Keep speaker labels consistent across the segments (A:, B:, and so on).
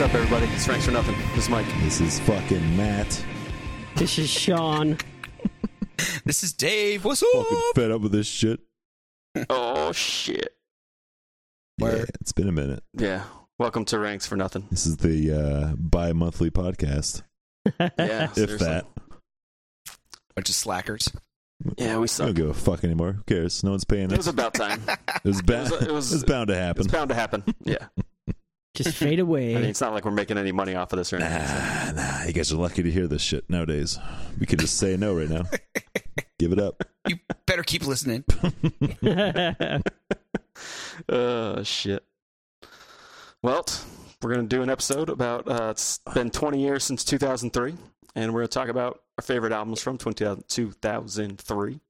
A: up, everybody? It's Franks for Nothing. This is Mike.
B: This is fucking Matt.
C: This is Sean.
D: This is Dave. What's
B: Fucking
D: up?
B: fed up with this shit.
A: Oh, shit.
B: Yeah,
A: Word.
B: it's been a minute.
A: Yeah. Welcome to Ranks for Nothing.
B: This is the uh, bi-monthly podcast,
A: Yeah.
B: if
A: seriously.
B: that.
D: Bunch of slackers.
A: Yeah, we
B: I don't
A: suck.
B: give a fuck anymore. Who cares? No one's paying
A: It was
B: us.
A: about time.
B: It was, ba-
A: it was- it was-
B: it's bound to happen.
A: It's bound to happen. Yeah.
C: Just fade
A: I mean,
C: away.
A: it's not like we're making any money off of this or anything.
B: Nah, nah, you guys are lucky to hear this shit nowadays. We could just say no right now. Give it up.
D: You better keep listening.
A: Oh, shit. Well, we're going to do an episode about uh, it's been 20 years since 2003, and we're going to talk about our favorite albums from uh, 2000 2003,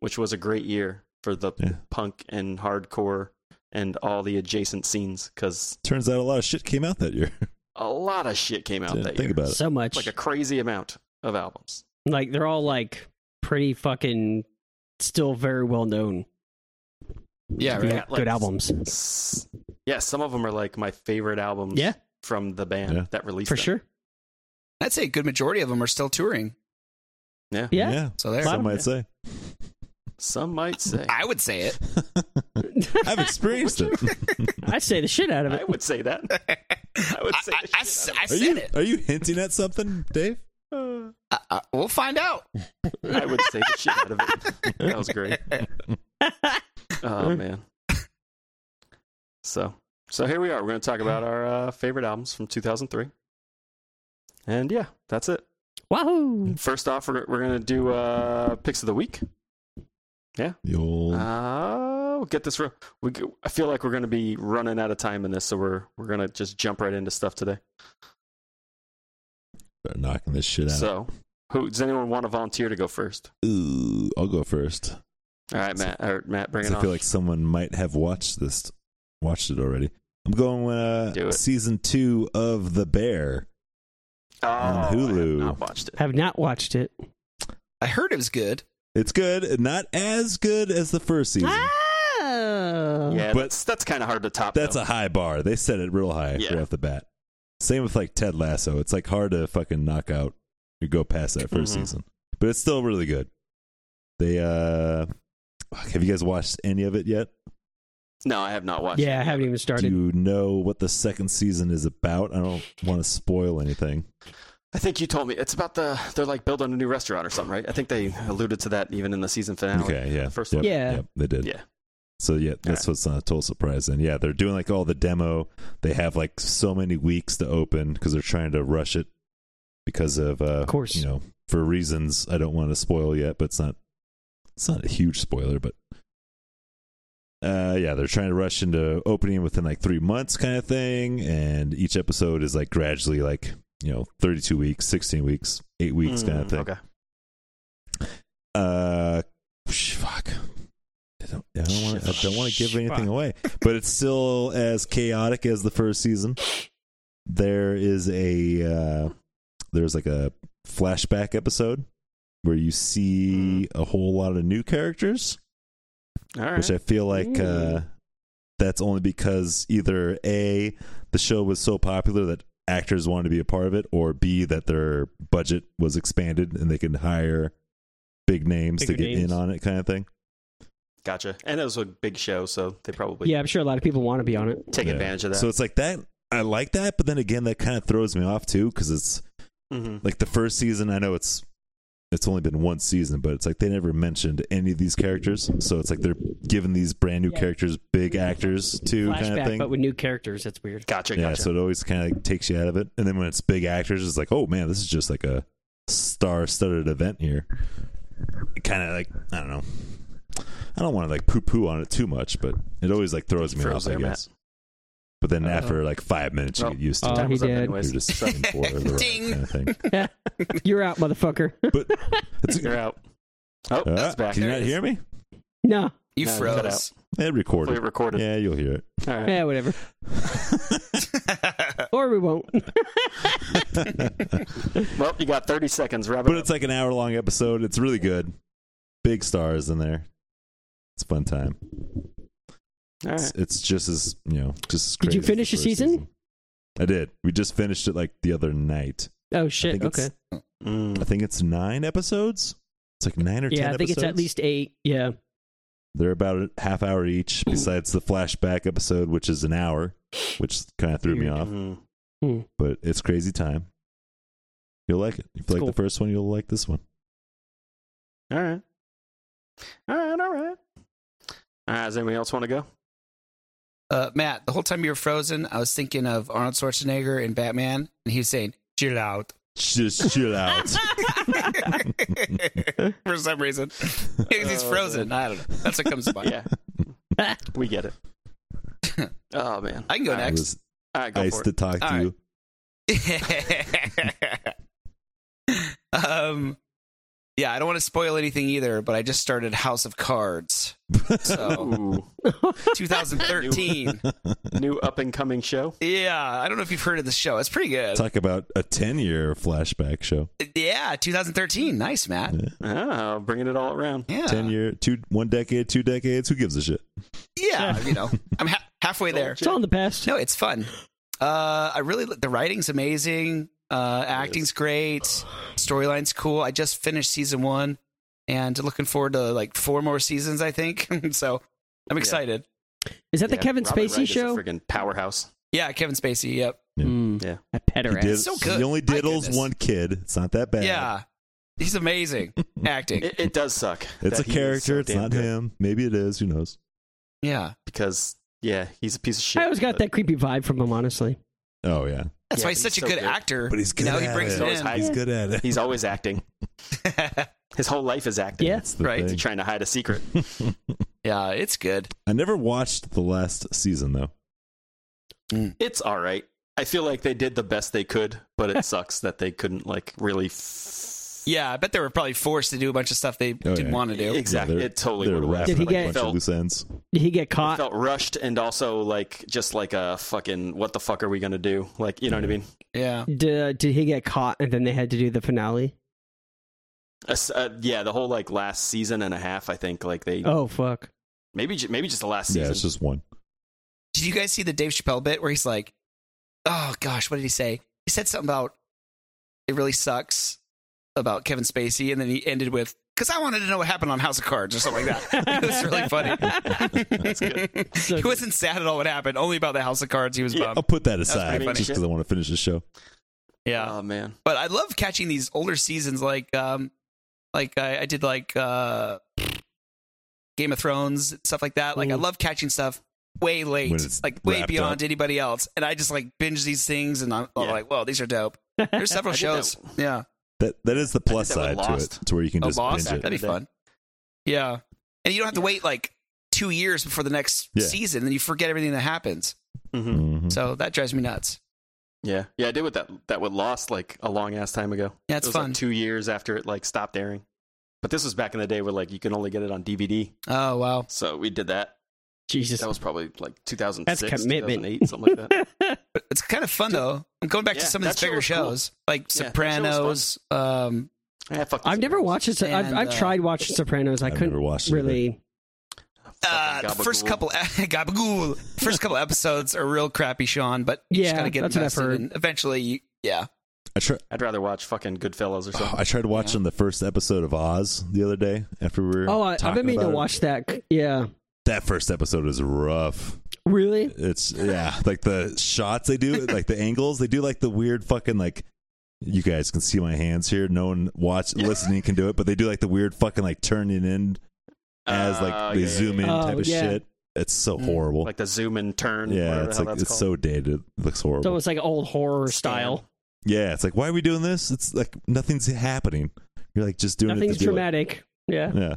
A: which was a great year for the
B: Yeah.
A: punk and hardcore and all the adjacent scenes because
B: Turns out a lot of shit came out that year.
A: a lot of shit came out
B: Didn't
A: that
B: think
A: year.
B: about it.
C: so much.
A: Like
C: Like,
A: a crazy amount of albums.
C: they're all like pretty fucking still very well known.
D: Yeah,
C: good,
D: right.
A: Yeah, like-
C: good albums
A: S- Yeah, some of them are like my favorite albums
C: Yeah.
A: from the band
B: Yeah.
A: that released
C: for
A: them.
C: sure.
D: I'd say a good majority of them are still touring.
A: Yeah.
C: Yeah.
D: So there.
B: some
C: Wow.
B: might say.
A: Some might say.
D: I would say it.
B: I've experienced it.
C: I say the shit out of it.
A: I would say that. I would
D: I,
A: say.
D: I-
A: the
D: I
A: shit
D: s-
A: out of
D: I
B: Are
D: said
B: you,
D: it.
B: are you hinting at something, Dave?
D: Uh, uh, we'll find out.
A: it. I would say the shit out of it. That was great. Oh man. So so here we are. We're going to talk about our uh, favorite albums from 2003. And yeah, that's it.
C: Wahoo!
A: First off, we're, we're going to do uh, picks of the week.
B: The old
A: Uh, we'll get this. Real, we, g- I feel like we're going to be running out of time in this, so we're we're going to just jump right into stuff today.
B: They're knocking this shit out.
A: So, who does anyone want to volunteer to go first?
B: Ooh, I'll go first.
A: All right, Matt. All right, Matt, bring
B: 'Cause
A: it
B: I
A: on.
B: feel like someone might have watched this, watched it already. I'm going with
A: Do
B: uh,
A: it.
B: season two of The Bear.
A: oh, I have
B: Hulu.
A: not watched it.
C: Have not watched it.
D: I heard it was good.
B: It's good, not as good as the first season.
C: Ah! Oh.
A: Yeah,
B: But-
A: that's that's kind of hard to top.
B: That's
A: though.
B: a high bar. They set it real high
A: Yeah.
B: right off the bat. Same with like Ted Lasso. It's like hard to fucking knock out or go past that 1st
A: Mhm.
B: season, but it's still really good. They uh, fuck, have you guys watched any of it yet?
A: no. I have not watched.
C: Yeah, I
A: it.
C: haven't even started.
B: Do you know what the second season is about? I don't want to spoil anything.
A: I think you told me it's about the they're like building a new restaurant or something, right? I think they alluded to that even in the season finale.
B: Okay, yeah,
A: the first
B: yep,
A: one.
C: Yeah.
B: yep, they did.
A: Yeah.
B: So yeah, that's what's not a total surprise. And yeah, they're doing like all the demo. They have like so many weeks to open because they're trying to rush it because of uh,
C: Of course.
B: you know for reasons I don't want to spoil yet. But it's not it's not a huge spoiler, but uh, yeah, they're trying to rush into opening within like three months kind of thing. And each episode is like gradually like you know thirty two weeks, sixteen weeks, eight weeks kind of
A: Mm,
B: thing.
A: Okay.
B: Uh, sh- fuck. I don't, I don't want. I don't want to give anything
C: Fuck.
B: away, but it's still as chaotic as the first season. There is a uh, there's like a flashback episode where you see a whole lot of new characters,
A: All right.
B: which I feel like uh,
C: Ooh.
B: that's only because either a the show was so popular that actors wanted to be a part of it, or b that their budget was expanded and they could hire big names to
C: Bigger
B: get in
C: names.
B: on it, kind of thing.
A: gotcha. And it was a big show, so they probably
C: yeah, I'm sure a lot of people want to be on it.
A: take
B: Yeah.
A: advantage of that.
B: So it's like that. I like that, but then again, that kind of throws me off too because it's
A: Mhm.
B: like the first season. I know it's it's only been one season, but it's like they never mentioned any of these characters. So it's like they're giving these brand new
C: Yeah.
B: characters big actors too, kind of
C: Flashback,
B: thing.
C: but with new characters. That's weird.
A: Gotcha.
B: yeah,
A: Gotcha.
B: so it always kind of like takes you out of it. And then when it's big actors, it's like, oh man, this is just like a star-studded event here. Kind of like I don't know. I don't want to like poo-poo on it too much, but it always like throws me
A: Froze
B: off. I
A: there, Matt.
B: guess. But then
A: Uh,
B: after like five minutes, you
A: well,
B: get used to
C: Oh,
B: it.
A: Time
C: he
A: was up
C: did.
A: anyways.
B: You're just
A: So,
B: in for it or whatever
D: Ding.
B: kind of thing.
C: You're out, motherfucker.
B: But it's,
A: you're out. Oh,
B: Uh,
A: that's back.
B: can you
D: There
B: not
D: it is.
B: hear me?
C: no.
D: You
A: No, you cut
D: froze.
B: It
A: Hopefully it
B: recorded.
A: recorded.
B: Yeah, you'll hear it.
A: All right.
C: Yeah, whatever. Or we won't.
A: Well, you got 30 seconds. Wrap it
B: But
A: up.
B: it's like an hour-long episode. It's really good. Big stars in there. It's a fun time.
A: All
B: It's,
A: right.
B: it's just as you know, just as
C: Did you
B: great as
C: finish the
B: first
C: season?
B: I did. We just finished it like the other night.
C: Oh
B: I
C: shit.
B: think
C: Okay.
B: it's-
A: Mm-hmm.
B: I think it's nine episodes. It's like nine or
C: Yeah,
B: ten.
C: I think it's at
B: episodes.
C: least eight. Yeah.
B: They're about a half hour each, besides the flashback episode, which is an hour, which kind of threw me
C: Weird.
B: off.
A: Mm.
B: But it's crazy time. You'll like it. If you like
C: cool.
B: the first one, you'll like this one.
A: All right. All right, all right. All right, does anybody else want to go?
D: Uh, Matt, the whole time you were frozen, I was thinking of Arnold Schwarzenegger and Batman, and he was saying, chill out.
B: Just chill out.
D: For some reason. Because he's
A: Oh,
D: frozen. I don't know. That's what comes to mind.
A: Yeah, we get it. Oh, man.
D: I can go
A: All right.
B: I
D: next.
B: was
A: All right, go for
B: iced
A: it.
B: to talk to
D: All
B: you.
D: um, yeah, I don't want to spoil anything either, but I just started House of Cards. So
A: Ooh,
D: 2013.
A: new up-and-coming show.
D: yeah, I don't know if you've heard of the show. It's pretty good.
B: Talk about a ten-year flashback show.
D: Yeah, 2013. Nice, Matt.
A: Oh, bringing it all around.
D: Yeah,
B: Ten-year, two, one decade, two decades. Who gives a shit?
D: yeah. You know, I'm ha- halfway there.
C: It's all in the past.
D: No, it's fun. Uh, I really the writing's amazing. Uh, acting's great. Storyline's cool. I just finished season one, and looking forward to like four more seasons. I think so. I'm
A: Yeah.
D: excited.
C: Is that the
A: Yeah,
C: Kevin
A: Robin
C: Spacey
A: Wright is a
C: show?
A: Freaking powerhouse.
D: Yeah, Kevin Spacey. Yep.
B: Yeah.
C: Mm,
A: Yeah.
C: I pet her
B: He did-
C: ass.
D: So good.
B: He only
D: My
B: diddles
D: goodness.
B: one kid. It's not that bad.
D: Yeah, he's amazing. Acting.
A: It, it does suck.
B: It's
A: that he
B: a
A: is so
B: character. it's
A: damn
B: not
A: good
B: him. Maybe it is. Who knows?
D: Yeah,
A: Because yeah, he's a piece of shit.
C: I always got
A: but
C: that creepy vibe from him, honestly.
B: Oh yeah,
A: Yeah, but
D: that's why he's
A: he's
D: such
A: so
D: a good,
A: good.
D: actor.
B: but he's good.
D: now he
B: at
D: brings
B: it.
D: it
A: Always
D: in.
A: hiding.
B: He's good at it.
A: He's always acting. His whole life is acting.
C: Yeah.
B: That's the
D: Right.
B: thing.
A: He's trying to hide a secret.
D: yeah, it's good.
B: I never watched the last season though.
A: It's all right. I feel like they did the best they could, but it sucks that they couldn't like really. F-
D: Yeah, I bet they were probably forced to do a bunch of stuff they didn't
B: Oh, yeah.
D: want to do.
A: Exactly.
B: Yeah, they're-
A: it totally
B: They're
A: would've worked,
B: wrapping
C: Did he
B: up
A: but
B: a
A: it
B: bunch of
A: felt,
B: loose ends.
C: Did he get
A: it
C: caught?
A: felt rushed and also like just like a fucking what the fuck are we gonna do? Like you know what I mean?
D: Yeah,
C: did, uh, did he get caught and then they had to do the finale?
A: A s- uh, yeah, the whole like last season and a half. I think like they
C: Oh, fuck.
A: maybe ju- maybe just the last
B: Yeah,
A: season.
B: it's just one.
D: Did you guys see the Dave Chappelle bit where he's like, "Oh gosh, what did he say?" He said something about it really sucks about Kevin Spacey, and then he ended with, "Cause I wanted to know what happened on House of Cards" or something like that. it was really funny.
A: That's good.
C: So
D: he
C: good.
D: wasn't sad at all what happened, only about the House of Cards. He was
A: Yeah.
D: bummed.
B: I'll put that
D: pretty
B: aside
D: funny.
B: just because I want to finish the show.
D: Yeah.
A: Oh man.
D: but I love catching these older seasons. Like, um, like I, I did like uh, Game of Thrones stuff like that. Like, I
C: Mhm.
D: love catching stuff way late,
B: When it's
D: like way
B: wrapped
D: beyond
B: up.
D: anybody else, and I just like binge these things, and I'm, I'm
A: Yeah.
D: like, "Whoa, these are dope." There's several
A: I did
D: shows. Yeah,
B: That that is the
A: did
B: plus
A: that with
B: side to it,
A: Lost.
B: to where you can
D: oh,
B: just
D: Lost,
B: binge
A: back
B: it.
D: that'd be
A: in the day.
D: fun. Yeah, and you don't have to wait like two years before the next
B: Yeah.
D: season, and you forget everything that happens.
A: Mhm.
B: Mhm.
D: So that drives me nuts.
A: Yeah, yeah, I did with that that with Lost like a long ass time ago.
D: Yeah,
A: it
D: it's
A: was
D: fun.
A: Like two years after it like stopped airing, but this was back in the day where like you can only get it on DVD.
D: oh wow,
A: So we did that.
C: Jesus.
A: That was probably like 2006,
C: That's commitment.
A: 2008, something like that.
D: But it's kind of fun though. I'm going back to
A: Yeah,
D: some of
A: that
D: these
A: show
D: bigger
A: was cool.
D: shows, like
A: Yeah, that show was fun.
D: Sopranos. Um,
A: Yeah, fuck
C: I've never watched it. I've,
D: And,
C: I've
D: uh,
C: tried watching Sopranos. I
B: I've
C: couldn't
B: never watched it either.
C: really.
D: Uh, the first couple e-, gabagool. First couple episodes are real crappy, Sean. But you just
C: Yeah,
D: gotta get
C: that's what I've
D: invested,
C: heard.
D: and eventually, you, yeah,
B: I try,
A: I'd rather watch fucking Goodfellas or
B: oh,
A: something.
B: I tried watching the first episode of Oz the other day after we were.
C: Oh, I, I've
B: talking
C: been meaning to
B: about it.
C: watch that. Yeah.
B: That first episode is rough.
C: Really?
B: It's yeah, like the shots they do, like the angles they do, like the weird fucking like. You guys can see my hands here. No one watch listening can do it, but they do like the weird fucking like turning in as
A: Oh,
B: like they
A: yeah,
B: zoom
A: yeah,
B: in
A: yeah.
C: Oh,
B: type of
C: yeah.
B: shit. It's so
D: Mm,
B: horrible.
A: like the zoom and turn.
B: yeah,
A: whatever
B: it's
A: the hell
B: like
A: that's
B: it's
A: called.
B: so dated. It looks horrible.
C: It's almost like old horror style.
B: yeah, it's like why are we doing this? It's like nothing's happening. You're like just doing
C: Nothing's
B: it. to do it.
C: dramatic. Yeah.
B: Yeah,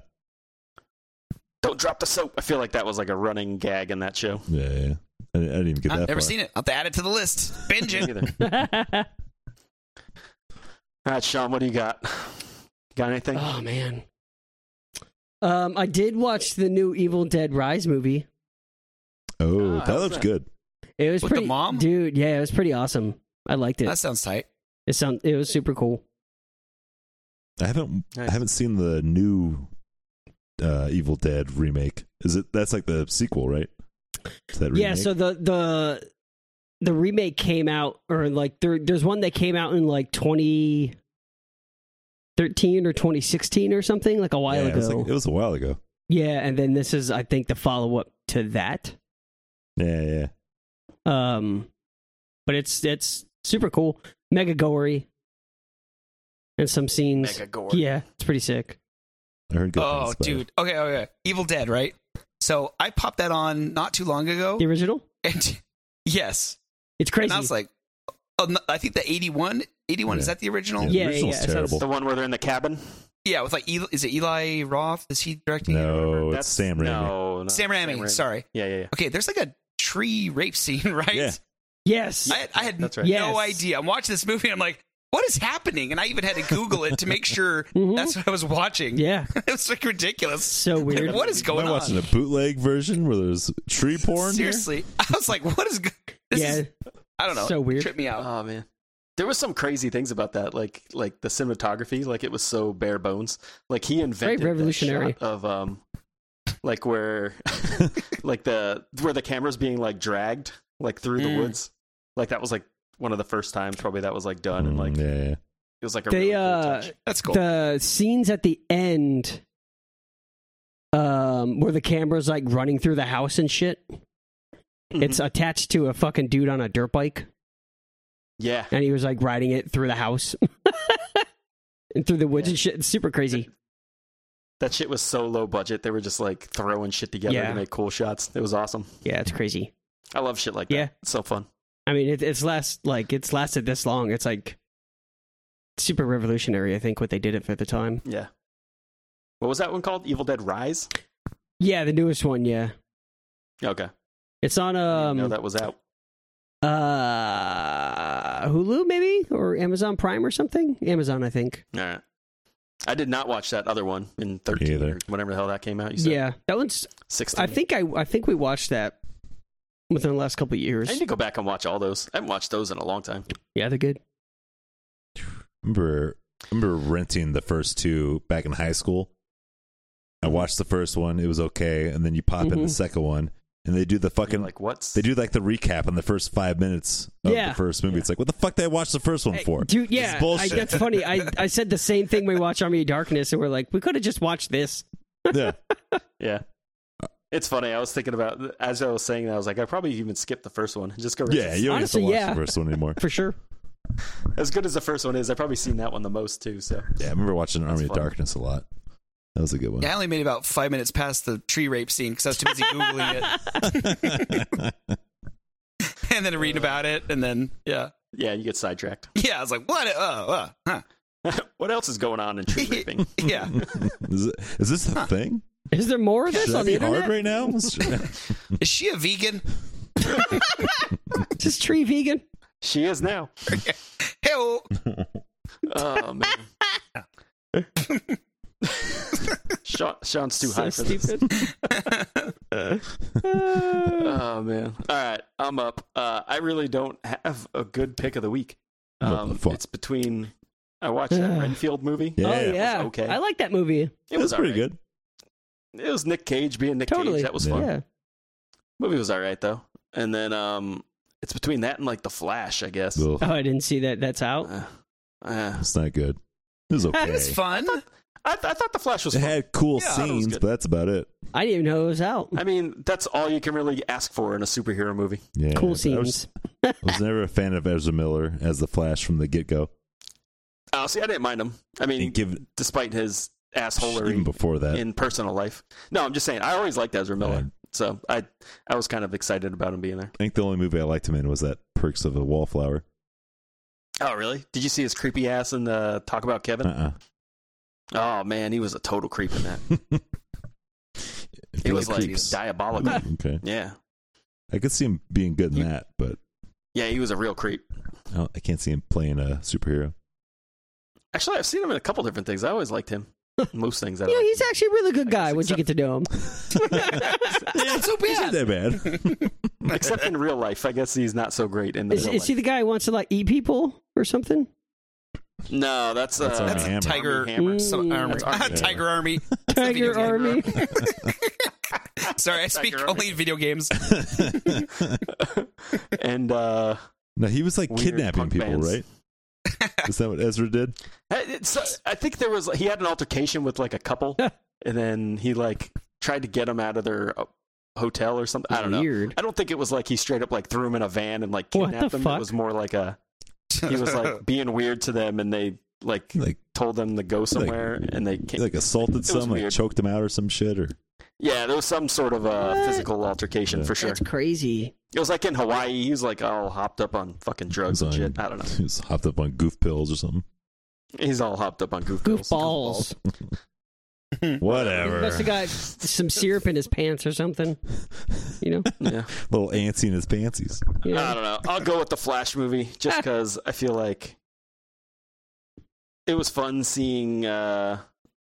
A: Don't drop the soap. I feel like that was like a running gag in that show.
B: yeah, yeah. I, I didn't even get
D: I've
B: that.
D: never
B: far.
D: seen it. I'll have to add it to the list. Binge
A: Me
D: it.
A: Either. All right, Sean, what do you got? Got anything?
C: oh man. Um, I did watch the new Evil Dead Rise movie.
B: Oh,
A: Ah,
B: that
A: how's
B: looks
A: that?
B: good.
C: It was
D: With the
C: pretty,
D: mom?
C: dude. Yeah, it was pretty awesome. I liked it.
D: That sounds tight.
C: It sound it was super cool.
B: I haven't
A: Nice.
B: I haven't seen the new uh, Evil Dead remake. Is it that's like the sequel, right? Is that remake?
C: Yeah. So the the the remake came out, or like there, there's one that came out in like 2013 or 2016 or something, like a while
B: yeah,
C: ago.
B: It was, like, it was a while ago.
C: yeah, and then this is, I think, the follow up to that.
B: Yeah, yeah.
C: Um, but it's it's super cool, mega gory, and some scenes.
D: Mega gore.
C: Yeah, it's pretty sick.
B: I heard good
D: Oh,
B: things, but-
D: dude. Okay, okay. Evil Dead, right? So I popped that on not too long ago,
C: The original,
D: and yes,
C: it's crazy.
D: Oh. and I was like, oh, no, I think the 81, 81 is
B: Yeah.
D: that the original?
B: Yeah,
D: Yeah,
B: the
C: Yeah,
B: original's
C: yeah, it sounds-
B: terrible.
A: The one where they're in the cabin?
D: with like, Eli, is it Eli Roth? Is he directing? it or whatever?
B: No, Oh, it's Sam Raimi.
A: No, no,
D: Sam Raimi. Sorry.
A: Yeah, yeah, yeah.
D: Okay, there's like a tree rape scene, right?
B: Yeah.
C: yes,
D: I, I had
A: That's
D: no
A: right.
C: Yes.
D: idea. I'm watching this movie. And I'm like, what is happening? And I even had to Google it to make sure
C: Mhm.
D: that's what I was watching.
C: yeah,
D: it was like ridiculous.
C: so
D: Like,
C: weird.
D: what is
B: Am
D: going
B: I
D: on?
B: watching a bootleg version where there's tree porn? here?
D: Seriously, I was like, what is? go- This
C: yeah,
D: is, I don't know.
C: so weird. Uh-huh.
D: Trip me out.
A: Oh man. There was some crazy things about that, like like the cinematography, like it was so bare bones. Like he invented the
C: revolutionary.
A: shot of um, like where, like the where the camera's being like dragged like through the
D: Mm.
A: woods. Like that was like one of the first times probably that was like done, and like
B: Mm,
A: it
B: yeah, yeah.
A: was like a
C: They,
A: really cool
C: uh,
A: touch.
D: That's cool.
C: the scenes at the end, um, where the camera's like running through the house and shit.
A: Mm-hmm.
C: It's attached to a fucking dude on a dirt bike,
A: Mm-hmm. Yeah,
C: and he was like riding it through the house and through the woods and shit. It's super crazy.
A: that shit was so low budget. They were just like throwing shit together
C: Yeah.
A: to make cool shots. It was awesome.
C: Yeah, it's crazy.
A: I love shit like that.
C: Yeah.
A: it's so fun.
C: I mean, it, it's last like it's lasted this long. It's like super revolutionary. I think what they did it for the time.
A: Yeah. What was that one called? Evil Dead Rise.
C: Yeah, the newest one. Yeah,
A: Okay,
C: it's on
A: I
C: um
A: didn't know that was out.
C: uh Hulu maybe or Amazon Prime or something. Amazon, I think.
A: All right. I did not watch that other one in 13
B: either.
A: or whenever the hell that came out. You said
C: Yeah, that one's.
A: 16.
C: I think I I think we watched that within the last couple of
A: I need
C: years.
A: to go back and watch all those. I haven't watched those in a long time.
C: Yeah, they're good.
B: remember remember renting the first two back in high school. I watched the first one; it was okay, and then you pop in the
C: Mhm.
B: second one, and they do the fucking
A: like, what's.
B: they do like the recap on the first five minutes of
C: Yeah.
B: the first movie.
A: Yeah.
B: It's like, what the fuck did I watch the first one
C: Hey,
B: for?
C: Dude,
B: This is
C: yeah, I,
B: bullshit.
C: that's funny. I I said the same thing when we watched Army of Darkness, and we're like, we could have just watched this.
B: yeah,
A: yeah. It's funny. I was thinking about, as I was saying that, I was like, I probably even skipped the first one. Just go. right
B: yeah,
A: to-
B: you don't
C: Honestly,
B: have to watch
C: yeah.
B: the first one anymore.
C: For sure.
A: As good as the first one is, I've probably seen that one the most, too. So,
B: Yeah, I remember watching Army of
A: funny.
B: Darkness a lot. That was a good one.
D: Yeah, I only made about five minutes past the tree rape scene because I was too busy googling it and then reading about it, and then yeah,
A: yeah, you get sidetracked.
D: yeah. I was like, what? Uh, uh, huh.
A: what else is going on in tree raping?
D: Yeah.
B: is, it, is this a thing?
C: Is there more of this
B: Should I
C: on the
B: be
C: internet?
B: hard right now?
D: Is she a vegan?
C: Is this tree vegan?
A: she is now.
D: Hell,
A: Oh, man. Sean, Sean's too
C: so
A: high for this.
C: stupid. Uh,
A: Oh man! All right, I'm up. Uh, I really don't have a good pick of the week.
B: What the
A: Um,
B: fuck?
A: it's between I watched that Renfield movie.
B: Yeah.
C: oh yeah,
A: okay.
C: I like that movie.
A: It was
B: pretty
A: all right.
B: good.
A: It was Nick Cage being Nick
C: Totally.
A: Cage. That was
B: Yeah.
A: fun.
C: Yeah,
A: Movie was all right though. And then um, it's between that and like The Flash, I guess.
B: Ugh,
C: Oh, I didn't see that. That's out.
A: Uh, uh,
B: it's not good. It was okay.
D: it was fun.
A: I, th- I thought The Flash was.
B: It
A: Fun.
B: had cool
A: Yeah, I thought it was
B: scenes,
A: good.
B: but that's about it.
C: I didn't even know it was out.
A: I mean, that's all you can really ask for in a superhero movie.
B: Yeah,
C: cool
B: but I was,
C: scenes.
B: I was never a fan of Ezra Miller as the Flash from the get go.
A: Oh, see, I didn't mind him. I mean,
B: And give
A: despite his
B: even
A: assholery
B: before that,
A: in personal life. No, I'm just saying. I always liked Ezra Miller.
B: I
A: So I I was kind of excited about him being there.
B: think the only movie I liked him in was that Perks of a Wallflower.
A: Oh really? Did you see his creepy ass in the Talk About Kevin?
B: Uh
A: Oh man, he was a total creep in that.
B: uh
A: It was like
D: creeps.
A: diabolical.
B: okay.
A: yeah.
B: I could see him being good in
A: You-
B: that, but
A: Yeah, he was a real creep.
B: I, don't, I can't see him playing a superhero.
A: Actually I've seen him in a couple different things. I always liked him. Most things I
C: Yeah,
A: liked
C: he's
A: him.
C: actually a really good
A: I
C: guy
A: guess
C: once you get to know him.
D: Not so
B: He's not
D: bad.
B: that bad.
A: except in real life. I guess he's not so great in the
C: Is,
A: real
C: is he
A: life.
C: the guy who wants to like eat people or something?
A: No, that's uh
B: That's Armie Hammer.
D: Tiger-
A: Armie Hammer.
C: Mm.
D: Some army.
A: That's Army.
D: Tiger Army.
C: Tiger
D: video game,
C: Army.
D: Sorry, I speak
A: Tiger Army.
D: only in video games.
A: and uh,
B: No, he was like
A: Weird
B: kidnapping
A: punk
B: people,
A: bands.
B: right? Is that what Ezra did?
A: I- It's, I think there was he had an altercation with like a couple, and then he like tried to get them out of their uh, hotel or something. I don't know.
C: Weird.
A: I don't think it was like he straight up like threw them in a van and like
C: What the
A: kidnapped them.
C: fuck?
A: It was more like a he was like being weird to them, and they like
B: Like
A: told them to go somewhere, and they came.
B: like assaulted
A: was
B: some, like
A: weird.
B: choked them out or some shit, or
A: yeah, there was some sort of uh,
C: What?
A: physical altercation
B: Yeah.
A: for sure.
C: That's crazy.
A: It was like in Hawaii. He was like all hopped up on fucking drugs and
B: He's on-
A: shit. I don't know.
B: he was hopped up on goof pills or something.
A: He's all hopped up on goof pills.
C: Goofballs. He
B: Whatever.
C: must have got some syrup in his pants or something. You know?
A: Yeah.
B: Little antsy in his pantsies.
C: You know?
A: I don't know. I'll go with the Flash movie just because I feel like it was fun seeing uh,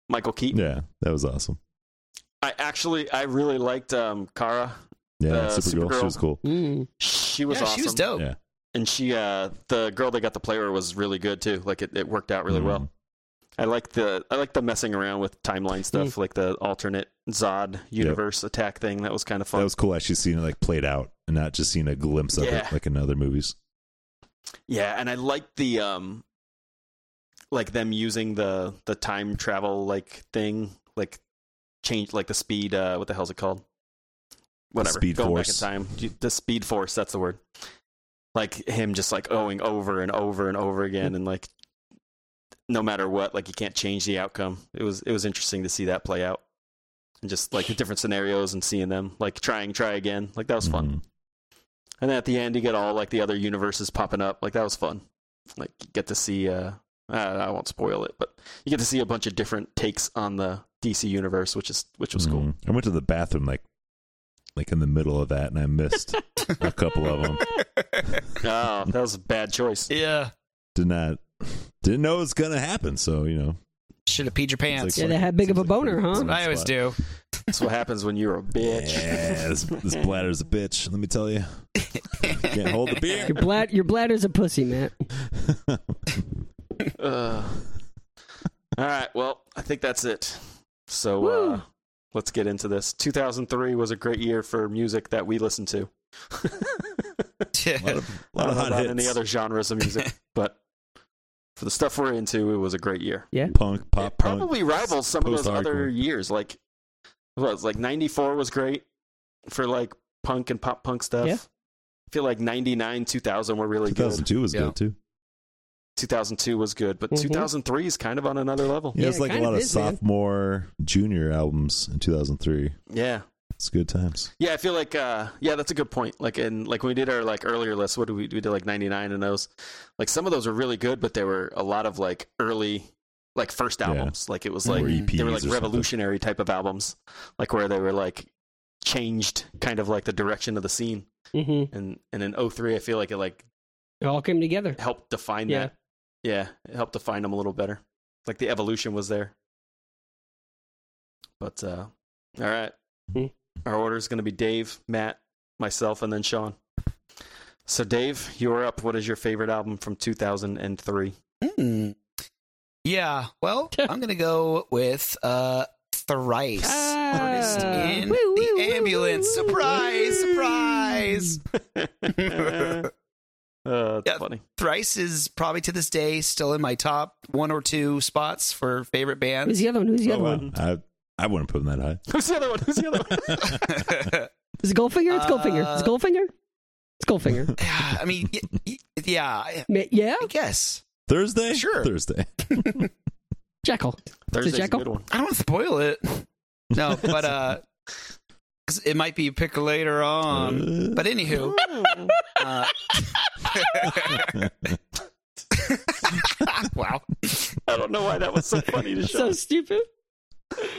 A: Michael Keaton.
B: Yeah, that was awesome.
A: I actually, I really liked um, Kara.
B: Yeah,
A: Uh,
B: Supergirl,
A: Supergirl.
B: she was cool.
C: Mm.
A: She was
D: yeah,
A: awesome.
D: she was dope.
B: Yeah,
A: And she, uh, the girl they got to play her was really good too. Like it, it worked out really
B: Mm.
A: well. I like the, I like the messing around with timeline stuff,
D: Mm.
A: like the alternate Zod universe attack thing. That was kind of fun.
B: That was cool. Actually, seeing it like played out and not just seeing a glimpse of
A: Yeah.
B: it like in other movies.
A: Yeah, and I like the um like them using the the time travel like thing, like change like the speed uh what the hell's it called? Whatever.
B: speed
A: going
B: force.
A: back in time. You- The speed force, that's the word. Like him just like going over and over and over again and like no matter what, like you can't change the outcome. It was it was interesting to see that play out. And just like the different scenarios and seeing them like trying, try again. Like that was fun.
B: Mhm.
A: And then at the end, you get all like the other universes popping up. Like that was fun. Like you get to see. uh I, don't know, I won't spoil it, but you get to see a bunch of different takes on the DC universe, which is which was cool.
B: Mhm. I went to the bathroom like like in the middle of that, and I missed a couple of them.
A: oh, that was a bad choice.
D: yeah.
B: Did not didn't know it was gonna happen. So you know,
D: Should have peed your pants.
B: it's like-
C: Yeah, they had big of a
B: it's like-
C: boner, huh?
B: it's
D: That's
B: like-
D: what I always do.
A: That's what happens when you're a bitch.
B: Yeah, this, this bladder's a bitch. Let me tell you, can't hold the beer.
C: Your blad your bladder's a pussy, Matt.
A: Ugh. all right, well, I think that's it. So uh,
C: Woo.
A: let's get into this. 2003 was a great year for music that we listened to.
B: A lot of, a
A: I don't
B: lot of
A: know
B: hot
A: about
B: hits.
A: any other genres of music, but for the stuff we're into, it was a great year.
B: punk, pop,
A: it probably
B: punk,
A: rivals some of those other
B: post-hardcore.
A: years. Like, what was like '94 was great for like punk and pop punk stuff.
C: Yeah.
A: I feel like '99, 2000 were really good.
B: 2002 was
D: Yeah.
B: good too.
A: 2002 was good, but
C: Mhm.
A: 2003 is kind of on another level.
B: Yeah,
C: Yeah,
B: it's
C: it
B: like a
C: kind
B: lot
C: of
B: of
C: is, man.
B: sophomore, junior albums in 2003.
A: Yeah,
B: It's good times.
A: yeah. I feel like, uh, yeah, that's a good point. Like, in like when we did our like earlier list, what did we we did like '99 and those, like some of those were really good, but there were a lot of like early. Like first
B: Yeah.
A: albums, like it was
B: Or
A: like
B: EPs
A: they were
B: or
A: like
B: something.
A: revolutionary type of albums, like where they were like changed kind of like the direction of the scene.
C: hmm
A: And and in 03, I feel like it like
C: It all came together.
A: helped define
C: Yeah.
A: that. Yeah, it helped define them a little better. Like the evolution was there. But uh all right.
C: Hmm.
A: Our order is going to be Dave, Matt, myself, and then Sean. So Dave, you're up. What is your favorite album from 2003?
D: Hmm. Yeah. Well, I'm gonna go with uh, thrice.
C: Ah.
D: Ernest in
C: Woo, woo, woo,
D: the ambulance.
C: woo, woo,
D: Surprise!
C: woo.
D: Surprise!
A: uh, that's
D: Yeah.
A: funny.
D: Thrice is probably to this day still in my top one or two spots for favorite
C: Who's
D: bands.
C: the other one? Who's the
B: Oh,
C: other
B: wow.
C: one?
B: I I wouldn't put them that high.
A: Who's the other one? Who's the other one?
C: Is it Goldfinger? It's Goldfinger. It's
D: Uh,
C: Goldfinger. It's Goldfinger.
D: I mean, y- y- yeah, I
C: Ma- yeah,
D: I guess.
B: Thursday,
D: Sure.
B: Thursday.
C: Jekyll.
A: Thursday's a
C: Jekyll?
A: good one.
D: I don't want to spoil it. No, but uh, 'cause it might be a pick later
B: Uh,
D: on. But anywho,
A: Oh.
D: uh, wow.
A: I don't know why that was so funny to
C: So
A: Sean.
C: stupid.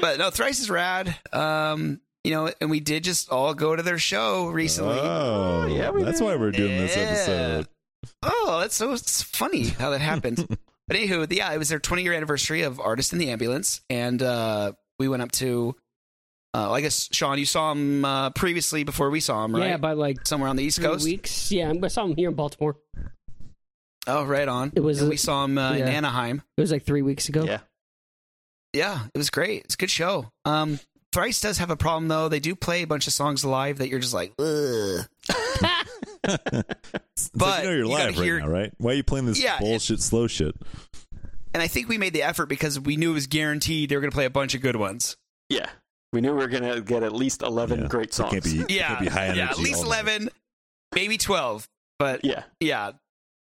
D: But no, Thrice is rad. Um, you know, and we did just all go to their show recently.
B: oh,
A: yeah, we
B: that's
A: did.
B: why we're doing this
D: Yeah.
B: episode.
D: Oh, that's so it's funny how that happened. but anywho, yeah, it was their 20 year anniversary of Artist in the Ambulance, and uh, we went up to. Uh, I guess Sean, you saw him uh, previously before we saw him, right?
C: Yeah, by like
D: somewhere on the East
C: three
D: Coast.
C: weeks. Yeah, I saw him here in Baltimore.
D: Oh, right on.
C: It was
D: And
C: a-
D: we saw him uh, in
C: yeah.
D: Anaheim.
C: It was like three weeks ago.
A: Yeah.
D: Yeah, it was great. It's a good show. Um, Thrice does have a problem though. They do play a bunch of songs live that you're just like, ugh.
B: It's
D: But
B: like, you know you're
D: you
B: live
D: gotta
B: right
D: hear-
B: now, right? Why are you playing this
D: Yeah, it-
B: bullshit slow shit?
D: And I think we made the effort because we knew it was guaranteed they were going to play a bunch of good ones.
A: Yeah. We knew we were going to get at least 11
B: Yeah.
A: great
B: It
A: songs.
B: can't be, it
D: Yeah,
B: can't be high energy.
D: yeah, at least
B: all night.
D: eleven, maybe twelve. But
A: yeah.
D: yeah,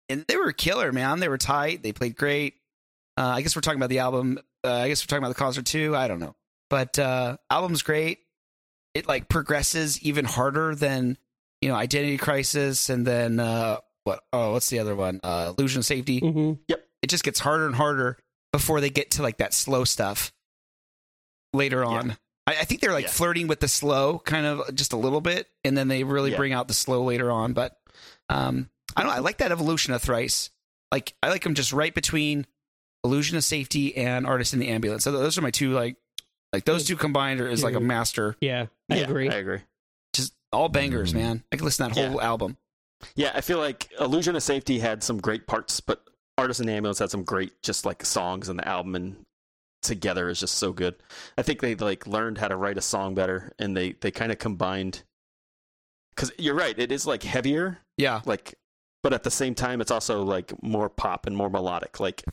D: and they were killer, man. They were tight. They played great. Uh, I guess we're talking about the album. Uh, I guess we're talking about the concert too. I don't know, but uh, album's great. It like progresses even harder than you know Identity Crisis, and then uh, what? Oh, what's the other one? Uh, Illusion of Safety.
C: hmm
D: It just gets harder and harder before they get to like that slow stuff later on. I, I think they're like
A: Yeah.
D: flirting with the slow kind of just a little bit, and then they really
A: Yeah.
D: bring out the slow later on. But um, I don't. I like that evolution of thrice. Like I like them just right between illusion of safety and artist in the ambulance. So those are my two like like those two combined are, is like a
C: Yeah.
D: master.
C: Yeah, I
A: Yeah,
C: agree.
A: I agree.
D: Just all bangers,
B: Mm.
A: Mm-hmm.
D: man. I could listen to that whole album.
A: Yeah, I feel like Illusion of Safety had some great parts, but Artisan Ambulance had some great just like songs on the album and together is just so good. I think they like learned how to write a song better and they they kind of combined cuz you're right, it is like heavier,
D: Yeah,
A: like but at the same time it's also like more pop and more melodic. Like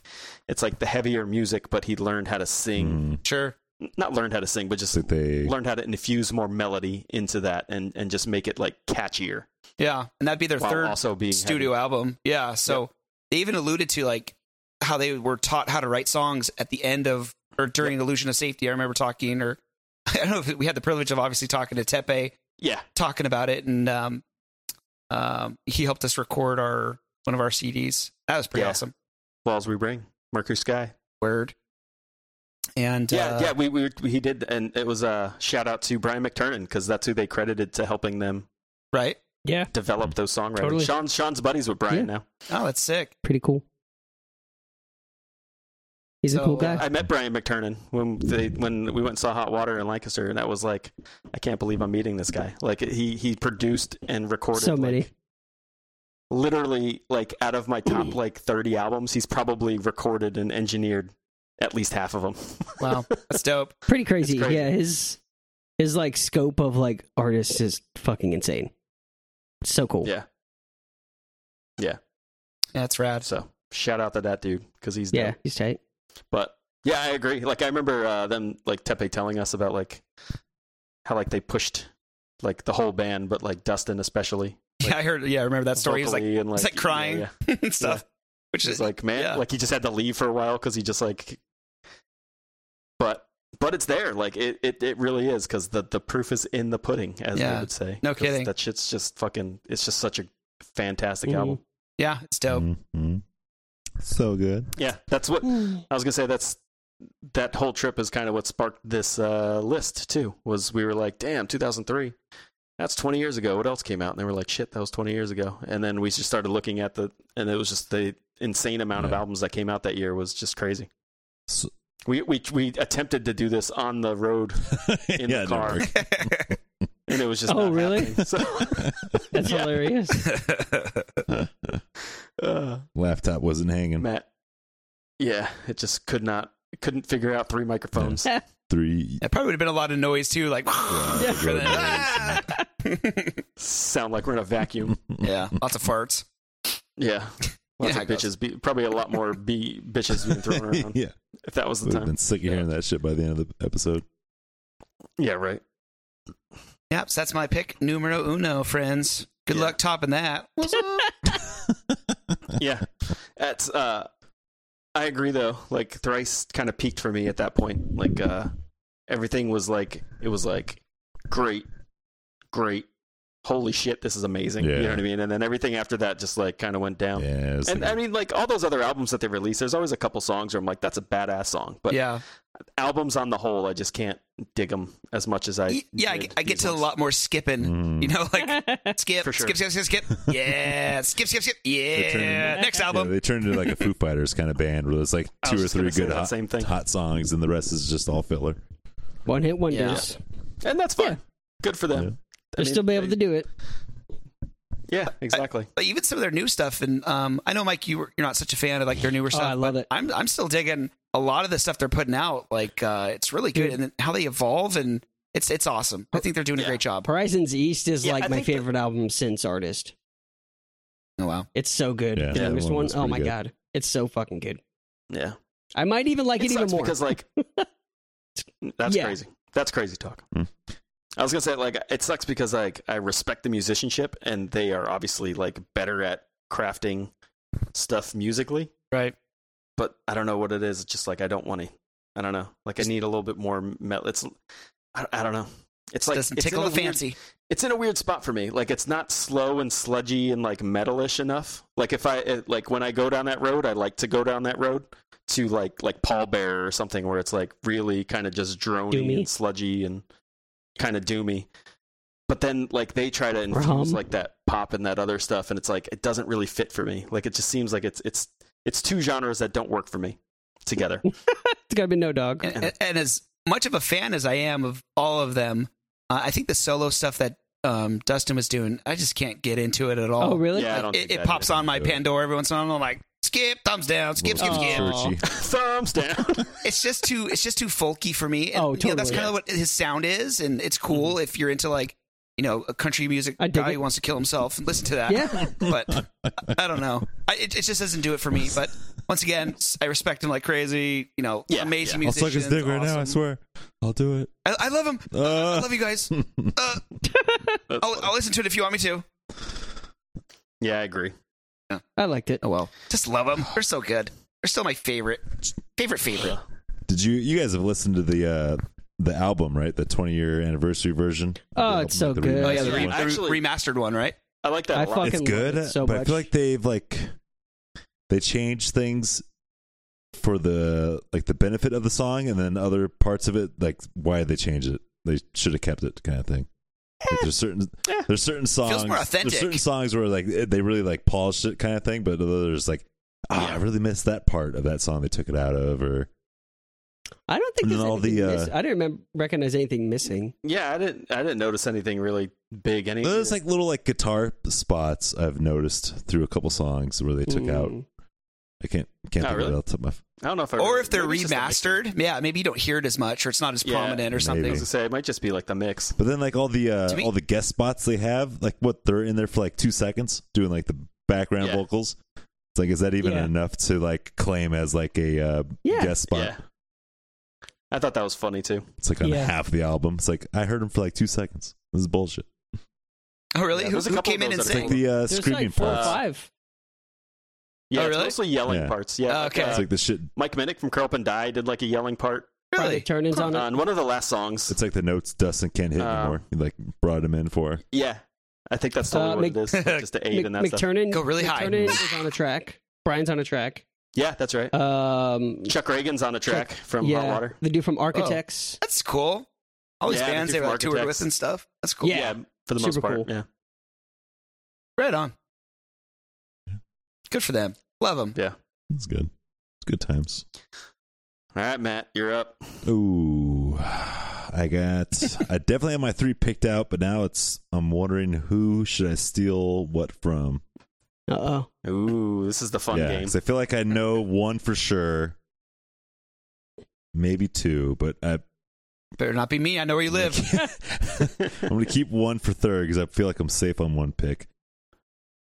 A: it's like the heavier music but he learned how to sing,
B: Mm,
D: sure.
A: not learned how to sing, but just
B: it's like they
A: learned how to infuse more melody into that and and just make it like catchier
D: Yeah, and that'd be their
A: while
D: third
A: also being
D: studio album. Yeah. So they even alluded to like how they were taught how to write songs at the end of or during Illusion of Safety. I remember talking, or I don't know if we had the privilege of obviously talking to Tepe,
A: Yeah.
D: talking about it, and um, um, he helped us record our one of our CDs. That was pretty
A: Yeah.
D: awesome.
A: Walls We Bring, Mercury Sky.
D: Word. And
A: Yeah,
D: uh,
A: yeah, we, we we- he did, and it was a shout out to Brian McTurnan because that's who they credited to helping them
D: right.
C: Yeah,
A: develop those songwriting.
C: Totally.
A: Sean Sean's buddies with Brian now.
D: Oh, that's sick.
C: pretty cool. He's
D: So,
C: a cool
D: uh,
C: guy.
A: I met Brian McTurnan when they when we went and saw Hot Water in Lancaster, and that was like, I can't believe I'm meeting this guy. Like he he produced and recorded
C: so
A: like,
C: many.
A: literally like out of my top like 30 albums, he's probably recorded and engineered at least half of them.
D: Wow, that's dope.
C: pretty crazy.
A: crazy.
C: Yeah, his his like scope of like artists is fucking insane. So cool.
A: Yeah,
D: That's rad.
A: so shout out to that dude because he's
C: Yeah,
A: dope.
C: he's tight.
A: But yeah, I agree. Like I remember uh, them like Tepe telling us about like how like they pushed like the whole band, but like Dustin especially.
D: yeah, I heard. Yeah, I remember that story. He's like,
A: vocally and,
D: he's like crying
A: Yeah,
D: and stuff, which
A: He's
D: is
A: like man,
D: yeah.
A: like he just had to leave for a while because he just like. But but it's there. Like it it, it really is because the the proof is in the pudding, as
D: Yeah.
A: they would say.
D: No
A: 'Cause
D: kidding.
A: That shit's just fucking. It's just such a fantastic
C: Mhm.
A: album.
D: yeah, it's dope.
B: Mm, mm. so good.
A: Yeah, that's what
C: Mm-hmm.
A: I was gonna say that's that whole trip is kind of what sparked this uh, list too. Was we were like, damn, 2003, that's 20 years ago. What else came out? And they were like, shit, that was 20 years ago. And then we just started looking at the, and it was just the insane amount of
B: Yeah.
A: albums that came out that year was just crazy.
B: So-
A: we we we attempted to do this on the road, In the
B: yeah, it didn't
A: car.
B: work.
A: and it was just
C: Oh,
A: not
C: really?
A: happening. So
C: That's
A: Yeah.
C: hilarious.
A: Mm. uh,
B: Laptop wasn't hanging.
A: Matt, yeah, it just could not couldn't figure out three microphones.
B: Three.
D: That probably would have been a lot of noise too, like
B: Yeah.
D: yeah.
A: Sound like we're in a vacuum.
D: lots of farts.
A: Yeah. Lots of
D: Yeah, I guess.
A: bitches. Be, probably a lot more be, bitches being thrown around
B: yeah,
A: if that was the
B: would have
A: time.
B: been sick of hearing that shit by the end of the episode.
A: Yeah, right.
D: Yep, so that's my pick numero uno, friends. Good
A: Yeah.
D: luck topping that. What's up?
A: Yeah. That's uh I agree though. Like thrice kind of peaked for me at that point. Like uh everything was like it was like great, great, holy shit, this is amazing. You
B: Yeah.
A: know what I mean? And then everything after that just like kinda went down.
B: Yeah, it's
A: And
B: like-
A: I mean, like all those other albums that they release, there's always a couple songs where I'm like, "That's a badass song," but
D: yeah,
A: albums on the whole, I just can't dig them as much as I.
D: Y- yeah. I,
A: did
D: get- I get
A: these
D: to a
A: ones.
D: lot more skipping.
B: Mm.
D: You know, like skip,
A: For sure.
D: skip, skip, skip, skip. Yeah, skip, skip, skip.
B: They're turning-
D: Yeah, next
B: Yeah,
D: album.
B: they turned into like a Foo Fighters kind of band where there's like
A: I
B: two
A: was
B: or
A: just
B: three
A: gonna say
B: good
A: that
B: hot,
A: same thing.
B: hot songs, and the rest is just all filler.
C: One hit wonders.
A: and that's fine.
C: Yeah.
A: Good for them.
B: Yeah.
A: I
C: They'll
A: mean,
C: still be able to do it.
A: Yeah, exactly.
D: But even some of their new stuff, and um, I know Mike, you were, you're not such a fan of like their newer
C: Oh,
D: stuff.
C: I love
D: but
C: it.
D: I'm I'm still digging a lot of the stuff they're putting out. Like uh, it's really good,
C: Dude.
D: and then how they evolve, and it's it's awesome. I think they're doing a
A: Yeah.
D: great job.
C: Horizons East is
A: Yeah,
C: like
A: I
C: my
A: think that-
C: favorite album since Artist.
D: Oh wow.
C: It's so good.
B: Yeah,
C: the
A: that
C: youngest
B: one
C: one.
B: was
C: Oh
B: pretty
C: my
B: good.
C: god, it's so fucking good.
A: Yeah.
C: I might even like
A: It
C: it, even
A: sucks
C: more.
A: because like that's
C: Yeah.
A: crazy. That's crazy talk.
B: Hmm.
A: I was gonna say like it sucks because like I respect the musicianship and they are obviously like better at crafting stuff musically,
D: Right.
A: but I don't know what it is. It's just like I don't want to. I don't know. Like I need a little bit more metal. It's I, I don't know. It's like
D: Doesn't
A: it's in
D: tickle
A: a
D: the
A: weird-
D: fancy.
A: it's in a weird spot for me. Like it's not slow and sludgy and like metalish enough. Like if I it, like when I go down that road, I like to go down that road to like like Paul Bear or something where it's like really kind of just drony
C: Doomy.
A: and sludgy and kind of doomy. But then like they try to infuse
C: Rum.
A: like that pop and that other stuff, and it's like it doesn't really fit for me. Like it just seems like it's it's it's two genres that don't work for me together.
C: it's gotta be no dog.
A: Yeah.
D: And, and- and as much of a fan as I am of all of them, uh, I think the solo stuff that um, Dustin was doing, I just can't get into it at all.
C: Oh really?
A: yeah, I don't
D: It,
A: think
D: it
A: I
D: pops on my
B: do it.
D: Pandora every once in a while. and I'm like, skip, thumbs down, skip, skip,
B: Little
D: skip.
C: Oh.
B: churchy.
A: thumbs down.
D: It's just too, it's just too folky for me. And,
C: Oh,
D: you know, that's
C: totally.
D: kind of what his sound is, and it's cool if you're into like, you know, a country music
C: I dig
D: guy
C: it.
D: who wants to kill himself and listen to that.
C: Yeah.
D: But I don't know. I, it, it just doesn't do it for me. But once again, I respect him like crazy. You know,
A: Yeah,
D: amazing
B: I'll
D: musician.
B: suck his dick right now. I swear. I'll do it.
D: I, I love him. I
B: Uh,
D: love you guys. Uh, I'll, I'll listen to it if you want me to.
A: yeah, I agree.
C: I liked it.
D: Oh well, just love them. They're so good. They're still my favorite, favorite, favorite.
B: did you? You guys have listened to the uh the album, right? The 20 year anniversary version.
C: Oh,
B: The
C: it's so
B: album,
C: good.
D: Oh yeah, the,
B: remastered
D: re-
B: one.
D: the
A: Actually-
D: remastered one, right?
A: I like that
C: I
A: a lot.
C: fuck-
B: it's
C: fucking love
B: good,
C: it so
B: but I feel
C: much.
B: like they've like they changed things for the like the benefit of the song, and then other parts of it, like why they changed it, they should have kept it, kind of thing. Like, there's certain
A: Eh.
B: there's certain songs
D: more authentic.
B: There's certain songs where like it- they really like polished it, kind of thing, but others like. Ah,
A: Yeah.
B: I really missed that part of that song they took it out of, or
C: I don't think
B: And then
C: there's
B: all the,
C: anything
B: uh,
C: miss- I didn't remember, recognize anything missing.
A: Yeah, I didn't. I didn't notice anything really big. Any
B: there's like little like guitar spots I've noticed through a couple songs where they took out.
C: Mm.
B: I can't can't
A: Oh,
B: think
A: really?
B: of it off the top of my. f-
A: I don't know if I
D: Or if they're
A: maybe it's just the mix.
D: remastered, yeah, maybe you don't hear it as much, or it's not as
A: Yeah,
D: prominent, or
A: I
D: something.
A: was gonna say it might just be like the mix.
B: But then like all the uh,
D: To me-
B: all the guest spots they have, like what they're in there for like two seconds doing like the background
A: Yeah.
B: vocals. It's like is that even
C: Yeah.
B: enough to like claim as like a uh,
C: Yeah.
B: guest spot?
A: Yeah, I thought that was funny too.
B: It's like on
C: Yeah.
B: half the album. It's like I heard him for like two seconds. This is bullshit.
D: Oh really?
A: Yeah,
D: who
A: there's a
D: who
A: couple
D: came
A: of
D: in and
A: those that
B: It's
A: are
D: sang?
B: like the uh,
C: There's
B: screaming
C: like four or
B: parts.
C: five.
A: Yeah,
D: Oh,
A: it's
D: really?
A: mostly yelling
B: Yeah.
A: parts. Yeah,
D: Oh,
A: like,
D: okay.
A: uh,
B: It's like the shit.
A: Mike Minnick from Curl Up and Die did like a yelling part
C: Probably
D: really?
C: turn-ins on it.
A: on one of the last songs.
B: It's like the notes Dustin can't hit
A: Uh,
B: anymore. He like brought him in for.
A: Yeah, I think that's totally
C: Uh,
A: what
C: Mc-
A: it is, just to aid in that
C: Mc-
A: stuff.
C: McTurnan
D: Go really high.
C: McTurnan is on a track. Brian's on a track.
A: Yeah, that's right.
C: Um,
A: Chuck Reagan's on a track from
C: yeah,
A: Hot Water.
C: the dude from Architects.
D: That's cool. All these
A: Yeah, the
D: bands
A: two
D: they were
A: from
D: like, toured
A: Architects.
D: with and stuff. That's cool.
C: Yeah.
A: for the most
C: Super
A: part.
C: cool.
A: Yeah,
D: right on. Good for them. Love them.
B: It's good. It's good times.
A: all right, Matt, you're up.
B: Ooh, I got. I definitely have my three picked out, but now it's. I'm wondering who should I steal what from.
C: Uh oh.
A: Ooh, this is the fun game.
B: 'cause I feel like I know one for sure. Maybe two, but I,
D: Better not be me. I know where you live.
B: I'm going to keep one for third because I feel like I'm safe on one pick.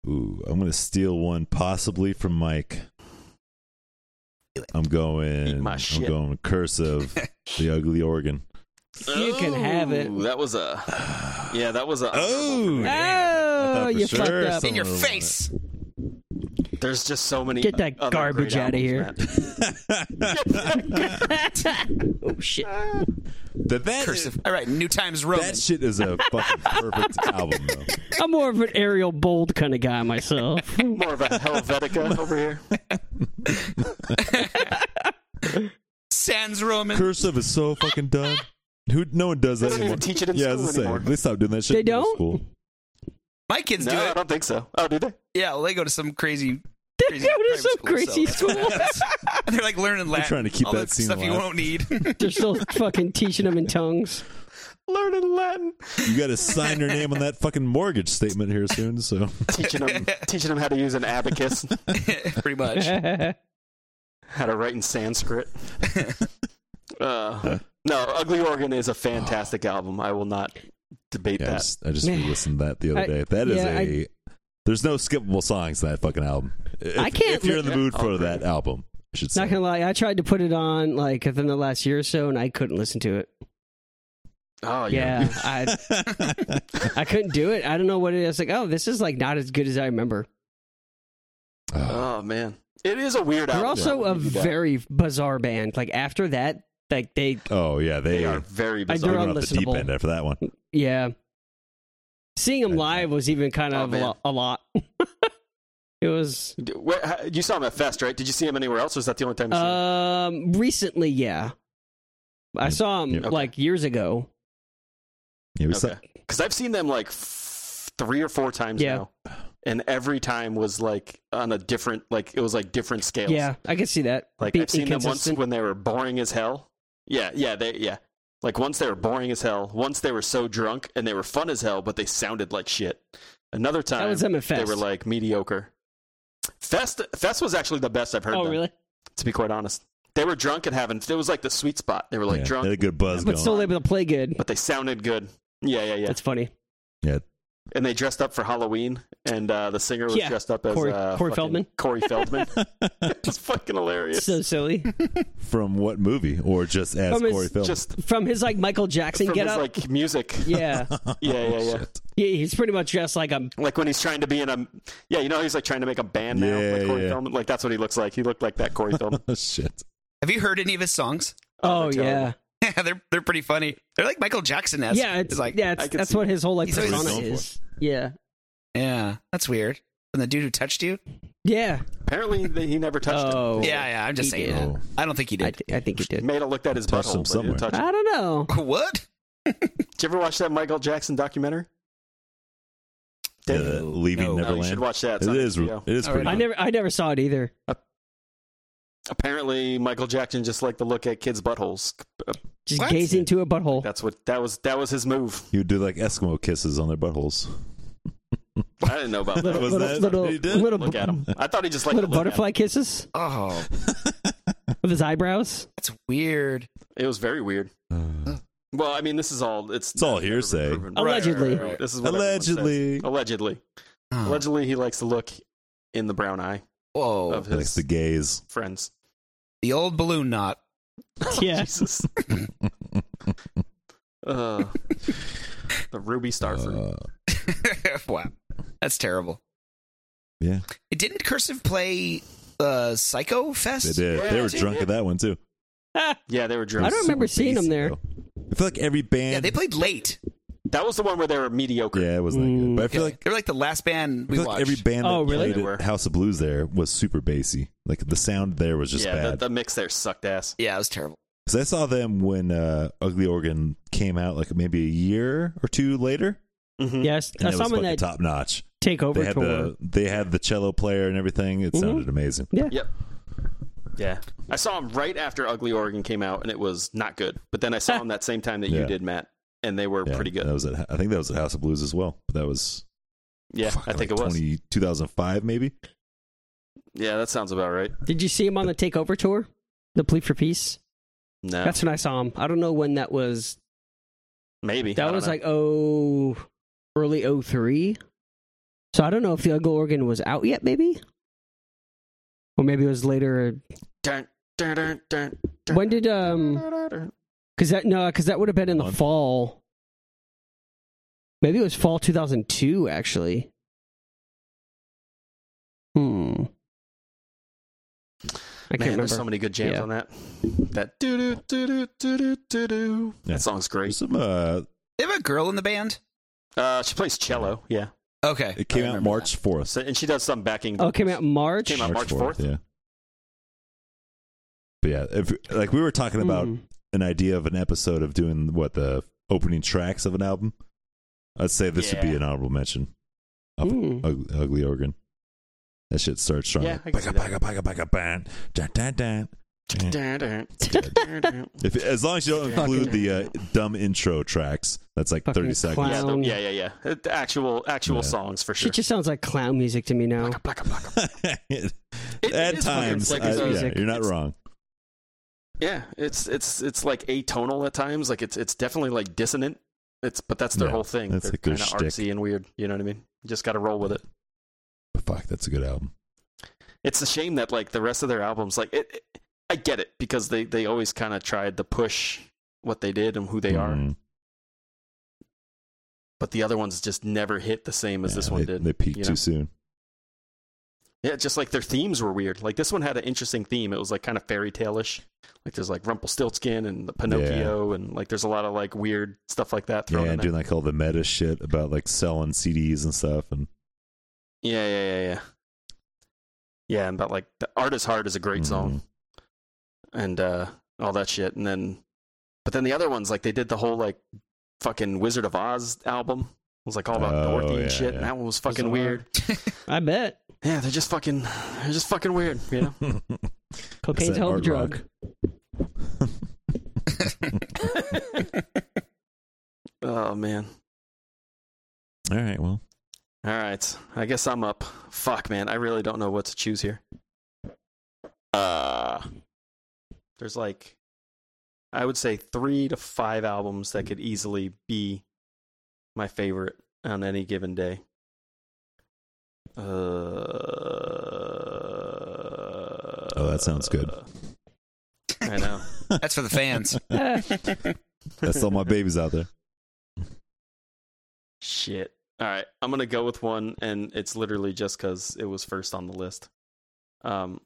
B: Ooh, I'm going to steal one possibly from Mike. I'm
A: Eat
B: going.
A: my
B: I'm
A: shit.
B: going cursive, the ugly organ.
C: You can have it.
A: Ooh, That was a yeah. That was a
B: Oh, I
C: Oh,
B: thought for
C: you
B: sure
C: fucked up.
B: some-
D: In your
B: Someone will want
D: face.
A: There's just so many.
C: Get that
A: other
C: garbage
A: great
C: outta here.
A: albums, Matt.
C: oh shit.
B: That that,
D: Cursive. All right. New Times Roman.
B: that shit is a fucking perfect album. Though.
C: I'm more of an Ariel Bold kind of guy myself.
A: More of a Helvetica over here.
D: Sans Roman.
B: Cursive is so fucking done. Who? No one does that
A: They don't even
B: anymore.
A: teach it in
B: yeah, I
A: school
B: was gonna say,
A: anymore.
B: They stopped doing that shit.
C: They
B: in middle
C: don't?
B: School.
D: My kids
A: No,
D: do
A: I
D: it.
A: don't think so. Oh, do they?
D: Yeah, well, they go to some crazy.
C: Yo,
D: crazy
C: there's some
D: private
C: crazy
D: so
C: school.
D: They're like learning Latin.
B: trying to keep
D: all
B: that
D: the
B: scene
D: stuff you
B: alive.
D: won't need.
C: They're still fucking teaching them in tongues.
A: Learning Latin,
B: You got to sign your name on that fucking mortgage statement here soon. So
A: teaching them, teaching them how to use an abacus,
D: Pretty much.
A: how to write in Sanskrit. Uh, no, Ugly Organ is a fantastic album. I will not debate
B: yeah, I
A: that.
B: just, I just
C: Man.
B: re-listened to that the other
C: I-
B: day. That is
C: yeah,
B: a There's no skippable songs in that fucking album. If,
C: I can't
B: If you're in the
A: li-
B: mood
A: yeah,
B: for
A: I'll
B: that album, I should say.
C: Not gonna lie, I tried to put it on like within the last year or so, and I couldn't listen to it.
A: Oh
C: Yeah, I I couldn't do it. I don't know what it is. Like, oh, this is like not as good as I remember.
B: Oh,
A: Oh man, it is a weird
C: They're
A: album.
C: also
A: though.
C: a very bizarre band. Like after that, like they,
B: oh, yeah, they,
A: They are
B: are
A: very
C: I
A: bizarre.
C: do-
B: going off the deep
C: unlistenable.
B: end after that one.
C: yeah. Seeing them
B: Okay.
C: live was even kind
A: Oh,
C: of a,
A: man.
C: lo- a lot. it was
A: D- where- how- you saw him at Fest, right? Did you see him anywhere else? Or was that the only time you saw him?
C: um recently, yeah. I
B: Mm,
C: saw them
B: yep.
A: Okay.
C: like years ago.
B: Yeah, we saw,
A: Okay, because I've seen them like f- three or four times
C: Yeah.
A: now, and every time was like on a different, like it was like different scales.
C: Yeah, I can see that.
A: like
C: Be
A: I've seen them once
C: inconsistent.
A: when they were boring as hell. Yeah, yeah, they yeah. Like once they were boring as hell. Once they were so drunk and they were fun as hell, but they sounded like shit. Another time
C: That was them at Fest.
A: they were like mediocre. Fest Fest was actually the best I've heard.
C: oh,
A: them,
C: really?
A: To be quite honest, they were drunk and having. It was like the sweet spot. They were like
B: yeah,
A: drunk,
B: they had a good buzz
C: But
B: going.
C: still able to play good.
A: but they sounded good. Yeah, yeah, yeah.
C: That's funny.
A: And they dressed up for Halloween, and uh, the singer was
C: Yeah.
A: dressed up as
C: Corey-
A: uh,
C: Corey
A: fucking
C: Feldman.
A: Corey Feldman. it's fucking hilarious.
C: So silly.
B: From what movie? Or just as
C: From his-
B: Corey Feldman?
A: Just
C: From his like Michael Jackson
A: from
C: get
A: his
C: up.
A: like music.
C: yeah.
A: Yeah, yeah, yeah.
B: Oh, Shit.
C: yeah. He's pretty much dressed like a
A: Like when he's trying to be in a, yeah, you know, he's like trying to make a band now,
B: Yeah,
A: like Corey
B: yeah.
A: Feldman. Like that's what he looks like. He looked like that Corey Feldman.
B: Oh, shit.
D: Have you heard any of his songs?
A: Oh,
C: Oh,
A: they're
C: yeah.
D: Yeah, they're they're pretty funny. They're like Michael Jackson esque.
C: Yeah, it's,
D: like
C: like yeah, it's,
A: I can
C: that's
A: see
C: what his whole like
D: He's always
C: persona
B: known for.
C: is. Yeah.
D: yeah, that's weird. And the dude who touched you?
C: Yeah.
A: Apparently, they, he never touched it.
C: Oh.
D: yeah, yeah. I'm just
C: He
D: saying.
C: did.
D: that. I don't think he
C: I,
D: did.
C: th- I think he did.
A: Made a looked at his
B: Touched him
A: butthole. But he didn't
B: somewhere.
A: touch it.
C: I don't know.
D: what?
A: Did you ever watch that Michael Jackson documentary?
B: Yeah,
A: Dave?
B: the Leaving
D: No, you
A: No, you should
B: Neverland.
A: watch that. It's on
B: Uh, it is.
A: HBO.
B: It is
D: All
B: pretty.
D: right.
B: good.
C: I never I never saw it either.
A: Apparently, Michael Jackson just liked to look at kids' buttholes.
C: Just
D: What?
C: gaze into a butthole.
A: That's what that was. That was his move.
B: He would do like Eskimo kisses on their buttholes.
A: I didn't know about
C: Little
A: that.
B: was
C: little
B: that
C: little,
B: what he did?
C: little,
A: Look
C: bu-
A: at him. I thought he just liked
C: little
A: to look at
C: butterfly kisses
D: Oh,
C: with his eyebrows.
D: that's weird.
A: him. It was very weird.
B: Uh,
A: Well, I mean, this is all. It's
B: It's all
A: never been
B: hearsay.
A: proven.
C: Allegedly.
A: This is what everyone says.
B: Allegedly, Ah.
A: Allegedly.
D: Oh,
A: Allegedly, he likes to look in the brown eye
D: Whoa,
A: of
B: likes
A: his
B: Oh, the gays.
A: friends.
D: the old balloon knot.
C: Yeah.
A: Jesus. uh, the ruby star fruit.
B: Uh,
D: wow, that's terrible.
B: Yeah.
D: Didn't Cursive play uh, Psycho Fest?
B: they did.
A: Yeah,
B: they were
A: they
B: drunk
A: did.
B: at that one too.
C: Ah,
A: Yeah, they were drunk.
C: I don't remember
B: Super
C: seeing him
B: basic,
C: there.
B: though. I feel like every band.
D: Yeah, they played late.
A: That was the one where they were mediocre.
B: Yeah, it wasn't that
C: Mm.
B: good. But I feel like
D: they were like the last band
B: I
D: we
B: feel like
D: watched.
B: every band
C: Oh,
B: that
C: really?
A: They
B: played
A: were.
B: at House of Blues there was super bassy. Like the sound there was just
A: Yeah,
B: bad.
A: the, the mix there sucked ass.
D: yeah, it was terrible.
B: Because I saw them when uh, Ugly Organ came out, like maybe a year or two later.
A: Mhm.
C: yes.
B: And
C: I
B: it was
C: saw him in
B: fucking
C: that
B: top notch. They
C: takeover
B: had
C: tour.
B: the they had the cello player and everything. It
C: Mhm.
B: sounded amazing.
A: Yeah. I saw him right after Ugly Oregon came out, and it was not good. But then I saw him that same time that you
B: Yeah.
A: did, Matt, and they were
B: Yeah,
A: pretty good.
B: That was at, I think that was at House of Blues as well. But that was
A: yeah,
B: fuck,
A: I think
B: like
A: it was.
B: 20, 2005 maybe.
A: Yeah, that sounds about right.
C: Did you see him on the takeover tour? The plea for peace.
A: No,
C: That's when I saw him. I don't know when that was.
A: maybe I
C: That
A: don't
C: was
A: know.
C: like oh, early 03. So I don't know if the Ugly Organ was out yet, maybe, or maybe it was later.
A: Dun, dun, dun, dun, dun,
C: When did um?
A: dun, dun.
C: Because that no, because that would have been in the
B: Month.
C: fall. Maybe it was fall 2002, actually. Hmm. I
A: Man,
C: can't remember.
A: there's so many good jams
C: Yeah.
A: on that. That doo doo doo doo doo doo doo.
B: Yeah.
A: That song's
B: There's
A: great.
B: some. Uh,
D: They have a girl in the band.
A: Uh, she plays cello, yeah,
D: Okay,
B: it came
A: I
B: out
A: remember
B: March fourth.
A: so, and she does some backing.
C: oh, it came out in March.
A: Came out March 4th?
B: Yeah. But yeah, if, like we were talking about
C: Hmm.
B: an idea of an episode of doing what the opening tracks of an album. I'd say this would be
A: Yeah.
B: an honorable mention. Up-
C: Mm.
B: Ug- Ugly organ. That shit starts strong.
A: Yeah, I can see
B: Baka, baka, baka, baka, ban. Dun, dun, dun.
A: Dun, dun, dun, dun.
B: If, as long as you don't
A: Fucking-
B: include the uh, dumb intro tracks, that's like
C: Fucking
B: thirty seconds.
C: clown.
A: yeah, the-
C: Um,
A: yeah, yeah, yeah. Uh, The actual actual
B: Yeah.
A: songs for sure.
C: Shit just sounds like clown music to me now.
A: Blacka, blacka, blacka.
B: At
A: It- it is weird.
B: times,
A: Like,
B: I-
A: it's a-
B: yeah,
C: music.
B: you're not
A: It's-
B: wrong.
A: yeah, it's it's it's like atonal at times. Like it's it's definitely like dissonant. It's but that's their
B: Yeah,
A: whole thing.
B: that's
A: They're
B: like their
A: kinda
B: shtick.
A: artsy and weird. You know what I mean? You just got to roll with it.
B: But fuck, that's a good album.
A: It's a shame that like the rest of their albums, like it, it- I get it because they they always kind of tried to push what they did and who they are,
B: Mm,
A: but the other ones just never hit the same as
B: yeah,
A: this one
B: they,
A: did.
B: They peaked
A: you
B: too
A: know?
B: soon.
A: Yeah, just like their themes were weird. Like this one had an interesting theme. It was like kind of fairy tale-ish. Like there's like Rumpelstiltskin and the Pinocchio and like there's a lot of like weird stuff like that
B: Yeah,
A: thrown in
B: and
A: there.
B: doing like all the meta shit about like selling CDs and stuff. And
A: Yeah, yeah, yeah, yeah. Yeah, and about like the Art is Hard is a great song
B: Mm-hmm.
A: and uh all that shit. And then but then the other ones, like they did the whole like fucking Wizard of Oz album. It was like all about
B: Oh,
A: Dorothy
B: yeah,
A: and shit,
B: yeah.
A: and that one was fucking
C: Bizarre.
A: weird.
C: I bet.
A: Yeah, they're just fucking they're just fucking weird, you know?
C: Cocaine's
B: that
C: hell of a
B: hard
C: drug.
B: rock.
A: oh man.
B: all right, well,
A: All right, I guess I'm up. Fuck, man, I really don't know what to choose here. Uh, there's like, I would say three to five albums that could easily be my favorite on any given day. Uh, oh,
B: that sounds good.
A: I know.
D: That's for the fans.
C: Eh,
B: that's all my babies out there.
A: Shit. All right, I'm gonna go with one, and it's literally just because it was first on the list. Um,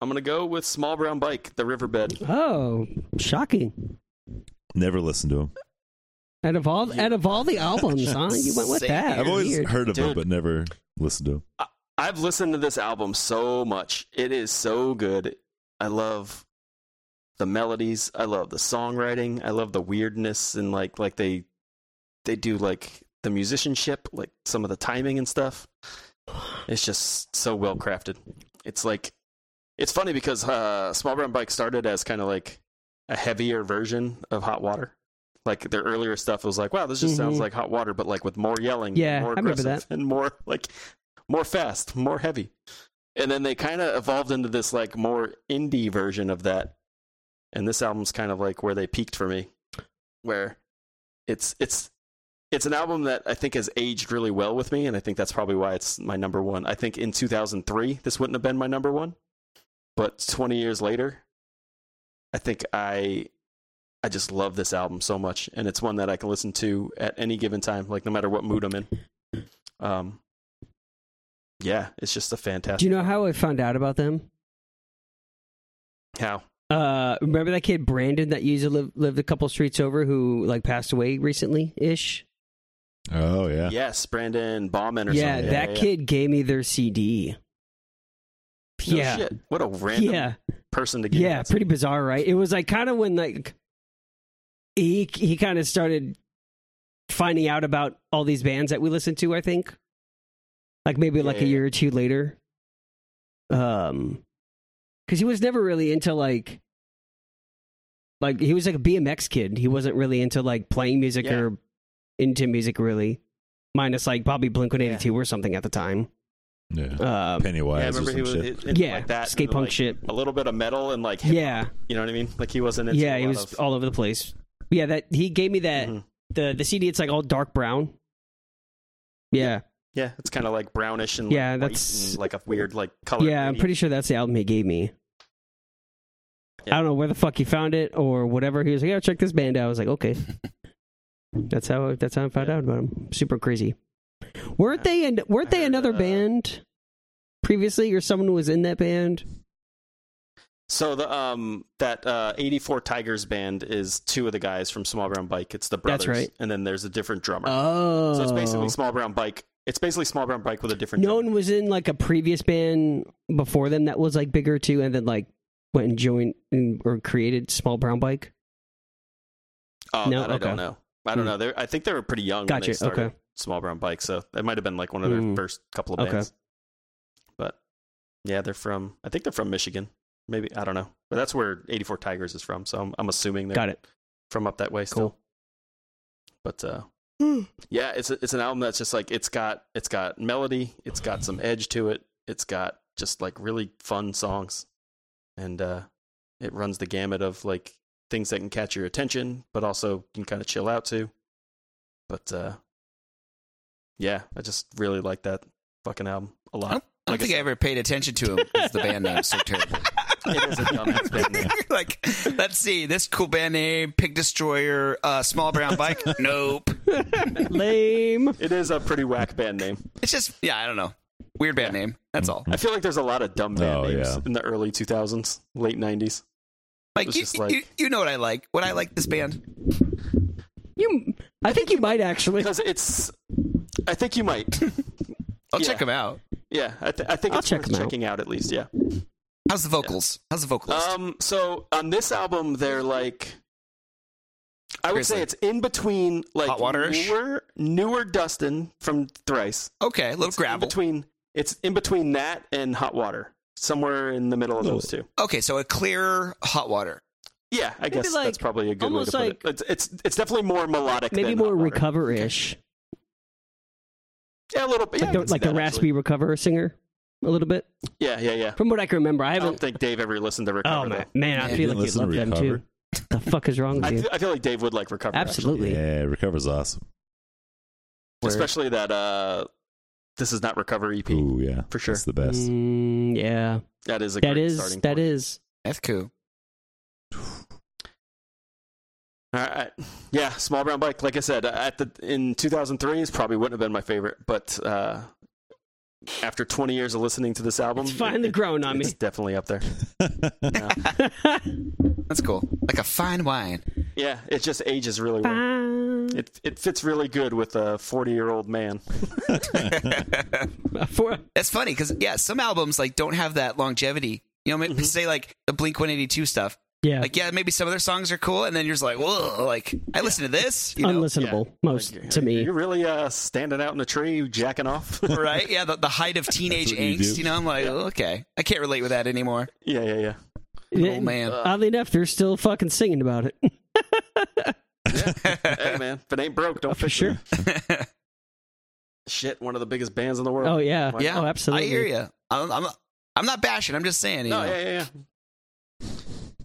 A: I'm gonna go with Small Brown Bike, The Riverbed.
C: oh, shocking!
B: Never listened to them.
C: Out of all out of all the albums, huh? You went with
D: Same.
C: that.
B: I've always
C: Weird.
B: heard of them,
A: Dude.
B: but never listened to them.
A: I've listened to this album so much; it is so good. I love the melodies. I love the songwriting. I love the weirdness and like like they they do like the musicianship, like some of the timing and stuff. It's just so well crafted. It's like it's funny because uh, Small Brown Bike started as kind of like a heavier version of Hot Water. Like their earlier stuff was like, wow, this just sounds
C: Mhm.
A: like Hot Water, but like with more yelling,
C: Yeah,
A: more
C: I remember
A: aggressive, and more like more fast, more heavy. And then they kind of evolved into this like more indie version of that. And this album's kind of like where they peaked for me, where it's it's it's an album that I think has aged really well with me, and I think that's probably why it's my number one. I think in 2003 this wouldn't have been my number one, but 20 years later, I think I I just love this album so much, and it's one that I can listen to at any given time, like no matter what mood I'm in. Um, yeah, it's just a
C: Do
A: fantastic.
C: you know how I found out about them?
A: How?
C: Uh, remember that kid Brandon that used to live lived a couple streets over who like passed away recently ish.
B: Oh yeah,
A: Yes, Brandon Bauman or
C: Yeah,
A: something.
C: that kid gave me their CD.
A: No
C: yeah,
A: shit. What a random
C: yeah,
A: person to get.
C: yeah. Pretty bizarre, right? It was like kind of when like he he kind of started finding out about all these bands that we listened to. I think like maybe like
A: Yeah.
C: a year or two later. Um, because he was never really into like like he was like a BMX kid. He wasn't really into like playing music
A: Yeah.
C: or into music really, minus like probably Blink One Eighty Two or something at the time.
B: yeah.
C: Um,
A: Yeah, I
B: Pennywise or
A: remember
B: some
A: he was
B: shit.
A: it- it-
C: yeah,
A: like that, and
C: skate
A: then,
C: punk
A: like,
C: shit.
A: a little bit of metal and like hip-
C: Yeah,
A: you know what I mean? Like he wasn't into
C: yeah,
A: a
C: he
A: lot
C: was
A: of-
C: all over the place. Yeah, that he gave me that
A: Mhm.
C: the the CD. It's like all dark brown. Yeah,
A: Yeah, it's kind of like brownish and like,
C: Yeah,
A: white
C: that's-
A: and, like a weird like color.
C: yeah, I'm
A: gradient.
C: pretty sure that's the album he gave me.
A: Yeah.
C: I don't know where the fuck he found it or whatever. He was like, "Yeah, check this band out." I was like, "Okay." that's how that's how I found
A: Yeah.
C: out about him. Super crazy. Weren't
A: Yeah.
C: they? And weren't
A: I
C: they
A: heard,
C: another
A: uh,
C: band previously, or someone was in that band?
A: So the um that uh 84 Tigers band is two of the guys from Small Brown Bike. It's the brothers
C: That's right.
A: and then there's a different drummer.
C: Oh,
A: So it's basically Small Brown Bike. It's basically Small Brown Bike with a different
C: no
A: drummer.
C: one was in like a previous band before them that was like bigger too, and then like went and joined and, or created Small Brown Bike.
A: Oh,
C: No,
A: that I
C: okay.
A: don't know. I don't
C: Hmm.
A: know. They're, I think they were pretty young when
C: Gotcha,
A: they started
C: okay.
A: Small Brown Bike, so that might have been like one of their
C: Hmm.
A: first couple of
C: Okay.
A: bands. But yeah, they're from. I think they're from Michigan. Maybe I don't know, but that's where 84 Tigers is from. So I'm, I'm assuming they're
C: Got it.
A: from up that way still.
C: Cool.
A: But uh, yeah, it's a, it's an album that's just like it's got it's got melody, it's got some edge to it, it's got just like really fun songs, and uh, it runs the gamut of like things that can catch your attention, but also you can kind of chill out to. But uh, yeah, I just really like that fucking album. a lot.
D: I don't, I don't
A: Like I
D: think I
A: said.
D: ever paid attention to him because the band name's so terrible.
A: It is a dumbass band name.
D: like, let's see, this cool band name, Pig Destroyer, uh, Small Brown Bike. nope.
C: Lame.
A: It is a pretty whack band name.
D: It's just, yeah, I don't know. Weird band name. That's all.
A: I feel like there's a lot of dumb band
B: Oh,
A: names
B: yeah.
A: in the early 2000s, late 90s.
D: Like,
A: was
D: you,
A: just like-
D: you, you know what I like. What I like this band.
C: You. I think you might actually.
A: Because it's, I think you might.
D: I'll
A: Yeah.
D: check them out.
A: Yeah, I, th- I think
C: I'll
A: it's
C: check
A: worth
C: 'em out.
A: checking out at least. Yeah.
D: How's the vocals? How's the vocalist?
A: Um. So on this album, they're like, I would say
D: Grizzly.
A: it's in between like
D: Hot water-ish?
A: newer, newer Dustin from Thrice.
D: okay, a little
A: It's in
D: gravel.
A: between. It's in between that and Hot Water, somewhere in the middle of those two.
D: Okay, so a clearer hot water.
A: Yeah, I guess
C: like-
A: that's probably a good way to
C: almost
A: put
C: like-
A: it. It's, it's it's definitely more melodic.
C: Maybe
A: than
C: more
A: Hot Water.
C: recover-ish.
A: Yeah, a little bit. Yeah, I
C: like the,
A: could see
C: like the
A: that,
C: raspy
A: actually.
C: recover singer, a little bit.
A: Yeah, yeah, yeah.
C: From what I can remember, I
A: I
C: haven't.
A: don't think Dave ever listened to
C: oh
A: Recover.
C: man,
A: though.
C: man,
D: Yeah,
C: I feel
D: you
B: didn't
C: like you
B: listen
C: love
B: to
C: them
B: Recover?
C: too. the fuck is wrong
A: I,
C: with you?
A: th- I feel like Dave would like Recover. actually.
C: Mm-hmm. Absolutely.
B: Yeah, Recover's awesome.
A: especially that. Uh, this is not Recover EP.
B: Ooh, yeah.
A: For sure.
B: It's the best.
C: Mm, yeah,
A: That is a
C: that
A: great
C: is
A: starting
C: that
A: point.
C: is.
D: That's cool.
A: All right. Yeah, small brown bike. Like I said, uh, at the in 2003 is probably wouldn't have been my favorite, but uh, after 20 years of listening to this album,
C: It's finally grown on me.
A: It's definitely up there.
D: That's cool. Like a fine wine.
A: Yeah, it just ages really well.
C: Fine.
A: It it fits really good with a 40 year old man.
C: For-
D: That's funny because yeah, some albums like don't have that longevity. You know, maybe
C: Mm-hmm.
D: say like the Blink One Eighty Two stuff.
C: yeah,
D: Like yeah, maybe some of their songs are cool, and then you're just like, whoa, like I listen to this, you know,
C: unlistenable most
A: Like,
C: to me.
A: you're really uh, standing out in a tree, jacking off.
D: right? Yeah, the, the height of teenage
B: what you do.
D: angst. You know, I'm like, oh, okay, I can't relate with that anymore.
A: yeah, yeah, Uh, yeah.
D: Oh man,
C: Oddly enough, they're still fucking singing about it.
A: Hey man, if it ain't broke, don't
C: Oh, For
A: fix
C: sure.
A: it. Shit, one of the biggest bands in the world.
C: Oh yeah.
A: Why
D: yeah,
C: Oh, absolutely.
D: I hear you. I'm, I'm I'm not bashing. I'm just saying. You
A: No,
D: know.
A: Oh, yeah, yeah, yeah.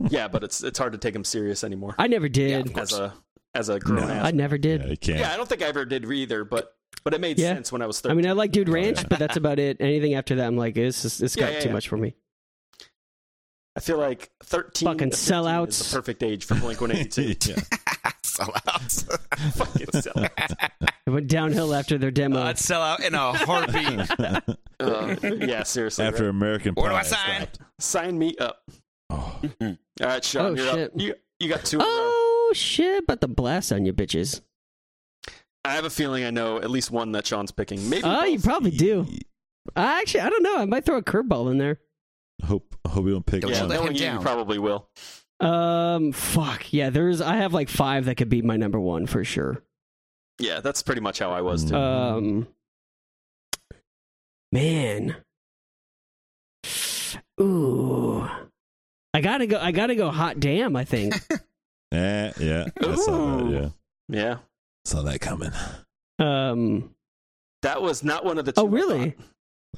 A: yeah, but it's it's hard to take them serious anymore.
C: I never did.
D: of
A: as
D: course.
A: a as a grown
B: No.
A: ass.
C: I never did.
B: yeah, you can't.
A: Yeah, I don't think I ever did either, but but it made
C: Yeah.
A: sense when I was
C: I
A: 13.
C: mean, I like Dude Ranch,
B: yeah.
C: but that's about it. Anything after that, I'm like, this is this
A: Yeah,
C: got
A: yeah,
C: too
A: yeah.
C: much for me.
A: I feel like 13
C: Fucking
A: to 15
C: sellouts.
A: is the perfect age for Blink 182.
B: Yeah.
D: sell out.
A: Fucking sellout.
C: It went downhill after their demo.
D: I'd sell out in a heartbeat.
A: Uh, yeah, seriously.
B: After
A: right?
B: American
D: Where do
B: Pie
D: I sign?
B: stopped.
A: sign me up.
B: Oh,
A: All right, Sean,
C: Oh,
A: you're
C: shit.
A: up. You you got two. in a row.
C: oh shit! But the blast on you, bitches.
A: I have a feeling I know at least one that Sean's picking. Maybe.
C: Oh, you
A: both.
C: probably do. I actually, I don't know. I might throw a curveball in there.
B: hope hope we don't pick
D: Don't
A: yeah,
D: you
B: one.
D: let him
A: knowing you, you
D: down.
A: probably will.
C: Um, fuck yeah. There's, I have like five that could be my number one for sure.
A: Yeah, that's pretty much how I was too.
B: Mm.
C: Um, man, ooh, I gotta go. I gotta go. Hot damn! I think.
B: Eh, yeah, I saw that.
A: Ooh.
B: Yeah,
A: Yeah,
B: saw that coming. I
C: um,
A: that was not one of the. two.
C: oh
A: I
C: really?
A: thought.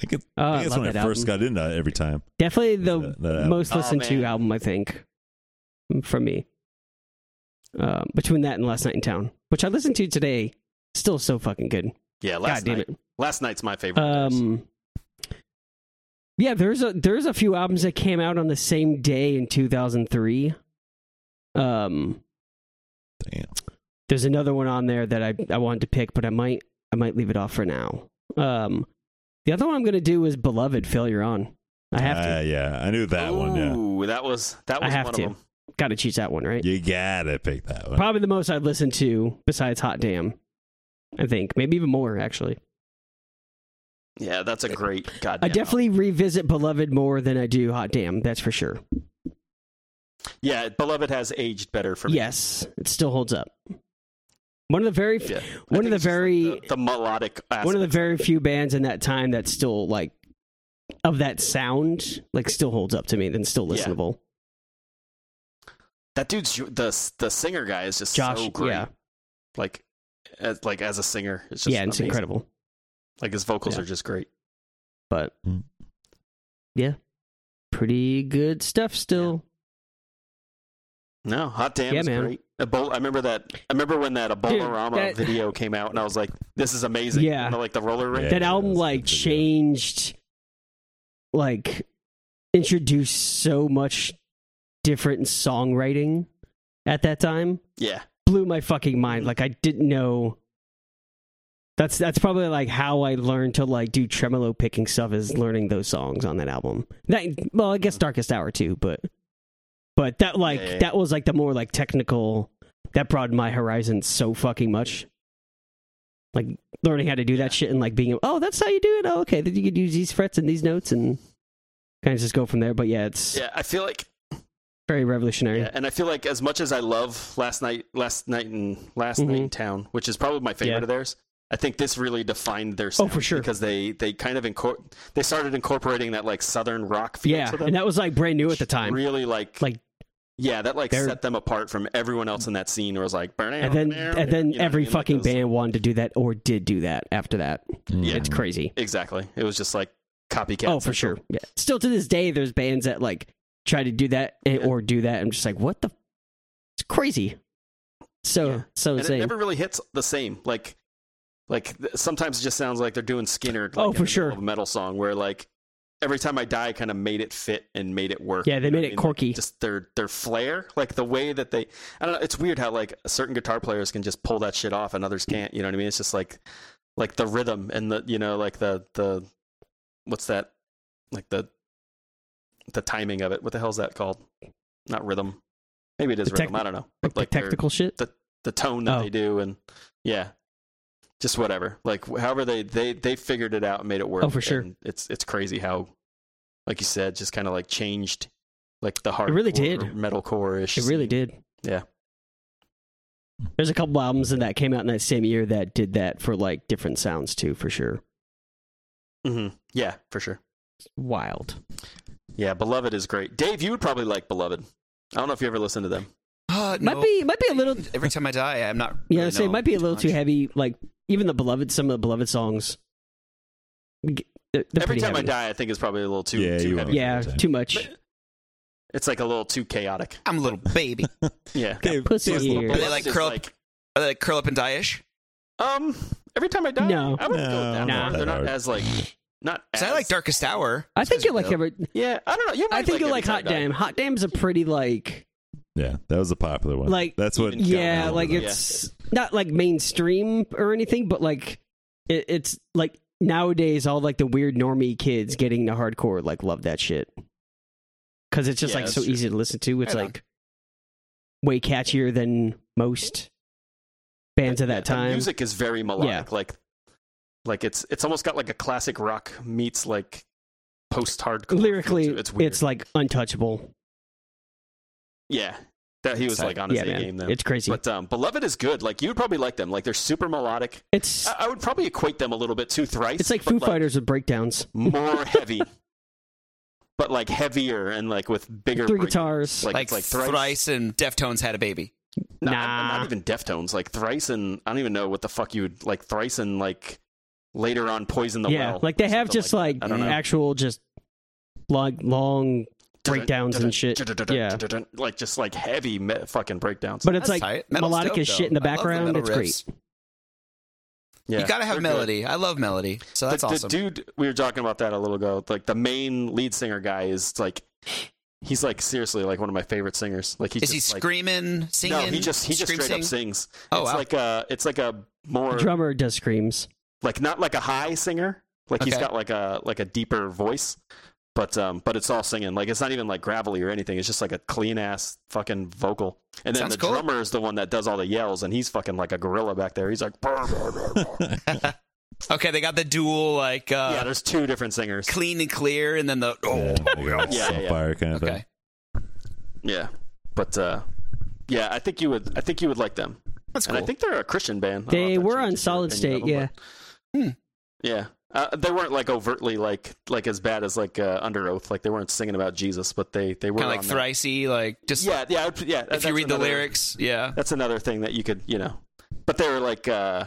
B: think, it,
C: Oh,
B: I
C: I
B: think it's
C: love
B: when I
C: that
B: first
C: album.
B: got into it every time.
C: Definitely the
B: That- that album.
C: most
A: Oh,
C: listened to
A: man.
C: album, I think, mm, for me. Um, between that and Last Night in Town, which I listened to today, still so fucking good.
A: Yeah, last
C: God damn
A: night.
C: it.
A: Last night's my favorite. of theirs.
C: Um, yeah, there's a there's a few albums that came out on the same day in 2003. Um,
B: Damn.
C: there's another one on there that I I wanted to pick, but I might I might leave it off for now. Um, the other one I'm gonna do is Beloved Failure On. I have to
B: Uh, yeah, I knew that one. Yeah,
A: Ooh, that was that
C: I
A: was
C: have
A: one
C: to.
A: of them.
C: gotta choose that one, right?
B: you gotta pick that one.
C: Probably the most I've listened to besides Hot Damn. I think maybe even more actually.
A: Yeah, that's a great goddamn.
C: I
A: album.
C: definitely revisit Beloved more than I do Hot Damn. That's for sure.
A: Yeah, Beloved has aged better for me.
C: Yes, it still holds up. One of the very
A: Yeah. I
C: one
A: think
C: of the
A: it's just, like,
C: very
A: the, the melodic aspect.
C: one of the very few bands in that time that still like of that sound like still holds up to me and still
A: Yeah.
C: listenable.
A: that dude's the the singer guy is just
C: Josh,
A: so great.
C: yeah,
A: Like as like as a singer, it's just
C: yeah, it's
A: amazing.
C: incredible.
A: Like his vocals
C: Yeah.
A: are just great.
C: But
B: Mm.
C: yeah, pretty good stuff still.
A: No, Hot Damn
C: Yeah,
A: is
C: man.
A: great. Ebola, I remember that. I remember when that Ebolarama
C: that-
A: video came out, and I was like, "This is amazing."
C: Yeah.
A: You know, like the roller rink.
B: Yeah.
C: That album
B: that's a
C: like
B: good video.
C: changed like introduced so much different songwriting at that time
A: Yeah.
C: blew my fucking mind. Like I didn't know. That's that's probably like how I learned to like do tremolo picking stuff is learning those songs on that album. That well, I guess Darkest Hour too, but but that like
A: Yeah.
C: that was like the more like technical that broadened my horizon so fucking much. Like learning how to do that shit and like being oh that's how you do it oh okay then you could use these frets and these notes and kind of just go from there. But yeah, it's
A: Yeah. I feel like
C: very revolutionary.
A: Yeah, and I feel like as much as I love last night, last night in last night in town, which is probably my favorite
C: Mm-hmm. Yeah. Oh,
A: of theirs, I think this really defined their sound
C: for sure.
A: because they they kind of incor- they started incorporating that like southern rock feel
C: Yeah,
A: to them.
C: and that was like brand new at the time.
A: Really like
C: Like
A: yeah, that like
C: they're-
A: set them apart from everyone else in that scene. Where it was like burn
C: and then and then every fucking band wanted to do that or did do that after that.
B: Mm.
A: Yeah.
C: It's crazy.
A: Exactly, it was just like copycat.
C: oh, for sure.
A: central.
C: Yeah. Still to this day, there's bands that like try to do that and,
A: Yeah.
C: or do that. I'm just like, what the? f- It's crazy. So
A: Yeah.
C: so
A: And it
C: insane.
A: never really hits the same. Like like th- sometimes it just sounds like they're doing Skinner. Like,
C: Oh,
A: in the
C: for
A: middle
C: sure.
A: of a metal song where like every time I die, kind of made it fit and made it work.
C: Yeah, they
A: You know
C: made
A: what
C: it
A: I mean?
C: quirky.
A: Like, just their their flair, like the way that they. I don't know. It's weird how like certain guitar players can just pull that shit off and others can't. You know what I mean? It's just like like the rhythm and the you know like the the what's that like the the timing of it. What the hell is that called? Not rhythm. Maybe it is
C: The
A: rhythm.
C: tec-
A: I don't know. But,
C: like, the
A: their-
C: technical shit.
A: the tone that
C: Oh.
A: they do and yeah just whatever like however they they they figured it out and made it work
C: Oh, for sure.
A: and it's it's crazy how like you said just kind of like changed like the hard
C: really did.
A: metalcore ish
C: It really did.
A: Yeah.
C: There's a couple albums that came out in that same year that did that for like different sounds too, for sure.
A: hmm yeah for sure
C: Wild.
A: yeah beloved is great dave you would probably like beloved i don't know if you ever listened to them
D: Uh,
C: Might be might be a little
D: Every time I die, I'm not.
C: Yeah,
D: really
C: so it
D: know
C: might be a little too
D: much.
C: heavy. Like even the beloved, some of the beloved songs. g- They're they're
A: every
C: pretty
A: time
C: heavy.
A: i die i think it's probably a little too,
B: Yeah,
A: too
B: you
A: heavy
B: are.
C: yeah,
B: Every time.
C: too much.
A: it's like a little too chaotic
D: I'm a little baby.
A: yeah
B: Dave,
C: pussy
B: Dave's
C: ears.
B: little-
D: Are they
A: Beloved
D: like
A: is
D: curl up- Are they like curl up and die-ish?
A: um every time i die
C: No.
A: i wouldn't go
B: No,
A: that
B: not
A: far.
B: that
A: they're not
B: hard.
A: as like not
D: 'Cause
A: as
D: I like Darkest Hour.
C: I
D: Those
C: think
D: guys
C: you
D: are
C: like
D: dope.
C: every.
A: Yeah, I don't know. You might
C: I think
A: like
C: you
A: every
C: like
A: time
C: Hot
A: I die.
C: Damn. Hot Damn's a pretty like
B: Yeah, that was a popular one.
C: Like-
B: that's what.
A: Even Yeah,
C: yeah,
A: no,
C: like
A: no.
C: it's not like mainstream or anything, but like it, it's like nowadays all like the weird normie kids getting to hardcore like love that shit because it's just
A: Yeah,
C: like
A: that's
C: so
A: true.
C: easy to listen to. It's
D: Right on.
C: like way catchier than most bands of
A: Yeah,
C: that
A: the
C: time.
A: music is very melodic. Like, like it's it's almost got like a classic rock meets like post-hardcore. feel
C: lyrically
A: to it.
C: it's,
A: it's weird.
C: like untouchable
A: yeah, that he was like on his
C: yeah
A: A
C: man
A: game then.
C: it's crazy
A: But um, Beloved is good. Like you would probably like them. Like they're super melodic.
C: it's
A: I, I would probably equate them a little bit to Thrice.
C: it's like
A: uh, but,
C: foo fighters with breakdowns
A: more heavy, but like heavier and like with bigger
C: three
A: break-
C: guitars
A: Like,
D: Like,
A: it's like
D: thrice.
A: Thrice.
D: and Deftones had a baby.
A: No,
C: Nah.
A: not, not even Deftones. Like Thrice and I don't even know what the fuck you would like Thrice and like later on Poison the
C: yeah
A: Well.
C: like they
A: or
C: have
A: something
C: just like,
A: that. I don't know.
C: actual just long long breakdowns and shit yeah
A: Like just like heavy me- fucking breakdowns.
C: but it's like
D: That's tight. Metal's
C: melodic
D: dope,
C: as
D: though.
C: shit in the
D: I love the
C: background
D: metal
C: it's
D: riffs.
C: great
A: yeah,
D: you gotta have
A: they're good.
D: melody. I love melody, so that's
A: the, the
D: awesome.
A: dude we were talking about that a little ago. Like the main lead singer guy is like he's like seriously like one of my favorite singers. Like he
D: Is he
A: just, like,
D: screaming, singing?
A: No, he just he just
D: scream
A: straight up
D: sing?
A: sings.
D: Oh,
A: it's
D: wow.
A: like a it's like a
C: the
A: more
C: drummer does screams
A: like not like a high singer. Like he's
D: Okay.
A: got like a like a deeper voice, but um but it's all singing. Like it's not even like gravelly or anything. It's just like a clean ass fucking vocal. And then
D: Sounds
A: the
D: cool.
A: drummer is the one that does all the yells, and he's fucking like a gorilla back there. He's like, "Brr, brr, brr,
D: Uh,
A: brr."
D: Okay, they got the dual like uh,
A: yeah. There's two different singers.
D: clean and clear, and then the oh
B: Yeah, like
A: Yeah,
B: on
A: yeah.
B: fire kind of
D: okay.
A: Yeah, but uh, yeah, I think you would I think you would like them.
D: That's
A: And
D: cool.
A: I think they're a Christian band. I don't know
C: They
A: if that
C: were on
A: changes your
C: Solid
A: opinion of
C: State,
A: them, but-
D: Hmm.
A: Yeah. Uh, they weren't like overtly like like as bad as like uh, Under Oath. Like they weren't singing about Jesus, but they they were
D: kind of like
A: on that.
D: thricey, like just
A: Yeah, yeah, I'd- yeah.
D: if
A: that's
D: you read the
A: another-
D: lyrics, yeah.
A: that's another thing that you could, you know. But they're like uh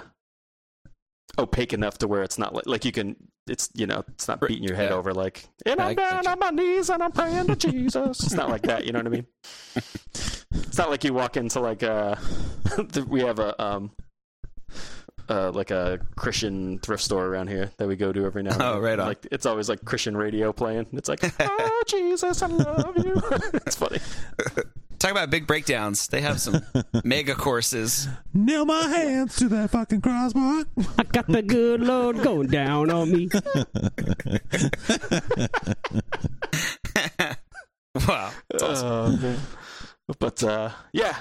A: opaque enough to where it's not like like you can. It's you know, it's not
D: Right,
A: beating your head
D: yeah.
A: over like. And
D: I
A: I'm
D: like
A: down
D: that.
A: on my knees and I'm praying to Jesus. It's not like that. You know what I mean? It's not like you walk into like uh, the- we have a um. uh, like a Christian thrift store around here that we go to every now. And
D: Oh,
A: then.
D: right on.
A: Like it's always like Christian radio playing. It's like, oh Jesus, I love you. it's funny.
D: Talk about big breakdowns. They have some mega courses.
B: Nail my hands to that fucking crossbar.
C: I got the good Lord going down on me.
D: Wow.
C: Oh,
D: That's awesome.
A: Uh, man. but uh, yeah,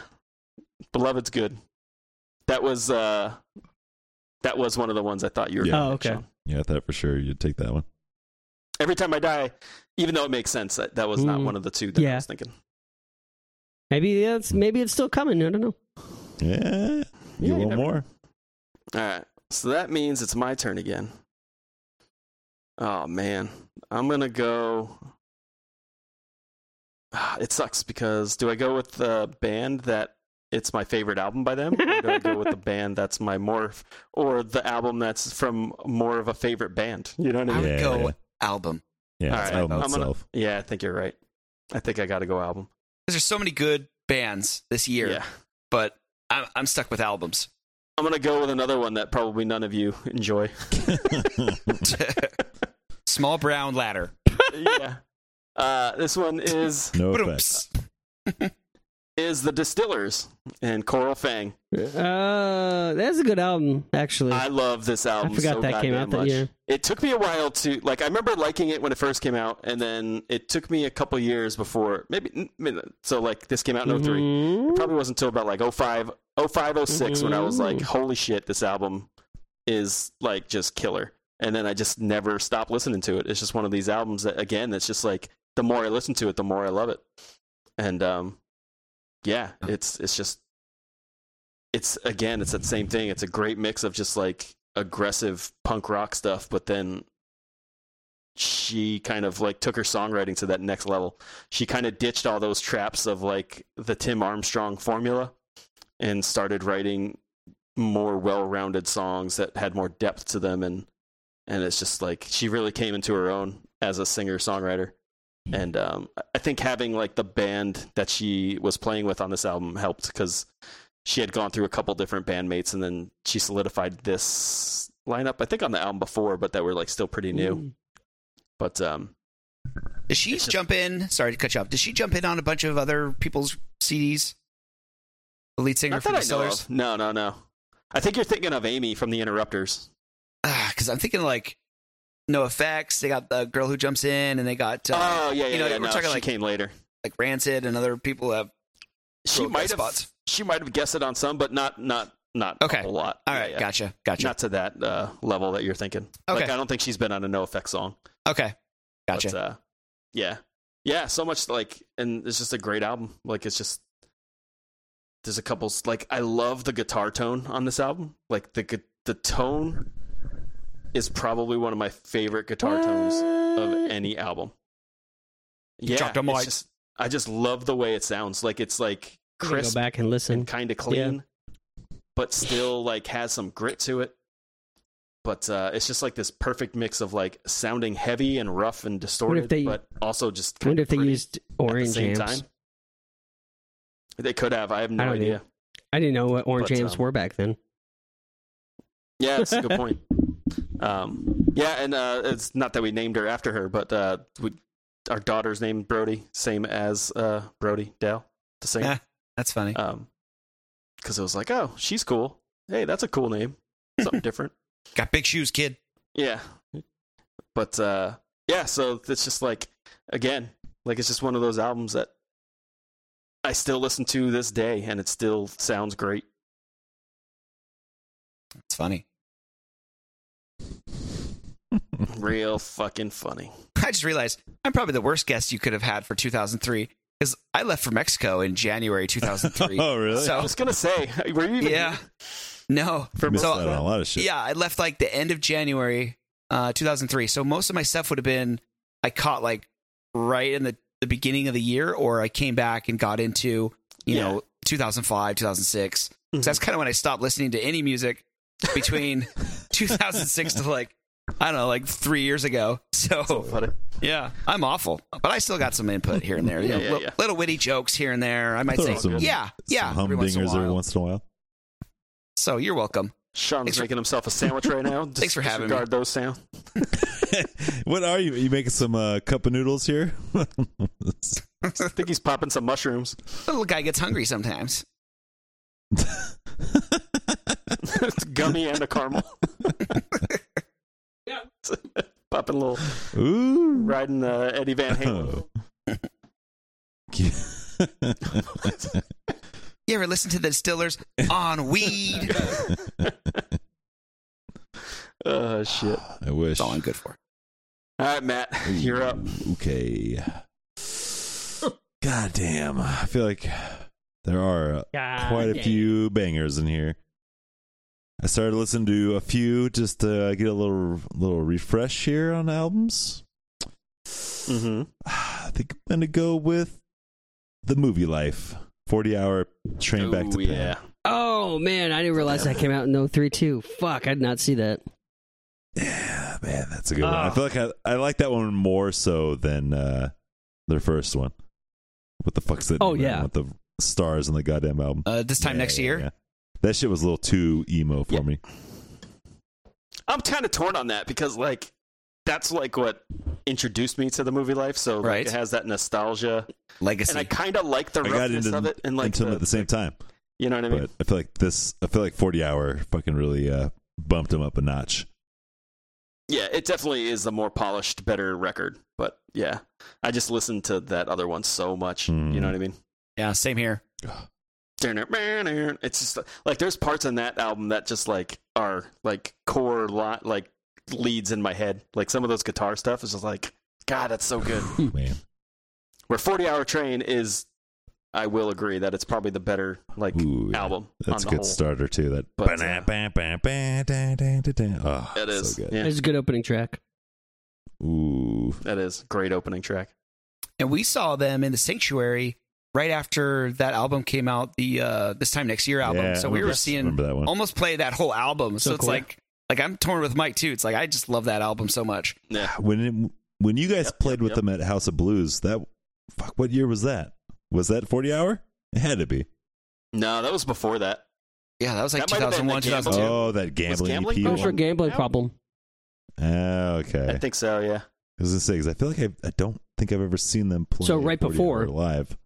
A: beloved's good. That was uh, that was one of the ones I thought you were.
B: Yeah.
A: gonna
C: Oh,
A: pick,
C: okay.
A: Sean.
B: Yeah, I thought for sure you'd take that one.
A: Every time I die, even though it makes sense, that, that was not
C: Mm.
A: one of the two that I
C: Yeah.
A: was thinking.
C: Maybe it's maybe it's still coming. I don't know.
B: Yeah, you
A: you
B: want
A: never-
B: more?
A: All right. So that means it's my turn again. Oh man, I'm gonna go. Ah, It sucks because do I go with the band that it's my favorite album by them, or do I go with the band that's my more, or the album that's from more of a favorite band? You know what I
D: I
A: mean?
D: would
B: Yeah,
D: go
B: yeah.
D: album.
B: Yeah,
A: All
B: it's
A: right,
B: album
A: I'm gonna-
B: itself.
A: Yeah, I think you're right. I think I got to go album.
D: 'Cause There's so many good bands this year,
A: Yeah,
D: but I'm, I'm stuck with albums.
A: I'm gonna go with another one that probably none of you enjoy.
D: Small Brown Ladder.
A: yeah, uh, this one is.
B: No effect.
D: Ba-dum-ps.
A: is the Distillers and Coral Fang.
C: Uh, that's a good album actually.
A: I love this album.
C: I forgot
A: so
C: that
A: goddamn
C: came out that
A: much.
C: year.
A: It took me a while to like. I remember liking it when it first came out, and then it took me a couple years before maybe. So like this came out in oh 3
C: Mhm.
A: Probably wasn't until about like 05, 05, 06 when I was like,
C: Mhm.
A: holy shit, this album is like just killer. And then I just never stopped listening to it. It's just one of these albums that again, that's just like the more I listen to it, the more I love it. And um, yeah, it's it's just it's again, it's that same thing. It's a great mix of just like aggressive punk rock stuff, but then she kind of like took her songwriting to that next level. She kind of ditched all those traps of like the Tim Armstrong formula and started writing more well-rounded songs that had more depth to them and and it's just like she really came into her own as a singer-songwriter. And um I- I think having like the band that she was playing with on this album helped cuz she had gone through a couple different bandmates and then she solidified this lineup I think on the album before but that were like still pretty new.
C: Mm.
A: But um,
D: Does she
A: It's just-
D: jump in? Sorry to cut you off. Does she jump in on a bunch of other people's CDs? The lead singer
A: not
D: for
A: that
D: the
A: I know
D: Sellers?
A: of. No, no, no. I think you're thinking of Amy from The Interrupters.
D: Because Ah, I'm thinking like No Effects. They got the girl who jumps in, and they got uh,
A: oh yeah, yeah,
D: you know,
A: yeah.
D: we're
A: no,
D: talking
A: she
D: like-
A: came later.
D: like Rancid and other people have.
A: She
D: Little
A: might have.
D: guest spots.
A: She might have guessed it on some, but not not not
D: Okay.
A: a whole lot.
D: All
A: Yeah,
D: right,
A: yeah.
D: gotcha, gotcha.
A: Not to that uh, level that you're thinking. Like
D: Okay.
A: I don't think she's been on a No Effect song.
D: okay, gotcha.
A: But, uh, yeah, yeah. So much like, and it's just a great album. Like it's just there's a couple like I love the guitar tone on this album. Like the gu- the tone is probably one of my favorite guitar tones of
C: What?
A: any album. Yeah,
D: dropped a
A: it's
D: mic.
A: just- I just love the way it sounds. Like it's like
C: I'm gonna
A: crisp
C: Go back and listen.
A: and kind of clean, but still like has some grit to it. But uh, it's just like this perfect mix of like sounding heavy and rough and distorted,
C: they-
A: but also just.
C: I
A: Kind
C: wonder
A: of
C: if they
A: pretty
C: used
A: at the
C: orange
A: same
C: amps.
A: time. They could have. I have no
C: I don't
A: idea.
C: I didn't know what orange
A: But,
C: amps
A: um,
C: were back then.
A: Yeah, that's a good point. Um, yeah, and uh, it's not that we named her after her, but uh, we, our daughter's named Brody, same as uh, Brody Dale, the singer.
D: Yeah. That's funny.
A: um because it was like oh she's cool hey that's a cool name something different
D: got big shoes, kid.
A: yeah but uh yeah so it's just like again like it's just one of those albums that i still listen to this day and it still sounds great
D: That's funny.
A: real fucking funny
D: I just realized I'm probably the worst guest you could have had for 2003 because I left for Mexico in January 2003.
B: oh
A: i
B: really?
D: So
A: was gonna say were you even
D: yeah, no,
A: for
B: Missed
A: most
D: so-
A: of
B: out on a
A: that?
B: lot of shit.
D: Yeah, I left like the end of January uh, 2003. So most of my stuff would have been I caught like right in the, the beginning of the year, or I came back and got into, you
A: Yeah.
D: know, 2005, 2006. So that's kind of when I stopped listening to any music between 2006 to like, I don't know, like three years ago. So,
A: Funny.
D: yeah, I'm awful, but I still got some input here and there. You
A: Yeah,
D: know,
A: yeah,
D: li-
A: yeah.
D: Little witty jokes here and there. I might
B: Throw
D: say,
B: some-
D: yeah, yeah,
B: Some
D: every once in a
B: humdingers every
D: while.
B: once in a while.
D: So you're welcome.
A: Sean's
D: Thanks for-
A: making himself a sandwich right now.
D: Thanks for having me.
A: Disregard those sound.
B: what are you? Are you making some uh, cup of noodles here?
A: I think he's popping some mushrooms.
D: The little guy gets hungry sometimes.
A: It's gummy and a caramel. popping a little,
B: Ooh.
A: riding uh, Eddie Van Halen.
D: You ever listen to the distillers on weed?
A: Oh, shit.
B: I wish.
D: That's all I'm good for.
A: All right, Matt, you're up.
B: Okay. God damn. I feel like there are uh, quite a few bangers in here. I started listening to a few just to uh, get a little little refresh here on albums.
A: Mm-hmm.
B: I think I'm gonna go with the movie life. Forty hour train
A: Oh,
B: back to Pan.
C: Oh man, I didn't realize that came out in 03 too. Fuck, I did not see that.
B: Yeah, man, that's a good one. I
C: Ah.
B: feel like I, I like that one more so than uh, their first one. What the fuck's that?
C: Oh,
B: name of that
C: yeah.
B: one with the stars on the goddamn album.
D: Uh, this time
B: Yeah,
D: next
B: yeah,
D: year,
B: yeah. That shit was a little too emo for
D: Yeah.
B: me.
A: I'm kind of torn on that because, like, that's like what introduced me to the movie life. So like,
D: Right.
A: it has that nostalgia,
D: Legacy.
A: and I kind of like the
B: I got
A: roughness
B: into
A: of it, and like
B: until
A: the,
B: at the same time,
A: you know what I mean.
B: but I feel like this. I feel like forty hour fucking really uh, bumped him up a notch.
A: Yeah, it definitely is the more polished, better record. But yeah, I just listened to that other one so much.
B: Mm.
A: You know what I mean?
D: yeah, same here.
A: It's just like there's parts in that album that just like are like core lot like leads in my head. Like some of those guitar stuff is just like, God, that's so good.
B: Man,
A: Where 40 Hour Train is, I will agree that it's probably the better like
B: Ooh, yeah.
A: album.
B: that's a
A: on
B: good
A: the whole.
B: starter too. That
A: But, uh,
B: Ba-da-ba-ba-ba-da-da-da-da. oh,
A: It is.
B: so good.
A: yeah,
C: It's a good opening track.
B: Ooh,
A: that is great opening track.
D: And we saw them in the Sanctuary right after that album came out. The uh, this time next year album.
B: Yeah,
D: so
B: I
D: we were
B: remember-
D: seeing
B: Remember that one?
D: almost play that whole album. So,
C: So
D: it's
C: cool.
D: like like I'm torn with Mike too. It's like I just love that album so much.
A: Yeah.
B: when it, when you guys
A: Yep,
B: played
A: yep,
B: with
A: yep.
B: them at House of Blues, that fuck, what year was that? Was that forty hour? It had to be.
A: No, that was before that.
D: Yeah, that was like
A: That might have been
D: 2001,
A: the Gamble.
D: 2002.
B: Oh, that gambling,
A: gambling? Oh,
B: EP.
C: It
B: one.
C: was for a gambling
A: Yeah.
C: problem.
B: Ah, okay.
A: I think so. Yeah.
B: I was gonna say because I feel like I, I don't think I've ever seen them play.
C: So right
B: 40
C: before-
B: Hour live.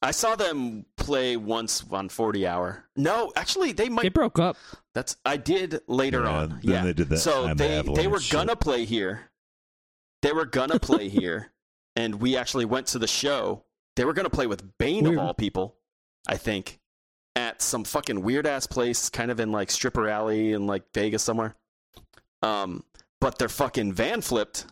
A: I saw them play once on 40 Hour. No, actually, they might.
C: They broke up.
A: That's I did later
B: Yeah,
A: on.
B: then
A: yeah,
B: they did that
A: So
B: I'm the
A: they they
B: Avalanche
A: were
B: shit.
A: gonna play here. They were gonna play here, and we actually went to the show. They were gonna play with Bane
C: Weird.
A: of all people, I think, at some fucking weird ass place, kind of in like stripper alley in like Vegas somewhere. Um, but their fucking van flipped,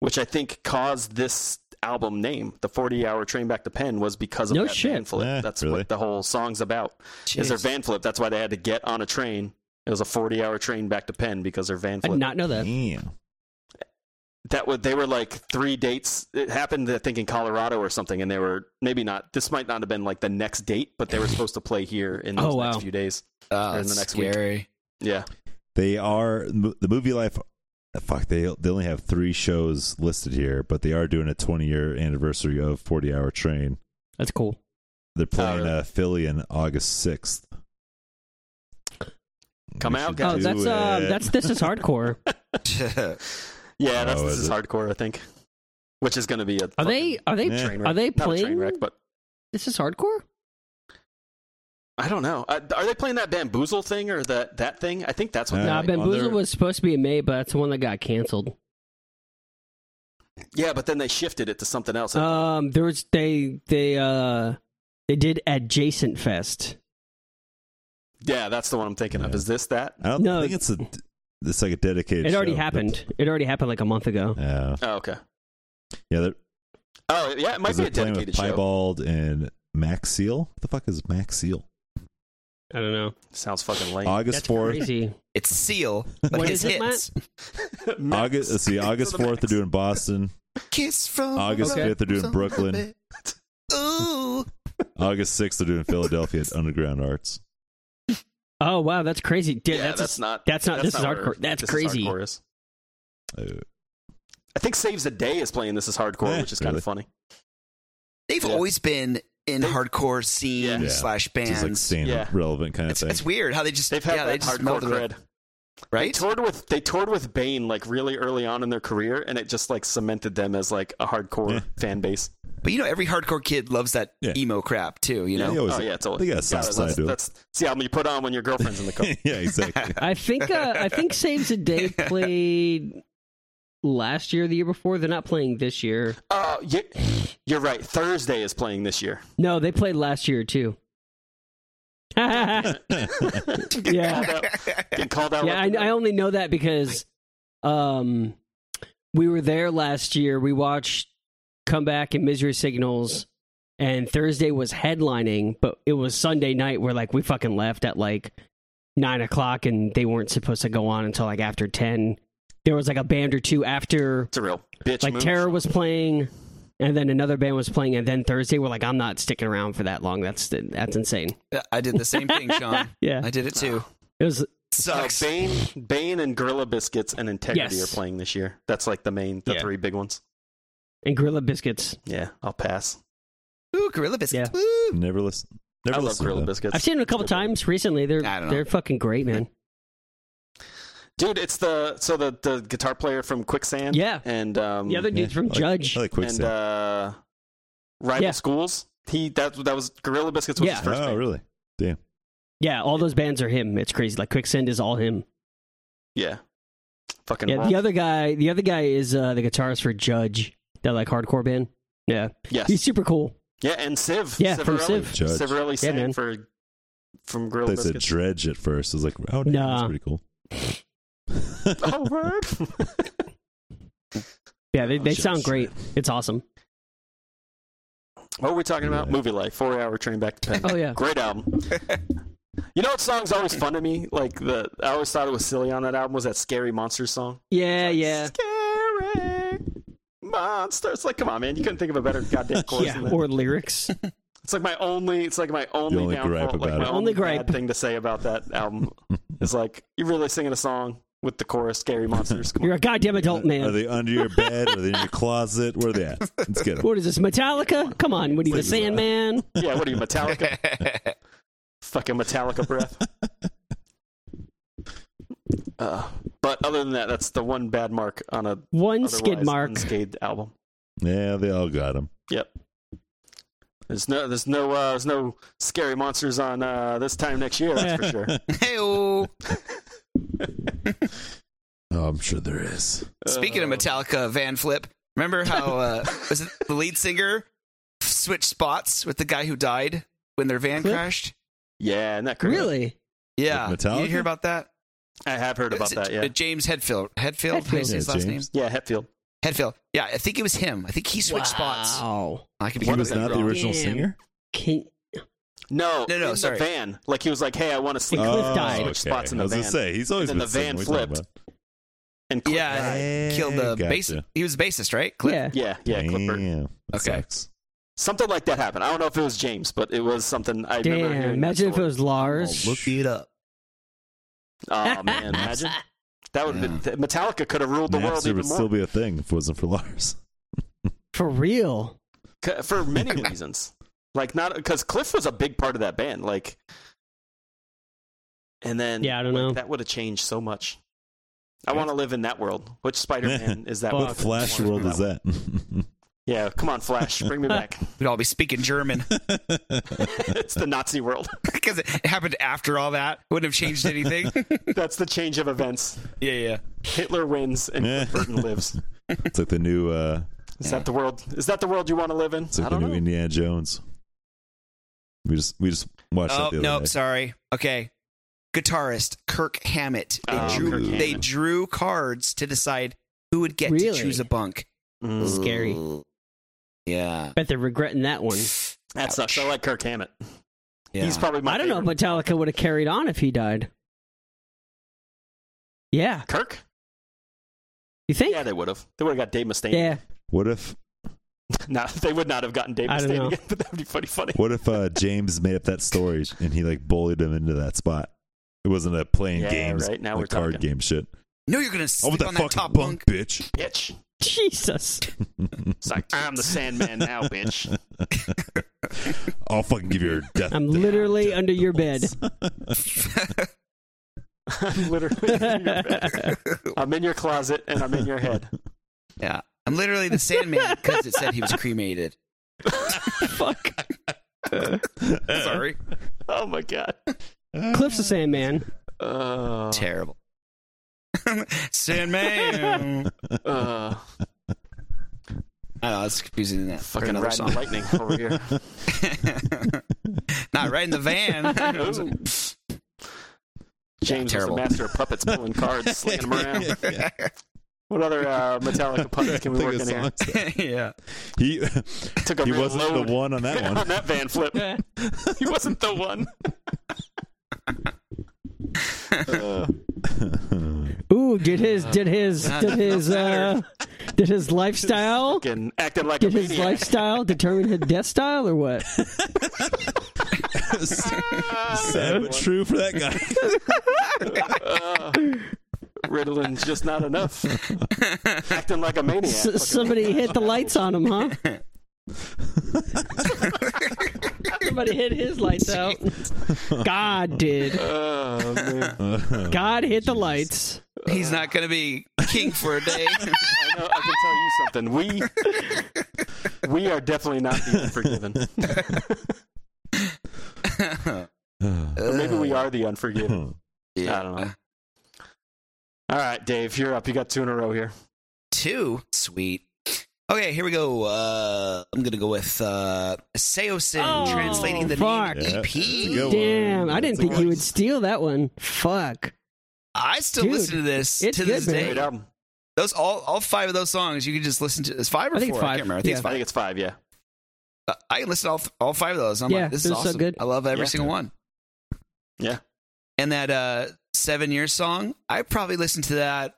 A: which I think caused this album name. The forty hour train back to Penn was because of
C: No
A: that van
C: shit.
A: flip.
B: Eh,
A: That's
B: really?
A: what the whole song's about is their
D: Jeez.
A: van flip. That's why they had to get on a train. It was a 40 hour train back to Penn because their van
C: I
A: flip.
C: did not know that.
B: Damn.
A: that was, they were like three dates. It happened, I think, in Colorado or something. And they were maybe not, this might not have been like the next date, but they were supposed to play here in those
C: Oh, wow.
A: next few days.
D: Oh,
A: Or in the
D: that's
A: next week.
D: scary.
A: Yeah.
B: They are m- the movie life. Fuck, they they only have three shows listed here, but they are doing a 20 year anniversary of 40 Hour Train.
C: That's cool.
B: They're playing
A: Oh, really?
B: uh, Philly on August 6th.
A: Come
B: We
A: out,
B: should
A: guys.
C: Oh,
B: do
C: that's um,
B: it.
C: that's this is hardcore.
A: Yeah. That's,
B: Oh,
A: this
B: is
A: is
B: it?
A: hardcore, I think, which is going to be a.
C: Are they
A: fucking
C: are they
B: Yeah.
A: train wreck.
C: are they
A: Not a train
C: playing
A: wreck, but
C: this is hardcore?
A: I don't know. Uh, Are they playing that bamboozle thing or that, that thing? I think that's what
B: Uh,
A: they're
C: nah,
B: like,
A: making.
B: on
C: Bamboozle
B: their-
C: was supposed to be in May, but that's the one that got canceled.
A: Yeah, but then they shifted it to something else.
C: Um, there was they they uh they did adjacent fest.
A: yeah, that's the one I'm thinking of.
B: Yeah.
A: Is this that?
B: I don't
C: No.
B: think it's a. It's like a dedicated.
C: It already
B: show.
C: happened. It already happened like a month ago.
B: Yeah,
A: Oh, okay.
B: yeah. They're,
A: Oh, yeah, it might be
B: they're
A: a
B: playing with
A: dedicated show.
B: Piebald and Max Seal. What the fuck is Max Seal?
C: I don't know.
A: Sounds fucking lame.
B: August
C: That's
B: fourth.
C: crazy.
D: It's Seal, but
C: What
D: his
C: is it,
D: hits.
B: August. Let's see. August fourth. They're doing Boston.
D: Kiss from
B: August
C: Okay.
B: fifth. They're doing
D: from
B: Brooklyn.
D: orbit. Ooh,
B: August sixth. They're doing Philadelphia at Underground Arts.
C: Oh wow, that's crazy. Dude,
A: yeah,
C: that's
A: that's,
C: a-
A: not.
C: that's not- this is
A: where
C: hardcore. That's
A: This Is
C: crazy.
A: Hardcore is.
B: Uh,
A: I think Saves the Day is playing This Is Hardcore,
B: Eh,
A: which is kind
B: really?
A: of funny.
D: they've
A: Yeah.
D: always been in hardcore scene
B: Yeah.
D: slash
B: Just
D: bands.
B: like staying
A: Yeah.
B: relevant kind of
D: it's,
B: thing.
D: it's weird how they just
A: They've had
D: yeah, they
A: that
D: just
A: hardcore
D: meld it
A: cred.
D: up,
A: They
D: right?
A: toured with they toured with Bane like really early on in their career, and it just like cemented them as like a hardcore
B: Yeah.
A: fan base.
D: But you know, every hardcore kid loves that
B: Yeah.
D: emo crap too. You
B: Yeah,
D: know,
B: they always-
A: oh yeah, totally.
B: they got a
A: yeah,
B: soft
A: that's,
B: side
A: that's,
B: to it.
A: it's the album you put on when your girlfriend's in the car.
B: yeah, exactly.
C: I think uh, I think Saves the Day played last year, the year before. They're not playing this year.
A: Uh, you, you're right. Thursday is playing this year.
C: No, they played last year too. yeah, yeah.
A: Getting called out.
C: I,
A: left and
C: I
A: right.
C: only know that because um, we were there last year. We watched Comeback and Misery Signals, and Thursday was headlining, but it was Sunday night where like we fucking left at like nine o'clock, and they weren't supposed to go on until like after ten. There was like a band or two after
A: It's a real bitch.
C: like
A: move.
C: Terror was playing, and then another band was playing, and then Thursday we're like, I'm not sticking around for that long. That's that's insane.
D: I did the same thing, Sean.
C: Yeah,
D: I did it too.
C: it was.
A: Uh,
D: Sucks.
A: Bane, Bane, and Gorilla Biscuits and Integrity
C: Yes.
A: are playing this year. That's like the main, the
B: Yeah.
A: three big ones.
C: And Gorilla Biscuits.
A: Yeah, I'll pass.
D: Ooh, Gorilla Biscuits. Woo.
B: Never listen. Never
A: I love
B: listen
A: Gorilla
B: to them.
A: Biscuits.
C: I've seen them a couple
A: It's a good band.
C: times recently. They're
D: I don't know.
C: they're fucking great, man.
A: dude. It's the so the the guitar player from Quicksand.
C: Yeah.
A: and um,
C: The other
B: Yeah,
C: dude's from
B: I like-
C: Judge.
B: I like
A: and
B: Quicksand.
A: uh, rival
C: Yeah.
A: schools. He that that was Gorilla Biscuits was
C: Yeah.
A: his first
B: oh,
A: band.
B: really?
C: yeah, all those bands are him. It's crazy. Like Quicksand is all him.
A: Yeah, fucking
C: Yeah,
A: wrong.
C: the other guy, the other guy is uh, the guitarist for Judge. That like hardcore band. Yeah,
A: yes,
C: he's super cool.
A: yeah, and Civ.
C: Yeah, from
A: Civarelli.
C: Civ.
B: Judge.
A: Civarelli sang
C: man.
A: for from
B: I
A: Gorilla
B: thought They said
A: Biscuits.
B: Dredge at first. I was like, oh, damn,
C: Nah.
B: that's pretty cool.
A: oh, word.
C: Yeah, they,
A: Oh,
C: they
A: Judge.
C: sound great. It's awesome.
A: what were we talking about?
B: Yeah.
A: Movie life. Four hour train back to Penn.
C: Oh yeah,
A: Great album. You know what song's always fun to me? Like the I always thought it was silly on that album was that Scary Monsters song.
C: yeah, yeah,
A: Scary Monsters. It's like, come on, man, you couldn't think of a better goddamn chorus
C: yeah.
A: than that.
C: Or lyrics.
A: it's like my only it's like my only,
B: only
A: downfall,
B: gripe
A: like
B: about
A: my
B: it.
A: only,
C: Only
A: bad
C: gripe.
A: thing to say about that album is like you're really singing a song with the chorus Scary Monsters. Come on.
C: You're a goddamn adult man.
B: Are they under your bed? Are they in your closet? Where are they at? Let's get them.
C: What is this, Metallica? Come on, what are you, the
B: Please, uh,
C: Sandman?
A: yeah, what are you, Metallica? Fucking Metallica breath. Uh, but other than that, that's the one bad mark on a
C: One
A: otherwise mm.
C: skid mark.
A: unscathed album.
B: Yeah, they all got them.
A: There's no, there's no, uh, there's no scary monsters on uh, this time next year. That's for sure.
D: Hey-o.
B: Oh, I'm sure there is.
D: Speaking of
A: Uh,
D: Metallica, Van Flip. Remember how uh, was it the lead singer switched spots with the guy who died when their van
C: Flip?
D: crashed?
A: yeah, isn't that crazy?
C: Really?
D: Yeah,
B: With Metallica?
D: you hear about that?
A: I have heard about
D: Is it-
A: that.
D: uh,
A: Yeah,
D: James Hetfield. Hetfield. How do you
C: Hetfield.
D: say his
B: Yeah,
D: last
B: James.
A: yeah, Hetfield.
D: name? Hetfield. Yeah, I think it was him. I think he switched spots.
C: Wow.
D: I could be
B: He was
D: completely
B: not the
D: wrong.
B: original
C: Damn.
B: singer?
C: Can,
A: No,
D: No, no,
A: in the
D: sorry.
A: van. Like he was like, "Hey, I want to sleep."
C: And Cliff
A: with
B: oh,
A: you."
C: died.
A: Switched spots in the
B: I was
A: van.
B: gonna say he's always
A: And
B: been
A: then the van
B: singing. What are you talking
A: flipped. And Cliff
D: Yeah,
A: died.
B: about?
D: Killed the
B: Gotcha.
D: bass. He was the bassist, right? Cliff?
C: Yeah.
A: yeah, yeah, Clifford.
B: Damn. That
D: Okay.
B: sucks.
A: Something like that happened. I don't know if it was James, but it was something I remember.
C: Damn.
A: hearing
C: Imagine
A: that
C: if it
A: story.
C: was Lars.
D: I'll Oh, look it up.
A: Oh man, imagine that would have been Metallica could have ruled the world
B: Napster
A: even
B: would still
A: more
B: be a thing if it wasn't for Lars.
C: For real.
A: C- for many reasons. Like not because Cliff was a big part of that band. Like, and then
C: Yeah, I don't
A: like,
C: know.
A: that would have changed so much. I want to live in that world. Which Spider Man is that?
C: What
A: one?
B: What Flash world is that?
A: Yeah, come on, Flash, bring me back.
D: We'd all be speaking German
A: it's the Nazi world.
D: because it happened after all that. Wouldn't have changed anything.
A: That's the change of events.
D: yeah, yeah.
A: Hitler wins and
B: Yeah.
A: Cliff Burton lives.
B: it's like the new, uh,
A: Is
D: Yeah.
A: that the world? Is that the world you want to live in?
B: it's like
A: I
B: the
A: don't
B: new
A: know.
B: Indiana Jones. We just we just watched
D: Oh
B: that the other
D: no,
B: day.
D: sorry. Okay, guitarist Kirk Hammett. They
A: Oh,
D: drew.
A: Kirk
D: They
A: Hammett.
D: drew cards to decide who would get
C: Really?
D: to choose a bunk.
A: Mm,
C: Scary.
D: Yeah.
C: Bet they're regretting that one.
A: that sucks. I like Kirk Hammett.
D: yeah.
A: He's probably my.
C: I don't know if
A: favorite.
C: Metallica would have carried on if he died. Yeah.
A: Kirk.
C: You think?
A: Yeah, they would have. They would have got Dave Mustaine.
C: Yeah.
B: What if
A: No, they would not have gotten Dave
C: I don't know.
A: Mustaine again, but that would be pretty funny.
B: what if uh, James made up that story and he like bullied him into that spot? It wasn't a playing
A: Yeah,
B: games,
A: right, now
B: like
A: we're
B: card
A: talking.
B: game shit.
D: no, you're gonna
B: Oh,
D: sleep
B: with that
D: on
B: fucking
D: that top
B: bunk,
D: bunk.
B: bitch.
A: Bitch.
C: Jesus.
A: It's like, I'm the Sandman now, bitch.
B: I'll fucking give you your death.
C: I'm literally under your bed.
A: I'm literally in your bed. I'm in your closet and I'm in your head.
D: yeah. I'm literally the Sandman because it said he was cremated.
C: Fuck.
D: Sorry.
A: Oh my god.
C: Cliff's the Sandman.
A: Uh,
D: Terrible. Sandman.
A: uh,
D: I know, it's confusing that.
A: fucking riding the lightning over here.
D: Not right in the van.
A: Ooh. James was the
D: terrible.
A: master of puppets pulling cards, slinging them around.
B: Yeah.
A: What other uh, Metallica puppets can we
B: Think
A: work
B: of
A: in here?
B: songs.
D: yeah.
B: He
A: Took a
B: he
A: real
B: wasn't
A: load
B: the one on that
A: on
B: one.
A: that van flip. He wasn't the one. Uh,
C: Ooh, did his did his did his uh, did his lifestyle
A: fucking acting like
C: did
A: a
C: his
A: maniac.
C: lifestyle determine his death style or what?
A: Ah.
B: Sad but true for that guy.
A: Uh, Ritalin just not enough. acting like a maniac. Fucking-
C: S- somebody hit the lights on him, huh? somebody hit his lights out. God did.
A: Oh, man.
C: God hit the lights.
D: He's not going to be king for a day.
A: I know. I can tell you something. We we are definitely not the unforgiven. Or maybe we are the unforgiven. I don't know. All right, Dave, you're up. You got two in a row here.
D: Two. Sweet. Okay, here we go. Uh, I'm going to go with uh, Seosin
C: Oh,
D: translating the
C: fuck.
D: name E EP.
B: Yeah, that's a good one.
C: Damn, I didn't
B: That's a
C: think
B: good
C: you
B: one.
C: would steal that one. Fuck.
D: I still
C: Dude,
D: listen to this
C: it's
D: to this
C: good, man.
A: Great
D: day.
A: album.
D: Those all all five of those songs you can just listen to. It's five or
C: I think
D: four?
C: five.
D: I can't remember. I think it's
A: I
D: five.
A: think it's five. Yeah.
D: Uh, I listen to all, th- all five of those. I'm
C: Yeah,
D: like, this
C: they're
D: is
C: so
D: awesome.
C: good.
D: I love every
A: Yeah.
D: single one.
A: Yeah.
D: And that uh, seven year song, I probably listened to that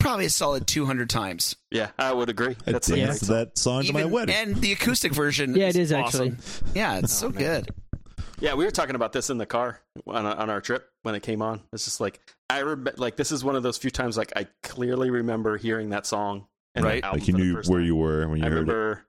D: probably a solid 200 times.
A: Yeah, I would agree.
B: I
A: That's a great
B: danced to
A: song.
B: that song to my
D: Even-
B: wedding.
D: And the acoustic version.
C: Yeah, it is actually.
D: awesome. Yeah,
A: Oh,
D: it's so good.
A: Yeah, we were talking about this in the car on, on our trip when it came on. It's just like I remember. Like this is one of those few times like I clearly remember hearing that song. And that
D: Right.
A: album
B: Like you
A: for the
B: knew
A: first
B: where
A: time.
B: you were when you
A: I
B: heard it.
A: remember.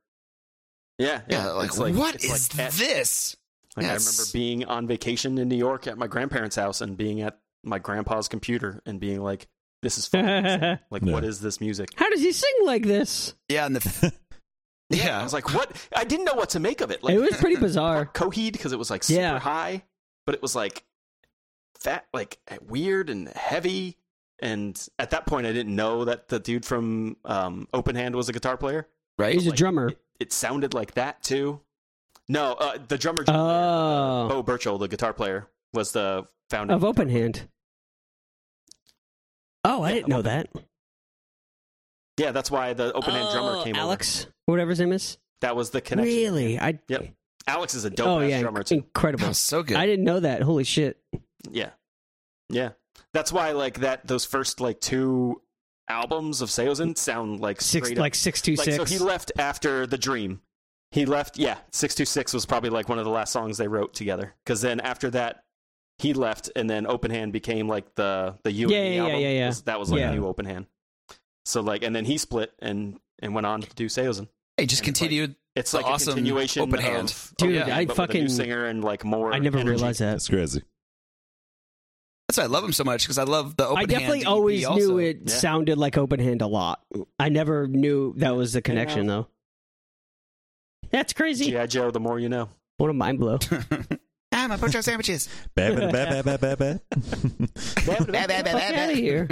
A: Yeah,
D: Yeah,
A: yeah.
D: like,
A: it's
D: what
A: it's
D: is
A: like at-
D: this?
A: Like, I
D: Yes.
A: remember being on vacation in New York at my grandparents' house and being at my grandpa's computer and being like, "This is fucking insane. like,
B: Yeah.
A: what is this music?"
C: How does he sing like this?
D: Yeah, and the.
A: I
D: yeah.
A: was like, "What?" I didn't know what to make of it. Like,
C: it was pretty bizarre.
A: coheed because it was like super
C: Yeah.
A: high, but it was like fat, like weird and heavy. And at that point, I didn't know that the dude from um, Open Hand was a guitar player.
D: Right?
C: He's a
A: like-
C: drummer.
A: It sounded like that too. No, uh, the drummer,
C: Oh.
A: Bo Burchell, the guitar player, was the founder
C: Of Open Hand. Oh, I didn't know that.
A: Yeah, that's why the open hand drummer
C: Oh,
A: came over.
C: Alex, whatever his name is.
A: That was the connection.
C: Really? I.
A: Yep. Alex is a dope
C: Oh
A: ass
C: yeah,
A: drummer too.
C: incredible.
D: Oh, so good.
C: I didn't know that. Holy shit.
A: Yeah. Yeah. That's why like that those first like two albums of Seosin sound like
C: Six
A: straight
C: like
A: up.
C: six two
A: like so
C: six.
A: he left after The Dream. He left yeah, 626 was probably like one of the last songs they wrote together cuz then after that he left and then Open Hand became like the the you
C: Yeah,
A: and me
C: yeah, yeah,
A: album.
C: yeah, yeah.
A: That was like
C: Yeah.
A: a new Open Hand. So like and then he split and and went on to do Seosin.
D: Hey, just
A: And it's like-
D: continued.
A: It's
D: The
A: like
D: awesome
A: a continuation
D: Open
A: of
D: Hand.
A: Open
C: Dude,
A: Hand,
C: I
A: but with a new
C: fucking-
A: singer and like more.
C: I never
A: energy.
C: realized that.
B: That's crazy.
D: That's why I love him so much because I love the open
C: I definitely
D: hand
C: always
D: EP also.
C: knew it
A: Yeah.
C: sounded like Open Hand a lot. I never knew that was the connection though. That's crazy.
A: GI Joe, the more you know.
C: What a mind blow.
D: I'm a bunch of Ah, sandwiches.
B: Ba- ba- ba- ba- ba- ba- ba.
D: Bad, bad, bad,
C: Fuck
D: bad,
C: out
D: bad.
C: of here.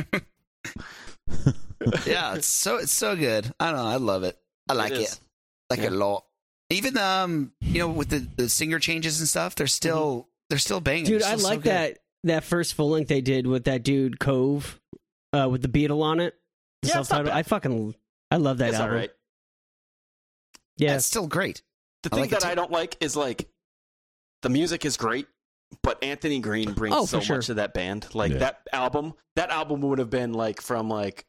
D: yeah, it's so it's so good. I don't know. I love it. I like it.
A: is.
D: Like
A: Yeah.
D: it a lot. Even um, you know, with the, the singer changes and stuff, they're still they're still banging.
C: Mm-hmm. Dude,
D: They're
C: I
D: still so
C: like
D: good.
C: that that first full length they did with that dude Cove uh, with the Beatle on it. The
A: Yeah, it's not
C: self-titled-
A: bad.
C: I fucking I love that
A: That's all
C: album.
A: right.
C: Yeah.
D: That's still great.
A: The
D: I
A: thing
D: like it
A: that
D: too.
A: I don't like is like the music is great, but Anthony Green brings
C: Oh,
A: so
C: for sure.
A: much to that band. Like
B: Yeah.
A: that album, that album would have been like from like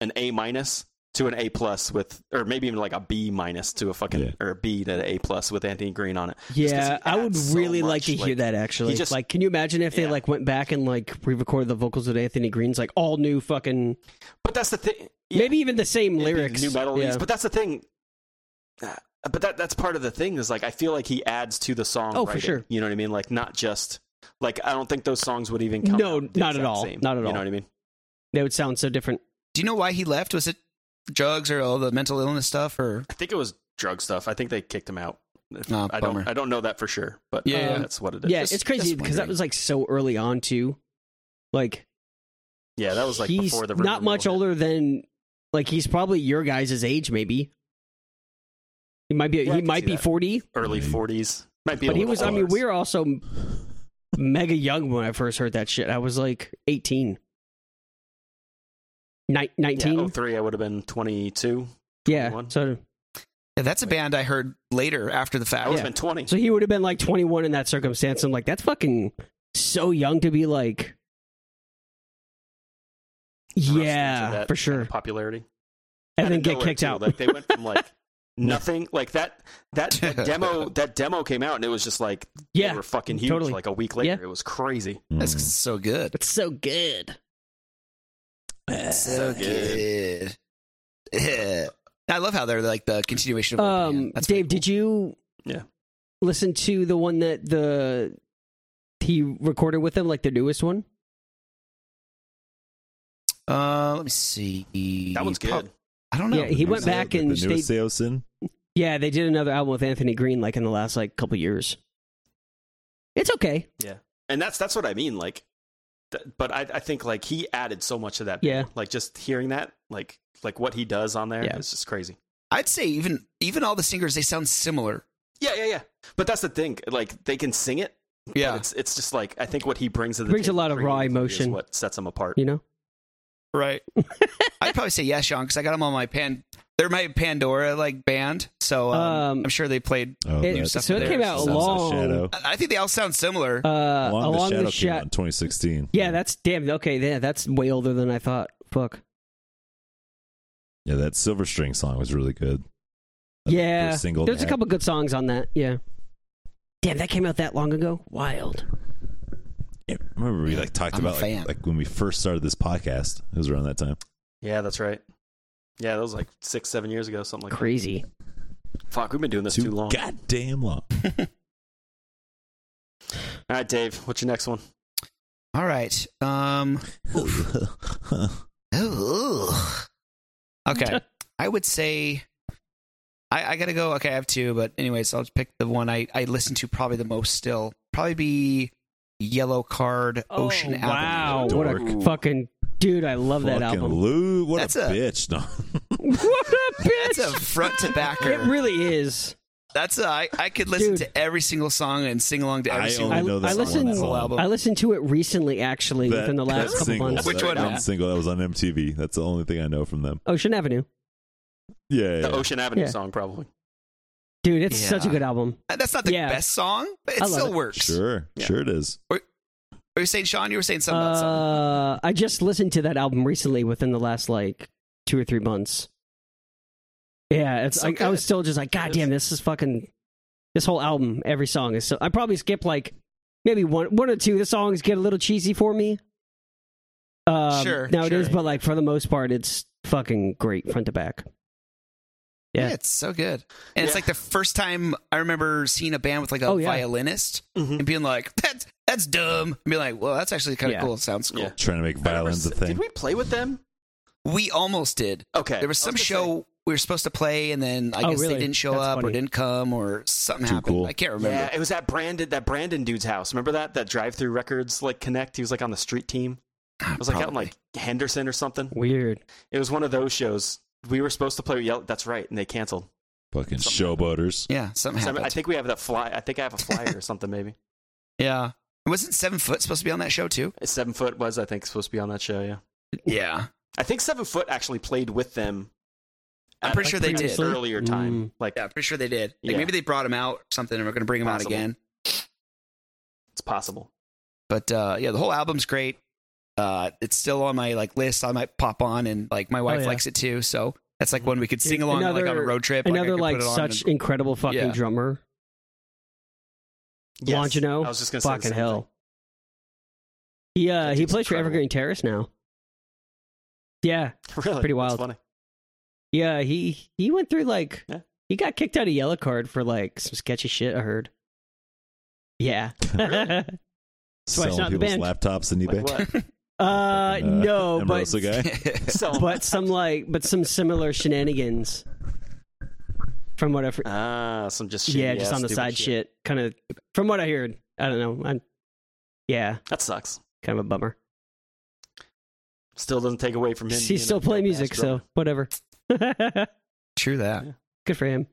A: an A minus to an A plus with, or maybe even like a B minus to a fucking
B: Yeah.
A: or a B to an A plus with Anthony Green on it. Just 'cause
C: Yeah,
A: he
C: I would
A: adds so
C: really like
A: much,
C: to hear
A: like,
C: that actually.
A: he just-
C: like, can you imagine if they
A: Yeah.
C: like went back and like re-recorded the vocals with Anthony Green's like all new fucking
A: But that's the thing.
C: maybe even the same
A: It'd be
C: lyrics.
A: new metal,
C: Yeah.
A: but that's the thing. Uh, but that that's part of the thing is like I feel like he adds to the song.
C: Oh, for sure.
A: You know what I mean? Like not just like I don't think those songs would even come.
C: No,
A: out the
C: not at
A: exact
C: all.
A: same.
C: Not at
A: You
C: all.
A: know what I mean?
C: They would sound so different.
D: Do you know why he left? Was it drugs or all the mental illness stuff? Or
A: I think it was drug stuff. I think they kicked him out. If-
D: Ah,
A: I don't.
D: bummer.
A: I don't know that for sure, but
D: Yeah,
A: uh,
D: yeah.
A: that's what it is.
C: Yeah,
D: just-
C: it's crazy
D: just
C: because that
D: wondering.
C: was like so early on too. Like
A: Yeah, that was like
C: he's
A: before the
C: not
A: rumor
C: much
A: mill hit.
C: older than like he's probably your guys' age, maybe. He might be
A: Yeah, I
C: he
A: can
C: might
A: see
C: be
A: that.
C: forty,
A: early forties. Might be, a
C: but he
A: little
C: was. I mean,
A: older.
C: we were also mega young when I first heard that shit. I was like eighteen. Ni-
A: Yeah,
C: Nineteen, yeah.
A: 03, I would have been twenty-two. 21.
C: so,
D: yeah, that's a band I heard later after the
A: I
D: fact.
A: would have
C: Yeah.
A: been twenty.
C: so he would have been like twenty-one in that circumstance. I'm like, that's fucking so young to be like,
A: thrust into
C: yeah,
A: that
C: for
A: kind
C: sure,
A: of Popularity.
C: and
A: Outta
C: then get
A: nowhere,
C: kicked
A: too.
C: out.
A: Like they went from like nothing, like that that, that demo that demo came out and it was just like they
C: yeah,
A: were fucking huge.
C: totally.
A: Like a week later,
C: Yeah.
A: it was crazy.
D: That's
B: Mm.
D: so good.
C: it's so good.
D: So good. I love how they're like the continuation of. old
C: Um,
D: band. That's
C: Dave, did you?
A: Yeah.
C: Listen to the one that the he recorded with him, like the newest one.
D: you? Uh, let me see.
A: That one's
D: Prob-
A: good.
D: I don't know.
C: Yeah, he went back and
B: the newest
C: stayed-
B: Seosin?
C: Yeah, they did another album with Anthony Green, like in the last like couple years. It's okay.
A: and that's that's what I mean. Like, th- but I, I think like he added so much to that. band. like just hearing that, like like what he does on there,
C: Yeah.
A: it's just crazy.
D: I'd say even even all the singers they sound similar.
A: Yeah, yeah, yeah. But that's the thing. Like they can sing it. but
D: Yeah.
A: it's it's just like I think what he brings to the
C: Brings a
A: table
C: lot of raw
A: creatively is
C: emotion.
A: What sets him apart.
C: You know.
D: Right. I'd probably say yes, Sean, because I got them on my pan. They're my Pandora like band, so um,
C: Um,
D: I'm sure they played.
B: Oh,
C: It-
B: that
D: stuff
C: so it
D: there.
C: came out
B: Sounds
D: Sounds
B: like
C: long.
B: Shadow.
D: I I think they all sound similar.
C: Uh,
B: Along
C: along, the,
B: Shadow came out
C: shadow.
B: in 2016.
C: Yeah, that's damn. Okay, yeah, that's way older than I thought. Fuck.
B: yeah, that Silver String song was really good.
C: Yeah,
B: first single
C: there's a
B: that-
C: couple good songs on that. Yeah. Damn, that came out that long ago. Wild.
B: Yeah, remember we like talked
D: I'm a
B: about
D: fan.
B: like, like when we first started this podcast. It was around that time.
A: Yeah, that's right. Yeah, that was like six, seven years ago, something like that.
C: Crazy.
A: Fuck, we've been doing this too long.
B: goddamn long.
A: All right, Dave, what's your next one?
D: all right. Um. ooh. Okay. I would say. I, I gotta go. Okay, I have two, but anyways, I'll just pick the one I, I listen to probably the most still. Probably be Yellow Card Ocean
C: oh, Wow,
D: Avenue.
C: what a
A: Dork.
C: fucking dude! I love that
B: Fucking
C: album.
B: Lou, what
D: That's
B: a,
D: a-
B: bitch. No.
C: what a bitch!
D: That's a front to backer.
C: it really is.
D: That's a, I, I could listen
C: Dude.
D: to every single song and sing along to every
B: I
D: single.
B: only
C: I-
B: know
C: I
B: this
C: listened-
B: one song.
D: Whole album.
C: I listened to it recently, actually,
B: That-
C: within the last
B: that
C: couple
B: single,
C: months.
D: Which
B: that
D: one?
B: single that was on MTV. That's the only thing I know from them.
C: Ocean Avenue,
B: Yeah, yeah,
A: The Ocean Avenue
C: Yeah.
A: song, probably.
C: dude, it's
D: Yeah.
C: such a good album.
D: Uh, That's not the
C: Yeah.
D: best song, but it
C: I love it.
D: still works.
B: sure,
A: Yeah.
B: sure it is.
D: Were you saying Sean? You were saying something about something.
C: Uh, I just listened to that album recently, within the last like two or three months. Yeah, it's
D: So
C: like I was
D: good.
C: still just like, God
A: It is.
C: damn, this is fucking. This whole album, every song is so. I probably skip like maybe one, one or two. of The songs get a little cheesy for me. Um,
D: Sure,
C: nowadays,
D: sure.
C: but like for the most part, it's fucking great front to back.
D: Yeah.
C: Yeah.
D: it's so good. And it's
A: Yeah.
D: like the first time I remember seeing a band with like a
C: Oh, yeah.
D: violinist
A: Mhm.
D: and being like, "That's that's dumb," and being like, "Well, that's actually kind
C: Yeah.
D: of cool. It sounds cool."
A: Yeah.
B: Trying to make violins a
A: Remember-
B: thing.
A: Did we play with them?
D: We almost did.
A: Okay.
D: There was
A: I
D: some
A: gonna
D: show we were supposed to play, and then I
C: Oh,
D: guess
C: really?
D: they didn't show
C: That's
D: up or
C: funny.
D: didn't come or something
B: Too
D: happened.
B: cool.
D: I can't
A: say-
D: remember.
A: Yeah, it was that Brandon, that Brandon dude's house. Remember that that drive-through records like connect? He was like on the street team. It was like out in
D: Ah, Probably.
A: like Henderson or something.
C: Weird.
A: It was one of those shows. We were supposed to play with Yellow. That's right, and they canceled.
B: Fucking
A: something like
B: showboaters.
D: yeah, something
A: So I,
D: happened.
A: mean, I think we have that fly. I think I have a flyer or something. Maybe
D: yeah, wasn't Seven Foot supposed to be on that show too?
A: Seven Foot was I think supposed to be on that show. Yeah,
D: Yeah,
A: I think Seven Foot actually played with them.
D: I'm
A: at,
D: pretty
A: like,
D: sure they
A: an
D: did.
C: previously.
A: earlier time. Like
D: Yeah, pretty sure they did. Like,
A: Yeah.
D: Maybe they brought him out or something, and we're going to bring him
A: Possible.
D: out again.
A: it's possible.
D: But uh, yeah, the whole album's great. Uh, it's still on my like list. I might pop on, and like my wife
C: Oh, yeah.
D: likes it too. So that's like one we could sing along like on a
C: Another-
D: road trip. I
C: Another
D: could
C: like
D: put it on
C: such
D: and-
C: incredible fucking
D: Yeah.
C: drummer.
A: Yes,
C: Longino,
A: I was just gonna say the
C: fucking
A: same
C: hell. He uh,
A: That
C: he
A: dude's
C: plays for
A: incredible.
C: Evergreen Terrace now. Yeah,
A: thing. Really,
C: Pretty
A: That's
C: wild.
A: funny.
C: yeah. He he went through like
A: Yeah.
C: He got kicked out a yellow card for like some sketchy shit. I heard. Yeah. why it's
B: Selling
C: not the
B: people's
C: band.
B: laptops and eBay.
A: Like what?
C: uh,
B: Fucking, uh,
C: no, but
B: Omarosa guy.
A: Sell 'em.
C: but some like but some similar shenanigans from what I've heard.
A: ah, some just shitty
C: yeah, just
A: ass
C: on the
A: stupid
C: side shit, kind of from what I heard. I don't know. I'm yeah,
A: That sucks.
C: kind of a bummer.
A: Still doesn't take away from him.
C: He
A: being a
C: still play
A: dope-ass
C: music, so
A: drummer.
C: whatever. Good
D: True that.
C: for him.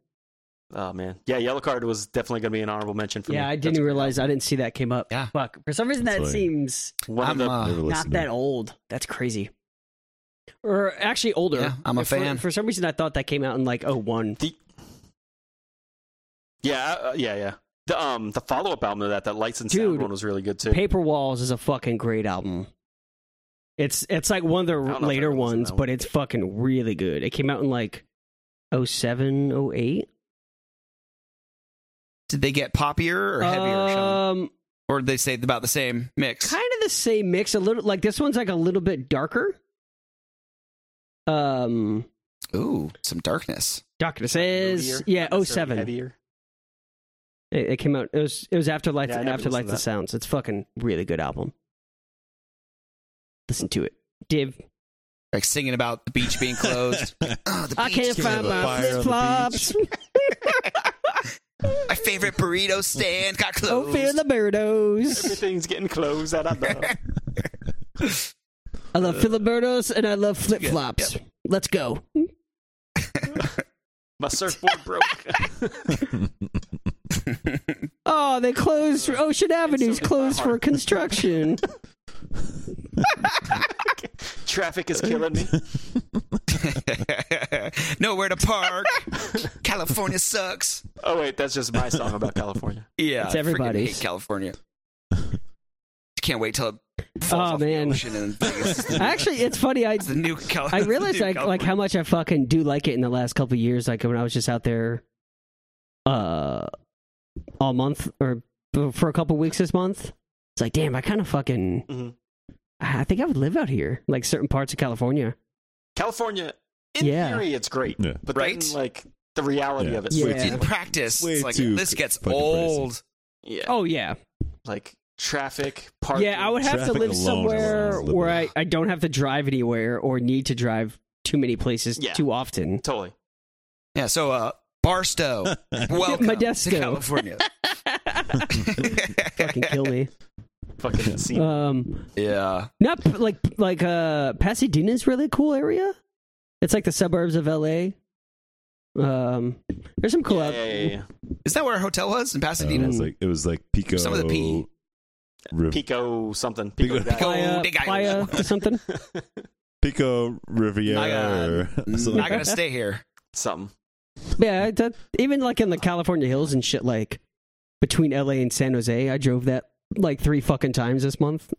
A: Oh man, yeah, yellow card was definitely going to be an honorable mention for me.
C: Yeah, I didn't
A: That's-
C: realize I didn't see that came up.
D: Yeah.
C: Fuck. For some reason,
B: That's
C: that
B: right.
C: seems
A: One of
D: I'm,
A: the
D: uh,
B: Never listened
C: not
B: to
C: that
B: it.
C: old. That's crazy. Or actually older.
D: Yeah, I'm a
C: For-
D: fan.
C: For some reason, I thought that came out in like oh one.
A: yeah, uh, yeah, yeah. The um the follow up album to that, that Lights and
C: Dude,
A: Sound one was really good too.
C: Paper Walls is a fucking great album. It's it's like one of
A: don't know
C: the
A: if I
C: later
A: listened to
C: ones,
A: that one.
C: but it's fucking really good. It came out in like 07, 08.
D: Did they get poppier or heavier, Sean?
C: Um,
D: Or did they stay about the same mix?
C: kind of the same mix. A little like this one's like a little bit darker. Um,
D: Ooh, some darkness.
C: Darkness
A: Heavier,
C: is
A: not
C: yeah,
A: necessarily
C: 07.
A: Heavier.
C: It, it came out. It was it was after lights
A: Yeah, I never
C: after
A: listened
C: lights
A: to
C: and
A: that.
C: sounds. It's fucking really good album. Listen to it, Div.
D: Like singing about the beach being
B: Uh,
D: closed. oh, the
C: I
D: beach
C: can't
D: too.
B: find
C: find
B: the
C: my
B: fire on the
C: flip flops.
D: My favorite burrito stand got
C: Don't
D: closed.
C: fear Oh, the birdos.
A: Everything's getting closed out of the.
C: I love filibertos and I love flip flops. Let's go.
A: My surfboard broke.
C: Oh, they closed. Ocean Avenue's
A: did my
C: closed for
A: heart.
C: construction.
A: Traffic is killing me.
D: Nowhere to park. California sucks.
A: Oh wait, that's just my song about California.
D: Yeah,
C: It's
D: I freaking
C: everybody's.
D: hate California. Can't wait till it falls
C: Oh,
D: off
C: man.
D: the ocean and Vegas. is the-
C: Actually, it's funny. I
D: it's the new Cal-
C: I realized like like how much I fucking do like it in the last couple of years. Like when I was just out there, uh, all month or for a couple of weeks this month. It's like, damn, I kind of fucking.
A: Mhm.
C: I think I would live out here, like certain parts of California.
A: California, in
C: Yeah.
A: theory, it's great,
B: Yeah.
A: but
D: Right?
A: then like the reality
B: Yeah.
A: of it.
C: Yeah.
A: sucks.
D: in practice,
B: Way
D: it's like
B: too
D: this gets
B: fucking pricey.
D: old.
A: yeah.
C: Oh yeah,
A: like traffic, parking.
C: yeah. I would have to
B: Traffic
C: live
B: alone is
C: somewhere
B: livable.
C: where I, I don't have to drive anywhere or need to drive too many places
A: Yeah.
C: too often.
A: totally.
D: Yeah, so uh, Barstow, welcome
C: Modesto.
D: to California.
C: fucking kill me.
A: Fucking insane.
C: Um,
D: yeah,
C: not p- like like uh Pasadena's really a cool area. It's like the suburbs of LA. Um there's some cool
A: yeah,
C: out-
A: yeah, yeah, yeah.
D: is that where our hotel was in
B: Uh, it
C: Um,
D: Pasadena?
B: was like it was like Pico.
D: Some of the pee.
B: Riv-
A: Pico something. Pico.
B: Pico-
A: Daddy.
D: Pico-
C: Playa,
D: Big
C: playa
D: Island.
C: or something.
B: Pico
D: Not
B: Riviera.
D: gonna-
B: or something.
D: Not gonna stay here.
A: something.
C: Yeah, that, even like in the California hills and shit like between LA and San Jose, I drove that like 3 fucking times this month.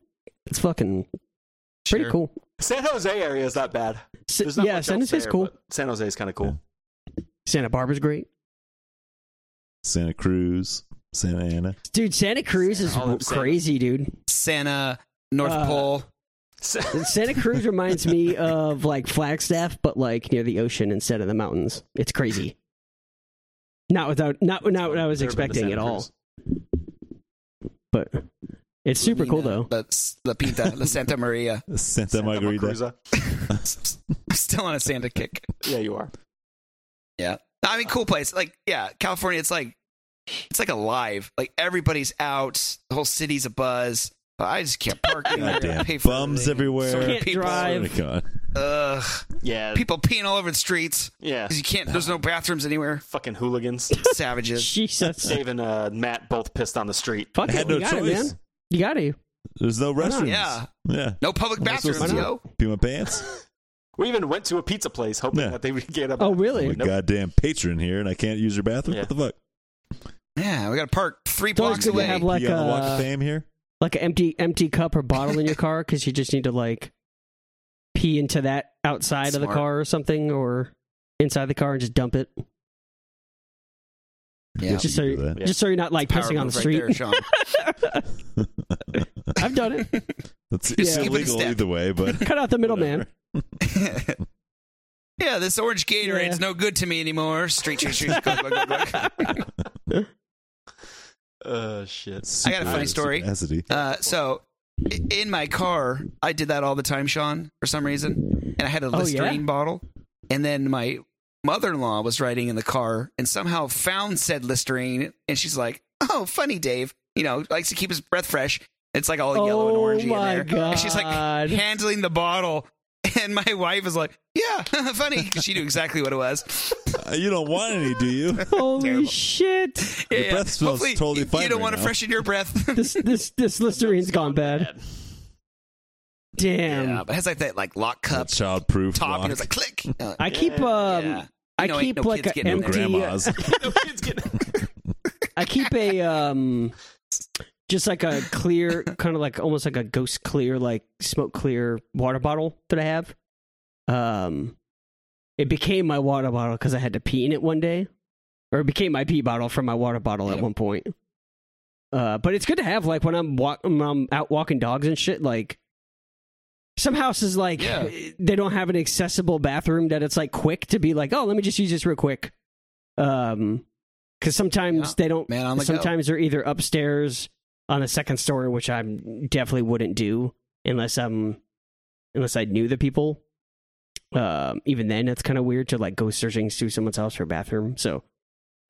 C: It's fucking pretty
D: Sure.
C: cool.
A: San Jose area is not bad.
C: S-
A: There's not
C: yeah,
A: much
C: San
A: else
C: Jose's
A: there,
C: cool.
A: but San Jose is kind of cool.
C: Santa Barbara's great.
B: Santa Cruz, Santa Ana.
C: Dude, Santa Cruz
A: Santa- all them
C: is
A: Santa-
C: crazy, dude.
D: Santa, North
C: Uh,
D: Pole.
A: Sa-
C: Santa Cruz reminds me of like Flagstaff, but like near the ocean instead of the mountains. It's crazy. Not without not not what I was
A: Never been to
C: expecting
A: Santa
C: at all,
A: Cruz.
C: but it's super cool
D: Lina,
C: though.
D: La, La Pinta, La Santa Maria.
B: Santa,
A: Santa
B: Margarita.
A: Cruza.
D: I'm still on a Santa kick.
A: Yeah, you are.
D: Yeah. I mean, cool place. Like, yeah, California, it's like, it's like alive. Like, everybody's out. The whole city's a buzz. I just can't park anywhere.
B: Goddamn
D: Pay for
B: bums
D: everything.
B: everywhere.
D: So many
C: Can't
D: people.
C: drive.
B: Oh my God.
D: Ugh.
A: Yeah,
D: People peeing all over the streets
A: yeah.
D: 'cause you can't, there's no bathrooms anywhere.
A: Fucking hooligans.
D: Savages.
C: Jesus,
A: Dave and uh, Matt both pissed on the street.
C: fuck
B: I
C: it,
B: had
C: you
B: no
C: got it,
B: choice.
C: man. You got to.
B: There's no
C: not?
B: restrooms.
D: Yeah.
B: Yeah.
D: No public
B: What's this
D: bathrooms,
C: about?
D: yo.
B: Pee my pants.
A: We even went to a pizza place hoping
B: Yeah.
A: that they would get up.
C: Oh
B: I'm
C: really?
B: a goddamn patron here, and I can't use your bathroom.
A: Yeah.
B: What the fuck?
D: Yeah, we got to park three
C: Those
D: blocks
C: do
D: away.
C: have like uh,
B: you on the walk of
C: a
B: fame here?
C: like an empty empty cup or bottle in your car because you just need to like pee into that outside of the
D: Smart.
C: car or something or inside the car and just dump it.
D: Yeah.
C: Just so
B: You can do
C: you,
B: that.
A: Yeah.
C: just so you're not like
D: Power
C: pissing on the
D: move right
C: street.
D: there, Sean.
C: I've done it.
B: That's
D: Just
B: it's
D: skip it a
B: illegal
D: step.
B: either way, but
C: Cut out the middleman.
B: whatever.
D: yeah, this orange Gatorade's
C: Yeah.
D: no good to me anymore. Street, street, street. glug, glug, glug, glug.
A: Uh, shit.
B: Super,
D: got a funny story.
B: Acity.
D: Uh, so i- in my car, I did that all the time, Sean, for some reason. And I had a
C: Oh, yeah?
D: Listerine bottle. And then my mother in law was riding in the car and somehow found said Listerine. And she's like, oh, funny, Dave. You know, likes to keep his breath fresh. It's like all yellow
C: Oh,
D: and orangey
C: my
D: in there. And she's like
C: God.
D: handling the bottle. And my wife is like, yeah, funny. 'cause she knew exactly what it was.
B: Uh, you don't want any, do you?
C: Holy
D: Terrible.
C: shit!
D: Your
B: breath smells totally fine
D: You don't
B: right
D: want to
B: now.
D: freshen your breath.
C: This this this Listerine's gone bad. Damn.
D: yeah, but it has like that like lock cup
B: Childproof.
D: top, and it's like
B: lock.
D: click. Uh,
C: I keep um
D: yeah.
C: I
D: You know, ain't
C: keep
D: no
C: like
D: kids
C: a
D: getting no
C: empty uh,
B: grandmas.
A: no kids getting.
C: I keep a um just like a clear kind of like almost like a ghost clear like smoke clear water bottle that I have. Um it became my water bottle cuz I had to pee in it one day or it became my pee bottle from my water bottle at
D: Yep.
C: one point. Uh but it's good to have like when I'm walk when I'm out walking dogs and shit like some houses like
D: Yeah.
C: they don't have an accessible bathroom that it's like quick to be like, "Oh, let me just use this real quick." Um cuz sometimes
D: Yeah.
C: they don't
D: man oh. on the go.
C: sometimes they're either upstairs on a second story, which I definitely wouldn't do unless I'm unless I knew the people. Um, even then, it's kind of weird to like go searching through someone's house for a bathroom. So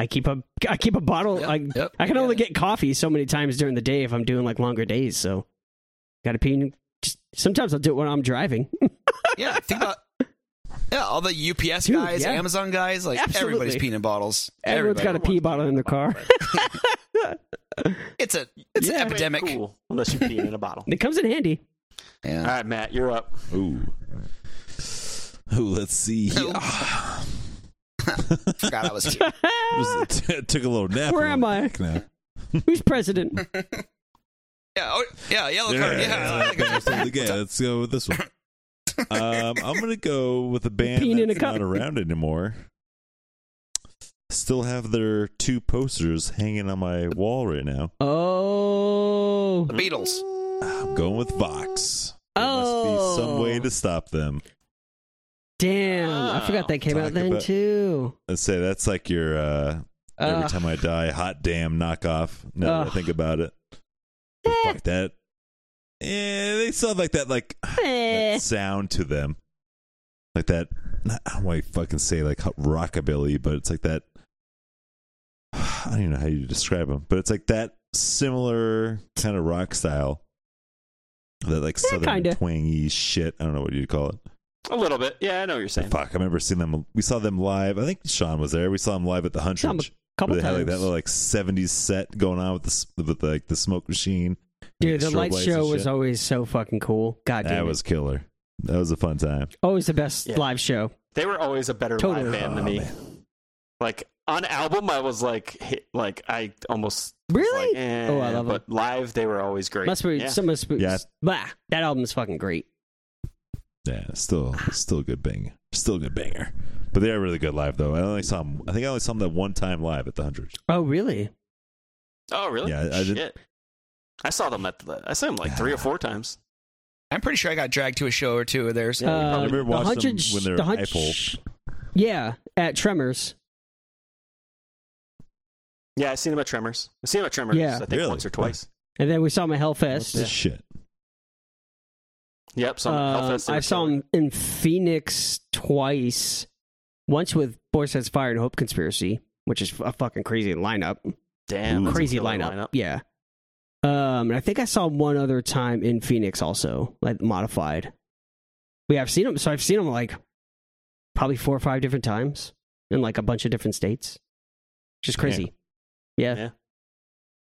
C: I keep a I keep a bottle.
D: Yep,
C: I
D: yep,
C: I can
D: yeah.
C: only get coffee so many times during the day if I'm doing like longer days. So got to pee. in- Just, sometimes I'll do it when I'm driving.
D: yeah. Think about yeah, all the UPS
C: Dude,
D: guys,
C: yeah.
D: Amazon guys, like
C: Absolutely.
D: everybody's peeing in bottles.
C: Everyone's got a
D: Everybody.
C: pee bottle in their car.
D: It's a it's
C: Yeah.
D: an epidemic.
A: Cool. Unless you pee in a bottle.
C: It comes in handy.
A: All
D: Yeah.
A: right, Matt, you're up.
B: Ooh. Ooh, let's see. here. Ah,
D: Forgot I was.
B: it was- it took a little nap.
C: Where
B: I'm
C: am
B: like,
C: I?
B: "Heck no."
C: Who's president?
D: Yeah, oh, yeah, yellow card. Yeah, oh, I
B: Yeah,
D: think it's-
B: Again, let's go with this one. Um, I'm gonna go with a band
C: Peen
B: that's
C: in a cup.
B: not around anymore. Still have their two posters hanging on my wall right now.
C: Oh,
D: the Beatles.
B: I'm going with Vox. There
C: Oh.
B: must be some way to stop them.
C: Damn, I
A: Oh.
C: forgot that came
B: Talk
C: out then
B: about-
C: too.
B: Let's say that's like your uh, every
C: Uh,
B: time I die, hot damn knockoff. Now that I
C: Ugh.
B: think about it, But fuck that. Yeah, they still have like that, like
C: eh.
B: that sound to them, like that. Not, I don't want to fucking say like ho- rockabilly, but it's like that. I don't even know how you describe them, but it's like that similar kind of rock style. That like southern
C: kinda.
B: twangy shit. I don't know what you'd call it.
A: A little bit. Yeah, I know what you're saying.
B: Fuck, I remember seeing them. We saw them live. I think Sean was there. We saw them live at the
C: Saw 'em a
B: Huntridge.
C: couple
B: Where they had like
C: times.
B: that little like '70s set going on with the s- with like the smoke machine.
C: Dude, the
B: strobe
C: light
B: lights and
C: show was
B: shit.
C: always so fucking cool. God damn,
B: that was killer. That was a fun time.
C: always the best
A: Yeah.
C: live show.
A: They were always a better
C: Totally.
A: live band than
B: Oh,
A: me. Like on album, I was like, hit, like I almost
C: Really?
A: Like, eh,
C: Oh, I love
A: But live, they were always great.
C: Must be
A: Yeah.
C: some of the spooks.
B: Yeah.
C: Blah, that album's fucking great.
B: Yeah, still, still a good banger. Still a good banger. But they are really good live, though. I only saw 'em- I think I only saw them that one time live at the hundred.
C: Oh, really?
A: oh, really?
B: Yeah, I- I
A: Shit.
B: did-
A: I saw them at the. I saw them like three or four times.
D: I'm pretty sure I got dragged to a show or two of theirs.
A: Yeah, we
C: Uh,
B: I
A: probably-
B: remember
C: the
B: watching them
C: hundred,
B: when they were
C: the hundred,
B: Eiffel.
C: yeah, at Tremors.
A: Yeah, I seen them at Tremors. I seen them at Tremors.
C: Yeah.
A: I think
B: Really?
A: once or twice.
C: And then we saw him at
B: What
C: Hellfest.
B: the shit?
A: Yep. Some
C: Um, I saw him in Phoenix twice. Once with Boy Sets Fire and Hope Conspiracy, which is a fucking crazy lineup.
A: Damn,
B: Ooh.
A: that's a
C: crazy
A: killer
C: lineup. Yeah. Um, and I think I saw him one other time in Phoenix also, like modified. We have seen him, so I've seen him like probably four or five different times in like a bunch of different states, which is crazy. Yeah,
A: Yeah.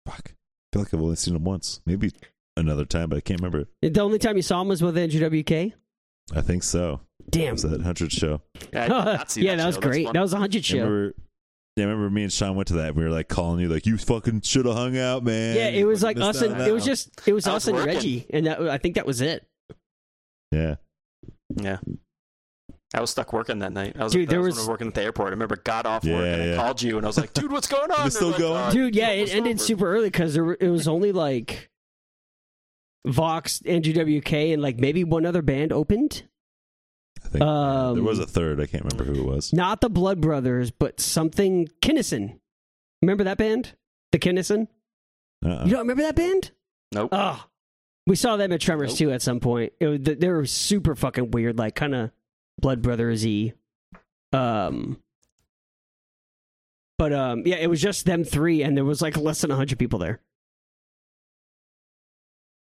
B: Fuck. I feel like I've only seen them once, maybe another time, but I can't remember.
C: the only time you saw him was with Andrew WK.
B: I think so. It
C: Damn.
B: was that hundred show.
A: Yeah, I did not see
C: yeah, that
A: show.
C: was
A: That's
C: great.
A: fun.
C: That was a hundred
B: I
C: show.
B: remember, yeah, I remember me and Sean went to that. and We were like calling you, like you fucking should have hung out, man.
C: Yeah, it
B: You
C: was like
B: fucking
C: us
B: missed
C: and
B: out on
C: it was
B: that
C: just it was
A: I was
C: us and
A: working.
C: Reggie, and that I think that was it.
B: one." yeah.
A: Yeah. I was stuck working that night. I was,
C: Dude,
A: that
C: there
A: was,
C: was-
A: when I was working at the airport. I remember got off work
B: Yeah,
A: and
B: yeah.
A: I called you and I was like, dude, what's going on?
B: They're still
A: like,
B: going?
A: "Uh,
C: dude yeah it
A: almost
C: ended
A: over."
C: super early because it was only like vox and gwk and like maybe one other band opened
B: I think Uh, there
C: Um,
B: was a third. I can't remember who it was.
C: Not the Blood Brothers, but something Kinnison. Remember that band? The Kinnison?
B: Uh-uh.
C: You don't remember that band?
A: Nope.
C: Oh, we saw them at Tremors
A: Nope.
C: too at some point. It was, they were super fucking weird, like kind of Blood Brothers y. Um, but um, yeah, it was just them three, and there was like less than hundred people there.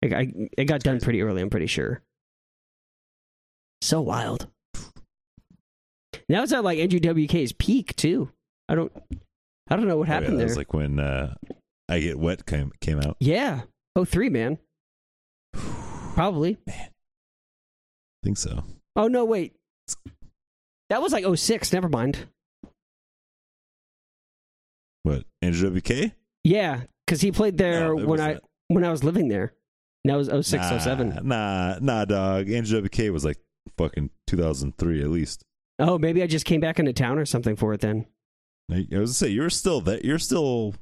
C: Like, I, it got done pretty early, I'm pretty sure. So wild. Now it's at like Andrew WK's peak too. I don't, I don't know what
B: Oh, yeah,
C: happened
B: That
C: there.
B: was like when uh, I Get Wet came, came out.
C: yeah, oh three man, probably.
B: I think so.
C: Oh no, wait. That was like 06, never mind.
B: What? Andrew WK?
C: Yeah, cuz he played there
B: No, it
C: when I
B: wasn't it.
C: when I was living there. And that was 06,
B: nah,
C: 07.
B: Nah, nah, dog. Andrew WK was like fucking 2003 at least.
C: Oh, maybe I just came back into town or something for it then.
B: I, I was gonna say you were still that. You're still.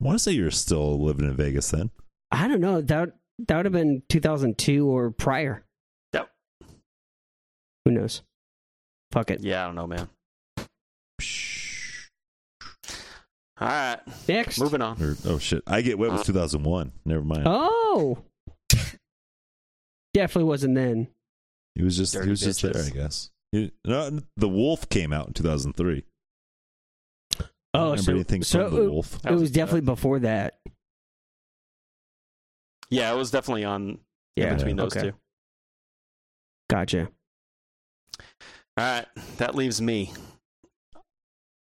B: I want to say you were still living in Vegas then.
C: I don't know. That that would have been 2002 or prior.
A: Yep.
C: Who knows? Fuck it.
A: Yeah, I don't know, man. All right,
C: Next.
A: moving on.
B: Or oh shit, I Get Wet was 2001. Never mind.
C: Oh. Definitely wasn't then.
B: He was just
A: Dirty
B: he was just there,
A: bitches.
B: I guess. He- no, the Wolf came out in 2003. I don't
C: Oh,
B: remember
C: so,
B: anything
C: so
B: from the
C: it-
B: Wolf.
C: it was definitely before that.
A: Yeah, it was definitely on
C: Yeah.
A: between those
C: okay.
A: two.
C: Gotcha.
A: All right, that leaves me.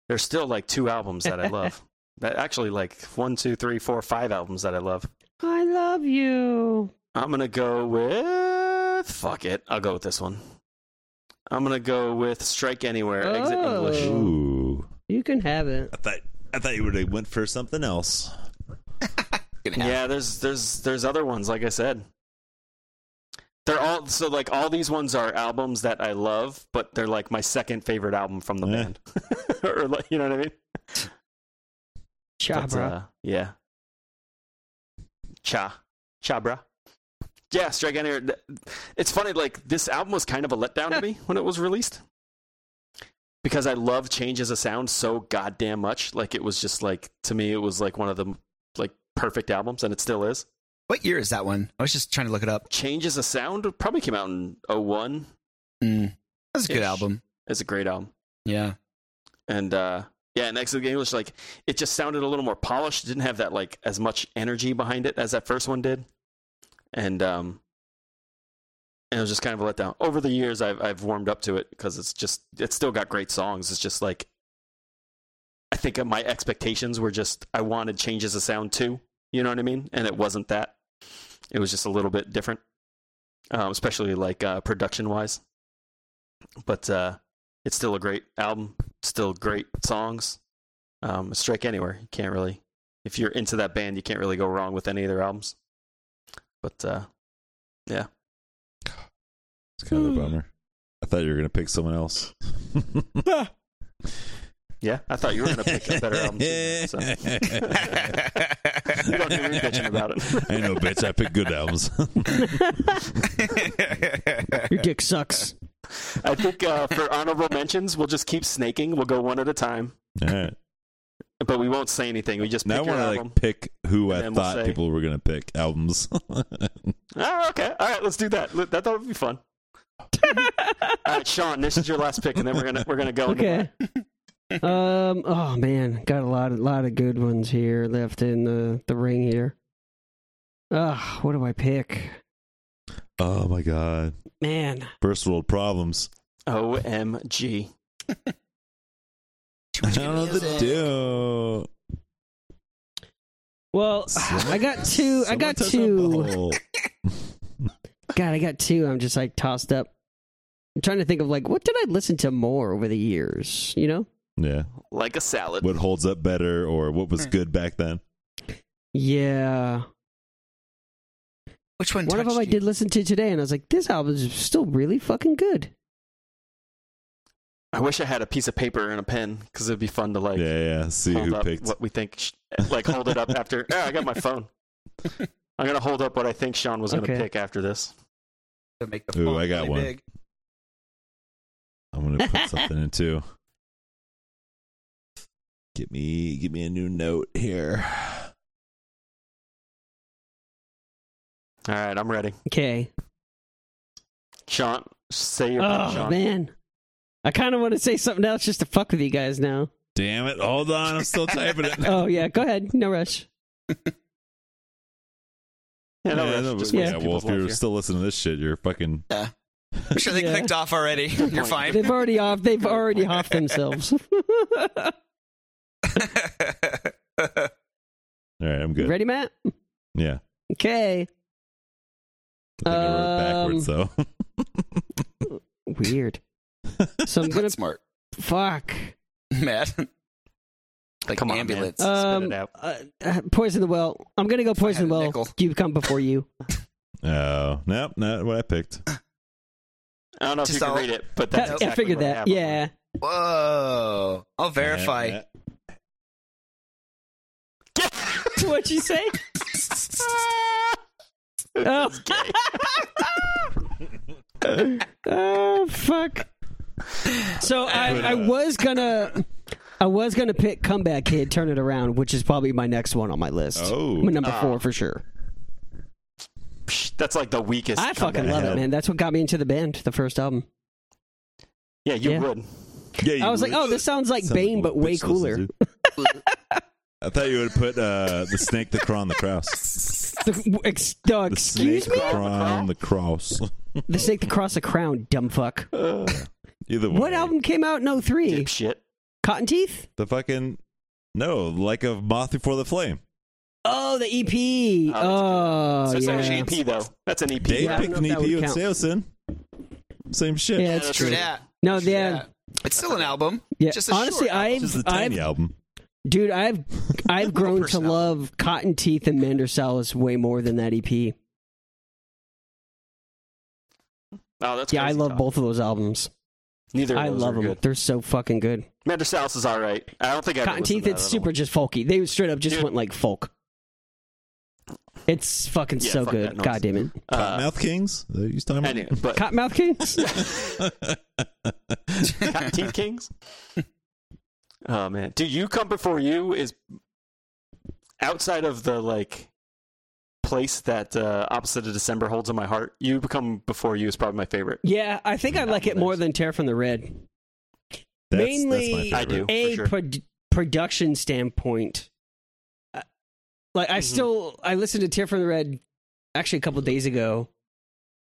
A: There's still like two albums that I love. that actually like one, two, three, four, five albums that I love.
C: I love you.
A: I'm gonna go with fuck it. I'll go with this one. I'm gonna go with Strike Anywhere, Exit
C: Oh.
A: English.
B: Ooh,
C: You can have it.
B: I thought I thought you would have went for something else.
A: Yeah. there's there's there's other ones, like I said. They're all so like all these ones are albums that I love, but they're like my second favorite album from the
B: Eh.
A: band. or like you know what I mean?
C: Cha,
A: That's,
C: bro.
A: uh, yeah. Cha. Chabra. Yeah, Strike Anywhere. th- It's funny, like, this album was kind of a letdown to me when it was released. Because I love changes of sound so goddamn much. Like, it was just like, to me, it was like one of the, like, perfect albums, and it still is.
D: What year is that one? I was just trying to look it up.
A: Changes of Sound probably came out in 01.
D: Mm. That's a good
A: Ish.
D: album.
A: It's a great album.
D: Yeah.
A: and uh yeah and exit english like it just sounded a little more polished didn't have that like as much energy behind it as that first one did and um and it was just kind of a letdown over the years i've i've warmed up to it because it's just it's still got great songs it's just like i think my expectations were just i wanted changes of sound too you know what i mean and it wasn't that it was just a little bit different um, especially like uh, production wise but uh it's still a great album, still great songs. Um, Strike Anywhere, you can't really, if you're into that band, you can't really go wrong with any of their albums. But uh,
B: It's kind
C: Hmm.
B: of a bummer. I thought you were gonna pick someone else.
A: yeah, I thought you were going to pick a better album. Too, so.
B: you
A: don't hear me bitching about it.
B: I know, bitch. I pick good albums.
C: Your dick sucks.
A: I think uh, for honorable mentions, we'll just keep snaking. We'll go one at a time,
B: All right.
A: but we won't say anything. We just pick
B: Now I
A: your
B: want to
A: album.
B: like pick who
A: And
B: I
A: then we'll
B: thought
A: say-
B: people were gonna pick albums.
A: Oh, okay. All right, let's do that. Look, That that would be fun. All right, Sean, this is your last pick, and then we're gonna we're gonna go. into
C: Okay. um. Oh man, got a lot, a lot of good ones here left in the the ring here. Ugh, what do I pick?
B: oh my god,
C: Man,
B: first world problems.
A: that. Omg.
D: Too
B: I
D: much
B: don't know what to
D: music.
B: do.
C: well, I got two. I
B: Someone
C: got
B: touch my
C: two.
B: butthole.
C: God, I got two. I'm just like tossed up. I'm trying to think of like what did I listen to more over the years? You know?
B: Yeah.
A: Like a salad.
B: What holds up better or what was
D: Hmm.
B: good back then?
C: Yeah.
D: Which one?
C: One of them
D: touched
C: I
D: you?
C: did listen to today, and I was like, this album's still really fucking good.
A: I wish I had a piece of paper and a pen because it'd be fun to like
B: yeah, yeah. See
A: hold
B: who
A: up
B: picked.
A: what we think, sh- like hold it up after. Oh, I got my phone. I'm gonna hold up what I think Sean was gonna
C: Okay.
A: pick after this.
D: To make the
B: Ooh,
D: font
B: I got
D: really
B: one.
D: big.
B: I'm gonna put something in too. Give me give me a new note here.
A: All right, I'm ready.
C: Okay.
A: Sean, say your pick,
C: Oh
A: Sean.
C: man, I kind of want to say something else just to fuck with you guys now.
B: Damn it! Hold on, I'm still typing it.
C: Oh yeah, go ahead. No rush.
A: Yeah, no,
B: Yeah,
A: rush,
B: no,
A: just
B: but-
A: waste
B: yeah, well,
A: people's
B: if you're
A: life here.
B: still listening to this shit, you're fucking.
D: I'm sure they
C: Yeah.
D: clicked off already. You're fine.
C: They've already off. They've already off themselves.
B: All right, I'm good.
C: Ready, Matt?
B: Yeah,
C: Okay.
B: I think I wrote it backwards
C: Um,
B: though.
C: Weird. So I'm gonna
D: That's smart,
C: fuck.
D: Matt. Like
A: Come on, man.
D: ambulance.
A: Uh, it
C: Um,
A: out.
C: uh, uh, poison the well. I'm gonna go poison
D: had
C: the
D: a
C: well.
D: nickel.
C: You come before you.
B: oh no, not what I picked.
A: I don't know if you
D: Just
A: can
D: all-
A: read it, but
C: I-
A: that's exactly
C: I figured
A: what
C: that.
A: happened.
C: Yeah.
D: Whoa! I'll verify.
B: Yeah,
C: What'd you say? oh. oh fuck. So I, I was gonna I was gonna pick comeback kid, turn it around, which is probably my next one on my list.
B: Oh.
C: My number four for sure.
A: Psh, That's like the weakest.
C: I fucking
A: comeback.
C: love it,
B: hell.
C: man. That's what got me into the band, the first album.
A: Yeah, you
C: Yeah.
A: would.
B: Yeah, you
C: I was like,
B: would.
C: oh, this sounds like
B: Sounds
C: Bane,
B: like
C: but
B: what
C: way
B: bitch
C: cooler.
B: listens to. I thought you would put uh, the snake, the crawl, and the cross.
C: The- ex- uh,
B: The
C: excuse
B: snake,
C: me?
B: the crawl, and the cross.
C: The Snake that Crossed the Crown, dumb fuck.
A: Uh,
B: Either way,
C: What album came out in 03?
A: dipshit.
C: Cotton Teeth?
B: The fucking no, like a moth before the flame.
C: Oh, the EP.
A: Oh,
C: Oh,
A: So it's
C: yeah.
A: actually EP though. That's an EP.
B: Dave
C: Yeah, I don't
B: picked
C: know
B: an
C: if
B: EP
C: that would
B: with
C: count.
B: Samson. Same shit.
C: Yeah, it's
A: that's
D: True
C: true.
D: that.
C: No,
D: True
C: yeah,
D: that. It's still an album.
C: yeah.
D: Just a
C: Honestly,
D: short album.
B: Just
C: I've,
B: a tiny
C: I've,
B: album.
C: dude, I've, I've grown to
D: person album.
C: love Cotton Teeth and Mandersalis way more than that E EP.
A: Oh, that's
C: Yeah, I
A: crazy
C: love
A: talk.
C: both of those albums.
A: Neither. Of
C: I
A: those
C: love
A: are
C: them.
A: Good.
C: They're so fucking good.
A: Mender South is all right. I don't think I've
C: Cotton Teeth, it's super just folky. They straight up just
A: Dude.
C: went like folk. It's fucking
A: Yeah,
C: so
A: fuck that
C: good.
A: noise.
C: God damn it.
A: Uh,
B: Mouth Kings. Are you talking about?
A: anyway, but
C: Cottonmouth Kings?
A: Cotton Teeth Kings. Oh man, dude, you come before you is outside of the like place that uh, opposite of December holds in my heart. You become before you is probably my favorite.
C: yeah, I think I like it more than Tear from the Red.
B: That's, that's
C: Mainly-
B: my
A: I do.
B: favorite.
A: for
C: a
A: sure.
C: prod- production standpoint, uh, like I
A: Mhm.
C: still I listened to Tear from the Red actually a couple days ago,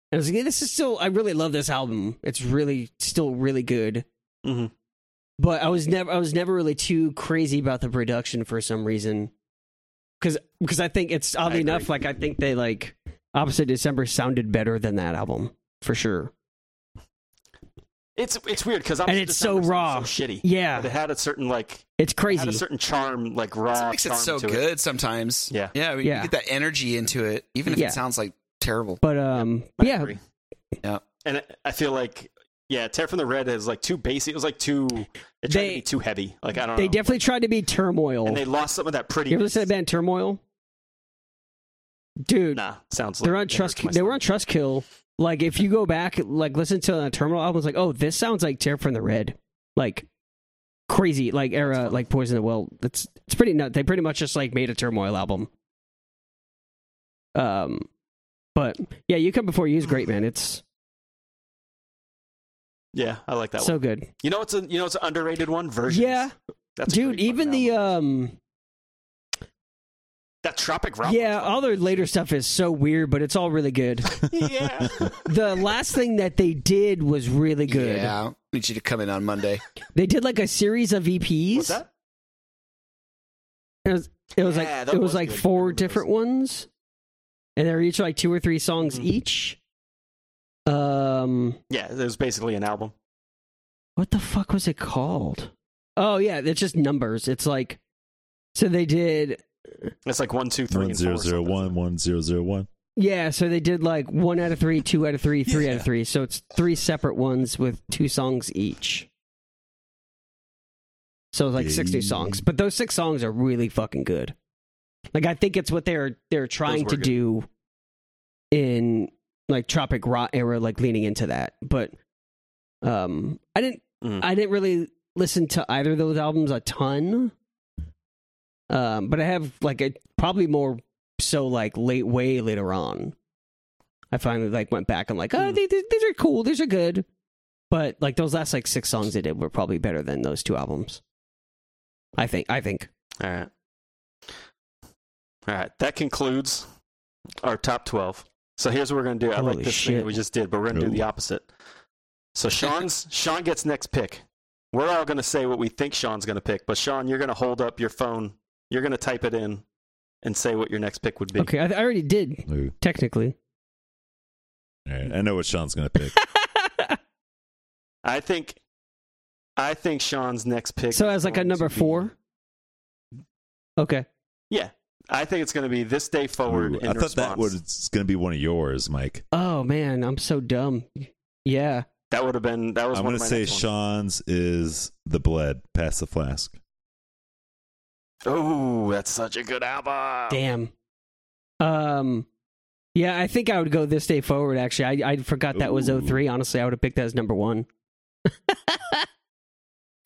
C: and I was like, yeah, this is still I really love this album. It's really still really good. Mm-hmm.
A: Mhm.
C: But I was never I was never really too crazy about the production for some reason, because because I think it's oddly
A: agree.
C: enough like I think they like Opposite December sounded better than that album for sure.
A: It's it's weird because
C: And it's so raw.
A: so shitty.
C: Yeah,
A: But it had a certain like
C: it's
A: it had a
C: crazy.
A: certain charm, like raw.
D: It makes it
A: charm
D: so
A: to
D: good sometimes.
A: Yeah.
D: yeah. I mean,
C: Yeah.
D: You get that energy into it, even if
C: Yeah.
D: it sounds like terrible.
C: But um,
A: I
C: yeah,
A: agree.
D: Yeah.
A: And I- I feel like yeah, Tear from the Red is like too basic. It was like too it tried
C: They-
A: to be too heavy. Like I don't
C: they
A: know.
C: definitely tried to be turmoil.
A: and they lost some of that pretty.
C: You ever listen to the band Turmoil? Dude,
A: Nah, sounds.
C: they're
A: like
C: on
A: that
C: Trust.
A: hurts my
C: They were on
A: stomach.
C: Trust Kill. Like, if you go back, like, listen to the Turmoil album, it's like, oh, this sounds like Tear from the Red, like crazy, like era, like Poison the Well. It's it's pretty nut. They pretty much just like made a Turmoil album. Um, but yeah, you come before you is great, man. It's
A: Yeah, I like that
C: so
A: one.
C: good.
A: You know, it's a you know, it's an underrated one. Versions.
C: Yeah,
A: that's a
C: dude.
A: great
C: Even
A: fucking
C: the
A: album.
C: um,
A: that Tropic Rock.
C: yeah, all their later stuff is so weird, but it's all really good.
A: yeah.
C: the last thing that they did was really good.
D: Yeah, need you to come in on Monday.
C: They did like a series of EPs.
A: What's that?
C: It was, it was
A: Yeah,
C: like
A: that
C: it was
A: was
C: like
A: good. I
C: four
A: remember those.
C: different ones, and they're each like two or three songs
A: Mhm.
C: each. Um,
A: Yeah, it was basically an album.
C: what the fuck was it called? Oh yeah, it's just numbers. It's like so they did
A: It's like one, two, three,
B: One
A: and four
B: zero
A: or
B: zero
A: something.
B: one one zero zero one.
C: yeah. So they did like one out of three, two out of three, three out of
B: Yeah.
C: three. So it's three separate ones with two songs each. So it's like six new
B: Yeah.
C: songs, but those six songs are really fucking good. Like I think it's what they're they're trying
A: were
C: to
A: good.
C: do in like Tropic Rot era, like leaning into that. But um, I didn't
A: Mhm.
C: I didn't really listen to either of those albums a ton. Um, but I have like a probably more so like late way later on. I finally like went back and like, oh,
A: Mm.
C: they, they- these are cool, these are good. But like those last like six songs they did were probably better than those two albums. I think. I think.
A: All right. All right. That concludes our top 12. So here's what we're going to do. I like
C: Holy
A: this thing
C: shit.
A: that we just did, but we're going to do
B: Ooh.
A: the opposite. So Sean's Sean gets next pick. We're all going to say what we think Sean's going to pick, but Sean, you're going to hold up your phone. You're going to type it in and say what your next pick would be.
C: Okay, I, I already did
B: Ooh.
C: technically.
B: All right, I know what Sean's gonna pick.
A: I think I think Sean's next pick
C: so
A: is
C: as like a
A: going
C: number
A: to be-
C: four. Okay.
A: Yeah. I think it's going to be this day forward
B: Ooh,
A: in
B: I thought
A: response.
B: that was gonna be one of yours, Mike.
C: Oh man, I'm so dumb. Yeah.
A: that would have been that was
B: I'm
A: one
B: gonna
A: of my
B: say
A: next ones.
B: Sean's is the bled. Pass the flask.
A: Oh, that's such a good album.
C: Damn. Um yeah, I think I would go this day forward actually. I I forgot that was
B: Ooh.
C: 03. Honestly, I would have picked that as number 1.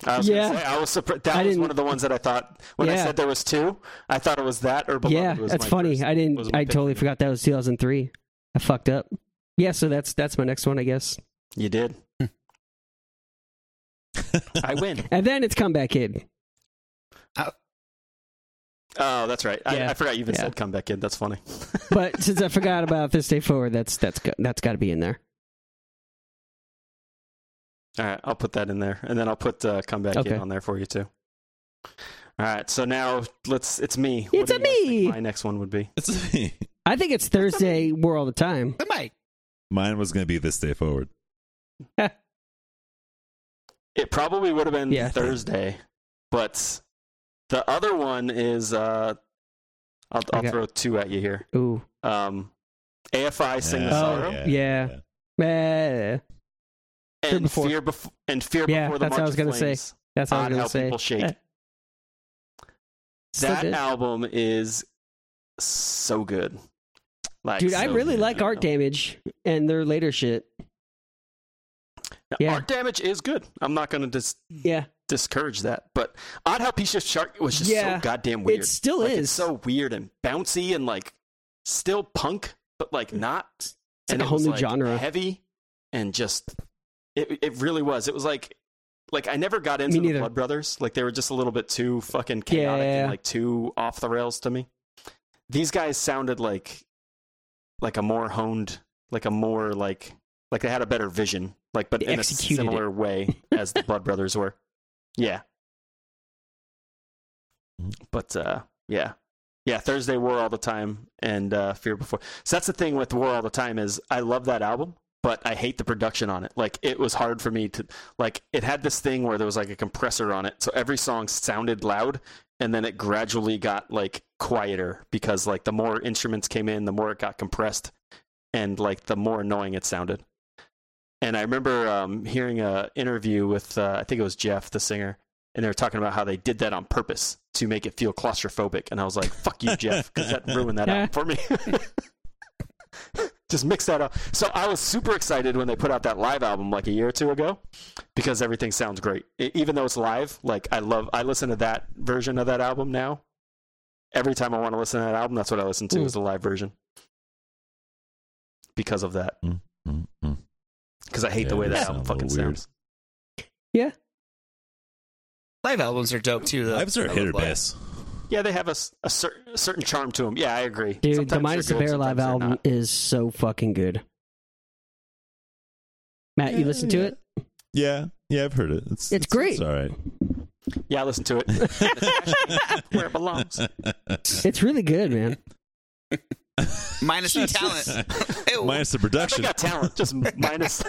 A: I was yeah.
C: Yeah.
A: Say, I was surprised.
C: I
A: That was
C: didn't-
A: one of the ones that I thought when I
C: Yeah.
A: said there was two, I thought it was that or below.
C: yeah,
A: was
C: that's
A: my
C: funny.
A: first-
C: I
A: was
C: didn't
A: my
C: I
A: pick.
C: totally forgot that was 2003. I fucked up. Yeah, so that's that's my next one, I guess.
A: You did. I win.
C: And then it's Comeback Kid.
A: Oh, that's right. I,
C: Yeah.
A: I forgot you even
C: Yeah.
A: said comeback kid. That's funny.
C: But since I forgot about this day forward, that's that's go- that's got to be in there.
A: All right, I'll put that in there, and then I'll put uh, comeback
C: Okay.
A: kid on there for you too. All right, so now let's. It's me. What
C: It's
A: do
C: a
A: you guys think
C: me.
A: My next one would be.
B: It's me.
C: I think it's Thursday We're all the time.
D: But Mike,
B: Mine was gonna be this day forward.
A: It probably would have been
C: Yeah.
A: Thursday, but the other one is. Uh, I'll,
C: I
A: I'll
C: got-
A: throw two at you here.
C: Ooh.
A: um, AFI Sing the
B: Yeah,
A: Sorrow
C: yeah. Eh, Fear
A: and
C: Before.
A: Fear Before and Fear
C: Yeah,
A: Before the
C: that's
A: March
C: what I was
A: of
C: gonna say.
A: Flames.
C: that's all I
A: Odd
C: was going
A: How
C: to say.
A: People Shake.
C: Eh. Still
A: that
C: good.
A: album is so good. Like,
C: Dude, I
A: so
C: really
A: good.
C: like Art Damage and their later shit.
A: Now,
C: yeah.
A: Art Damage is good. I'm not going to dis-
C: Yeah,
A: discourage that, but Odd How Piece of Shark was just
C: Yeah,
A: so goddamn weird.
C: it still
A: Like,
C: is.
A: It's so weird and bouncy and like still punk, but like not. It's
C: like a whole new genre.
A: Heavy and just it. It really was. It was like like I never got into the
C: neither.
A: Blood Brothers. Like they were just a little bit too fucking chaotic
C: Yeah.
A: and like too off the rails to me. These guys sounded like like a more honed, like a more like like they had a better vision, like but
C: They
A: in a
C: executed it.
A: similar way as the Blood Brothers were. Yeah. But uh yeah. Yeah, Thursday War all the time and uh Fear Before. So that's the thing with War all the time is I love that album, but I hate the production on it. Like it was hard for me to like it had this thing where there was like a compressor on it, so every song sounded loud and then it gradually got like quieter because like the more instruments came in, the more it got compressed and like the more annoying it sounded. And I remember um, hearing a interview with uh, I think it was Jeff, the singer, and they were talking about how they did that on purpose to make it feel claustrophobic. And I was like, "Fuck you, Jeff," because that ruined that album for me. Just mix that up. So I was super excited when they put out that live album like a year or two ago because everything sounds great, E- even though it's live. Like I love, I listen to that version of that album now. Every time I want to listen to that album, that's what I listen to
C: Mm.
A: is the live version because of that.
B: Mm, mm.
A: Because I hate the
B: Yeah,
A: way that
B: that
A: album
B: sounds a
A: fucking
B: little weird.
A: sounds.
D: live albums are dope too. Though
B: Lives are
D: I
B: hit or
D: love live.
B: miss.
A: Yeah, they have a, s- a cer- a certain charm to them. Yeah, I agree.
C: Dude,
A: Sometimes
C: the
A: they're
C: Minus the
A: good,
C: Bear live
A: sometimes they're
C: album
A: not.
C: is so fucking good. Matt, you
B: Yeah,
C: listen to
B: yeah.
C: it?
B: Yeah, yeah, I've heard it. It's
C: It's great.
B: It's all right.
A: Yeah, listen to it. Where it belongs.
C: It's really good, man.
D: Minus the talent. Ew.
B: Minus the
A: They
B: production.
A: got talent, just minus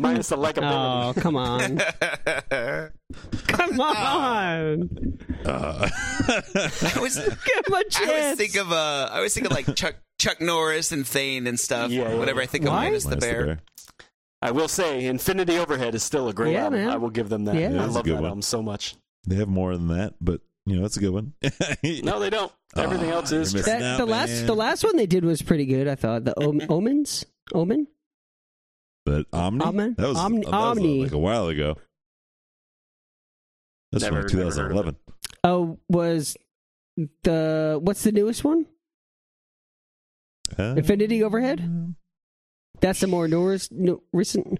A: minus the likability.
C: Oh, come on. Come on.
B: Uh,
D: I was
C: Give him a
D: I always
C: chance.
D: think of uh I always think of like Chuck Chuck Norris and Thane and stuff.
A: Yeah, yeah.
D: Whenever I think of
C: Why?
D: Minus the Bear.
A: I will say, Infinity Overhead is still a great
C: Yeah,
A: album.
C: man.
A: I will give them that.
C: Yeah. Yeah,
A: I
B: that's a
A: love
B: good
A: that
B: one.
A: album so much.
B: They have more than that, but you know, it's a good one.
A: No, they don't. Everything
B: Ah,
A: else is.
B: you're
A: trash.
B: missing
C: That-
B: out,
C: the last
B: man.
C: the last one they did was pretty good, I thought. The Om- Omens? Omen?
B: But Omni,
C: Omni-
B: that was,
C: Omni-
B: that was uh,
C: Omni.
B: like a while ago. That's
A: Never-
B: from
A: never heard of
B: 2011.
C: Oh, was the what's the newest one?
A: Uh-huh.
B: Uh,
C: Infinity Overhead. That's the more newest, new, recent.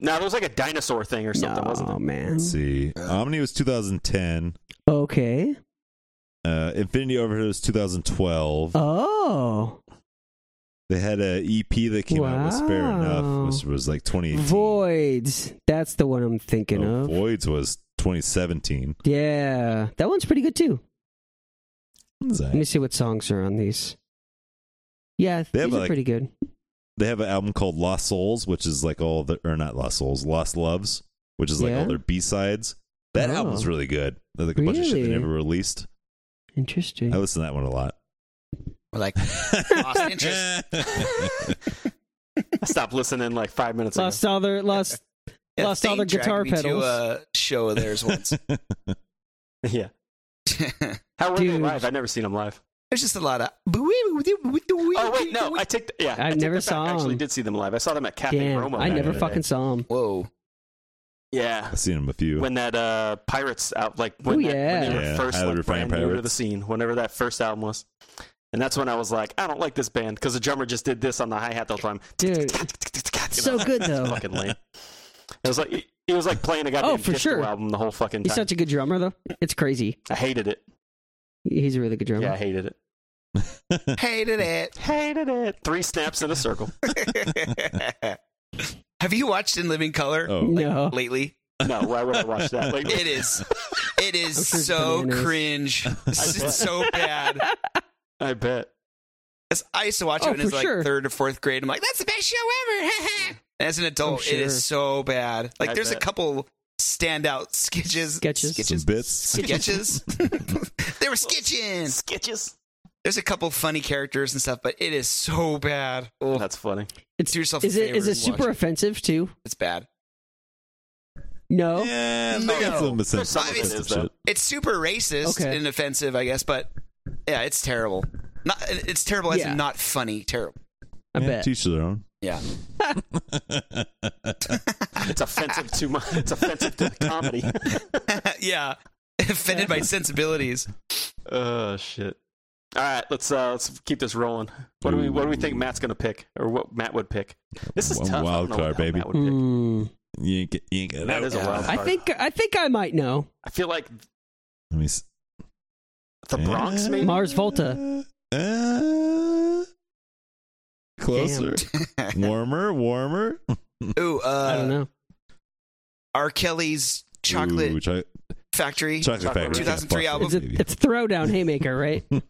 A: No, there was like a dinosaur thing or something, wasn't
C: oh
A: it?
C: man.
B: Let's see. Omni was 2010.
C: Okay.
B: Uh, Infinity Overhead was 2012.
C: Oh,
B: They had a EP that came out was fair
C: Wow.
B: enough, which was like
A: E
B: 2018.
C: voids. That's the one I'm thinking
B: Oh,
C: of.
B: Voids was 2017.
C: Yeah, that one's pretty good too.
B: What's
C: Let me
B: that?
C: see what songs are on these. Yeah,
B: They have,
C: these are
B: like-
C: pretty good.
B: They have an album called Lost Souls, which is like all the or not Lost Souls, Lost Loves, which is like
C: Yeah.
B: all their B sides. That
C: Oh.
B: album's really good. There's like a bunch of shit they
C: Really?
B: never released.
C: Interesting.
B: I listen to that one a lot.
D: We're like, Lost interest.
A: I stopped listening like five minutes ago.
C: lost all their lost.
D: yeah,
C: Lost all
D: Thane
C: their
D: dragged
C: guitar
D: me
C: pedals.
D: To a show of theirs once. it
A: Yeah. How were they
C: Dude.
A: live? I've never seen them live.
D: was just a lot of.
A: Oh
D: Oh
A: wait, no, I take yeah.
C: I
A: I take
C: never
A: that back.
C: saw
A: I actually
C: 'em.
A: did see them live. I saw them at Cafe
C: Damn,
A: Roma.
C: I
A: back
C: never
A: in the
C: fucking
A: day.
C: saw them.
D: Whoa.
A: Yeah,
B: I've seen them a few.
A: when that uh pirates out like when,
C: Ooh,
A: that, when they were
B: yeah. Yeah,
A: first
B: Isle of
A: like,
B: Refined
A: brand new to the
B: Pirates.
A: scene, whenever that first album was. And that's when I was like, I don't like this band because the drummer just did this on the hi hat the whole time.
C: Dude, so good though.
A: fucking lame. It was like it was like playing a goddamn
C: Oh, for
A: disco
C: sure.
A: album the whole fucking
C: He's
A: time.
C: such a good drummer though. It's crazy.
A: I hated it.
C: He's a really good drummer.
A: Yeah, I hated it.
D: Hated it.
A: Hated it. Three snaps in a circle.
D: Have you watched In Living Color
B: oh,
C: no.
D: lately?
A: No, why would I watch that? Like,
D: It is. It
C: I'm
D: is
C: sure it's
D: so
C: bananas.
D: cringe. It's
A: bet.
D: just so bad.
A: I bet.
D: 'Cause I used to watch
C: Oh,
D: it when it was
C: for
D: like
C: sure.
D: third or fourth grade. I'm like, that's the best show ever. As an adult,
C: Oh, sure.
D: it is so bad. Like,
A: I
D: there's
A: bet.
D: a couple standout sketches.
C: Sketches.
B: some
D: Sketches.
B: bits.
D: Sketches. they were sketching.
A: Sketches.
D: There's a couple funny characters and stuff, but it is so bad. Oh,
A: That's funny.
D: do yourself
C: Is
D: a
C: it
D: favor
C: is it
D: and watch
C: super offensive too?
D: It's bad.
C: No.
B: Yeah, they got
D: No.
B: some
A: There's some
B: essential
A: of
D: it
A: is,
B: offensive
A: though.
B: shit.
D: It's super racist
C: Okay.
D: and offensive, I guess, but yeah, it's terrible. Not it's terrible as
C: Yeah.
D: in not funny, terrible.
C: I
B: yeah,
C: bet.
B: Teach their own.
D: Yeah.
A: It's offensive to my. It's offensive to the comedy.
D: yeah. Offended by sensibilities.
A: Oh shit! All right, let's uh let's keep this rolling. What do we What do we think
B: Ooh.
A: Matt's gonna pick, or what Matt would pick? This is
B: One
A: tough. I
B: wild
A: don't know what
B: card,
A: the hell
B: baby. Hmm.
A: Matt would pick.
C: Hmm.
B: You ain't get, you ain't get
A: That
B: out.
A: is a wild
C: I
A: card.
C: think I think I might know.
A: I feel like
B: Let me s-
A: the Bronx,
B: Eh,
A: maybe.
C: Uh, Mars Volta.
B: eh, closer. warmer, warmer.
D: Ooh,
C: I don't
D: uh
C: know.
D: R. Kelly's Chocolate
B: Ooh, cho-
D: Factory.
B: chocolate
A: Chocolate
B: factory.
D: 2003
B: Yeah, fuck
D: album.
C: It's
B: it,
C: a, it's Throwdown Haymaker, right?
A: All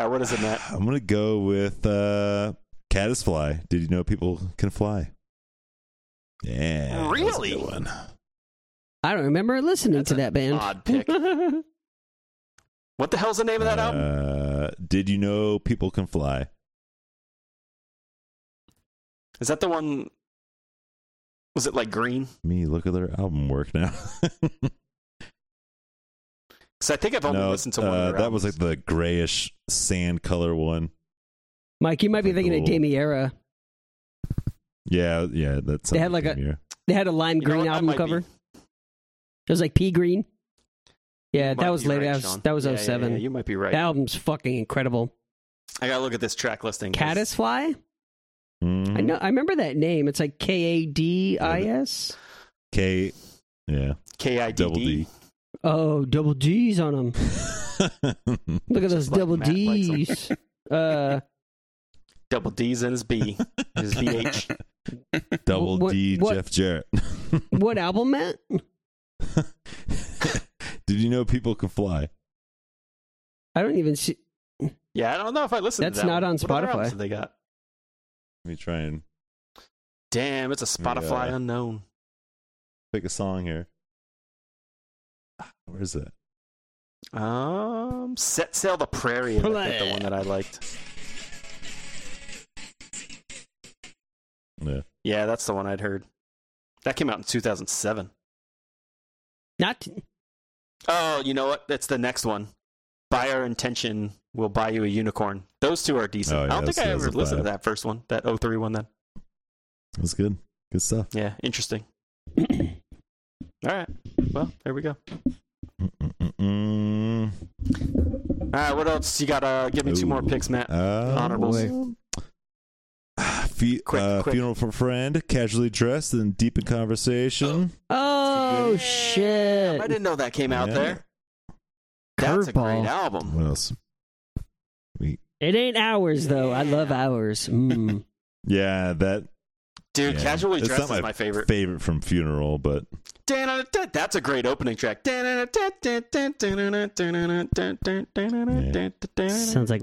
A: right, what is it, Matt?
B: I'm gonna go with uh, Caddisfly. Did you know people can fly? Yeah, that was a
A: Really?
B: good one.
C: I don't remember listening
A: That's
C: to that band.
A: Odd pick. What the hell's the name of that album?
B: Uh, did you know people can fly?
A: Is that the one? Was it like Green?
B: Me, look at their album work now.
A: Because I think I've only
B: no,
A: listened to one.
B: uh,
A: of their
B: that was like
A: albums.
B: the grayish sand color one.
C: Mike, you might be
B: Like a
C: thinking of
B: little-
C: Damiera.
B: Yeah, yeah, that's
C: They had like a- They had a lime
A: You know
C: green
A: what, that
C: album
A: might be-
C: cover. It was like pea green. Yeah,
A: you
C: that
A: might
C: was
A: be
C: later.
A: right,
C: that was,
A: Sean.
C: that was
A: Yeah, yeah,
C: 07.
A: yeah, you might be right.
C: That album's fucking incredible.
A: I gotta look at this track listing. 'cause-
C: Caddisfly?
B: Mhm.
A: Mm-hmm.
C: I know. I remember that name. It's like K A D I S.
B: K. Yeah,
A: K I D
B: double D.
C: Oh, double D's on them. Look at those
A: like
C: double
A: Matt likes 'em.
C: D's. Uh,
A: Double D's and his B. His BH.
B: Double
C: What-
B: D.
C: what-
B: Jeff Jarrett.
C: what album, Matt?
B: Did you know people can fly?
C: I don't even see.
A: Yeah, I don't know if I listened
C: That's
A: to that.
C: not
A: one.
C: on
A: What other
C: Spotify.
A: albums did they got?
B: Let me try and
A: Damn, it's a Spotify
B: Yeah.
A: unknown.
B: pick a song here. Ah, Where is it?
A: Um, Set Sail the Prairie is I think, the one that I liked.
B: Yeah.
A: Yeah, that's the one I'd heard. That came out in 2007.
C: Not.
A: Oh, you know what? That's the next one. By Our Intention Will Buy You a Unicorn. Those two are decent.
B: Oh, yeah,
A: I don't think
B: that's-
A: I
B: that's
A: ever
B: a
A: listened to
B: vibe.
A: that first one, that 03 one then.
B: That's good. Good stuff.
A: Yeah, interesting. All right. Well, there we go.
B: Mm-mm-mm-mm.
A: All right, what else you got? Uh, give me two more
B: Ooh.
A: picks, Matt.
B: Uh,
A: Honorables.
B: boy. Ah, Fe-
A: Quick,
B: uh,
A: quick.
B: Funeral for a friend, casually dressed and deep in conversation.
C: Oh
A: Yeah, I
C: shit!
A: didn't know that came out
B: Yeah.
A: there. That's a great
C: Curveball.
A: album.
B: What else?
C: It ain't ours though. I love ours. Mm.
B: Yeah, that
A: Dude,
B: Yeah.
A: Casually
B: It's
A: Dressed
B: not
A: is
B: my
A: my favorite.
B: favorite from Funeral, but
A: Da-na-da-da. That's a great opening track. Sounds
C: Sounds like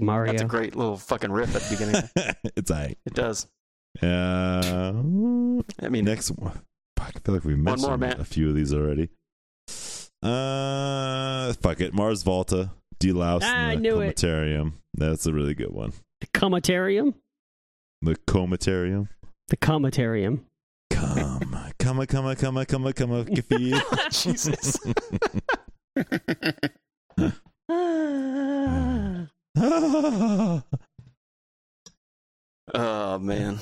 A: That's a
C: Mario.
A: great little fucking riff at the beginning.
B: it's I.
A: It does.
B: Uh,
A: I mean,
B: next one. Fuck, I feel like we mentioned
A: more, Matt.
B: a few of these already. Uh, fuck it. Mars Volta, Delouse,
C: Ah, I
B: and the
C: knew it.
B: Comatarium. That's a really good one.
C: Comatarium.
B: The Comatarium.
C: The Comatarium.
B: Come, come, come, come, come, come, Kafir.
A: Jesus. Ah.
B: uh,
A: Oh man.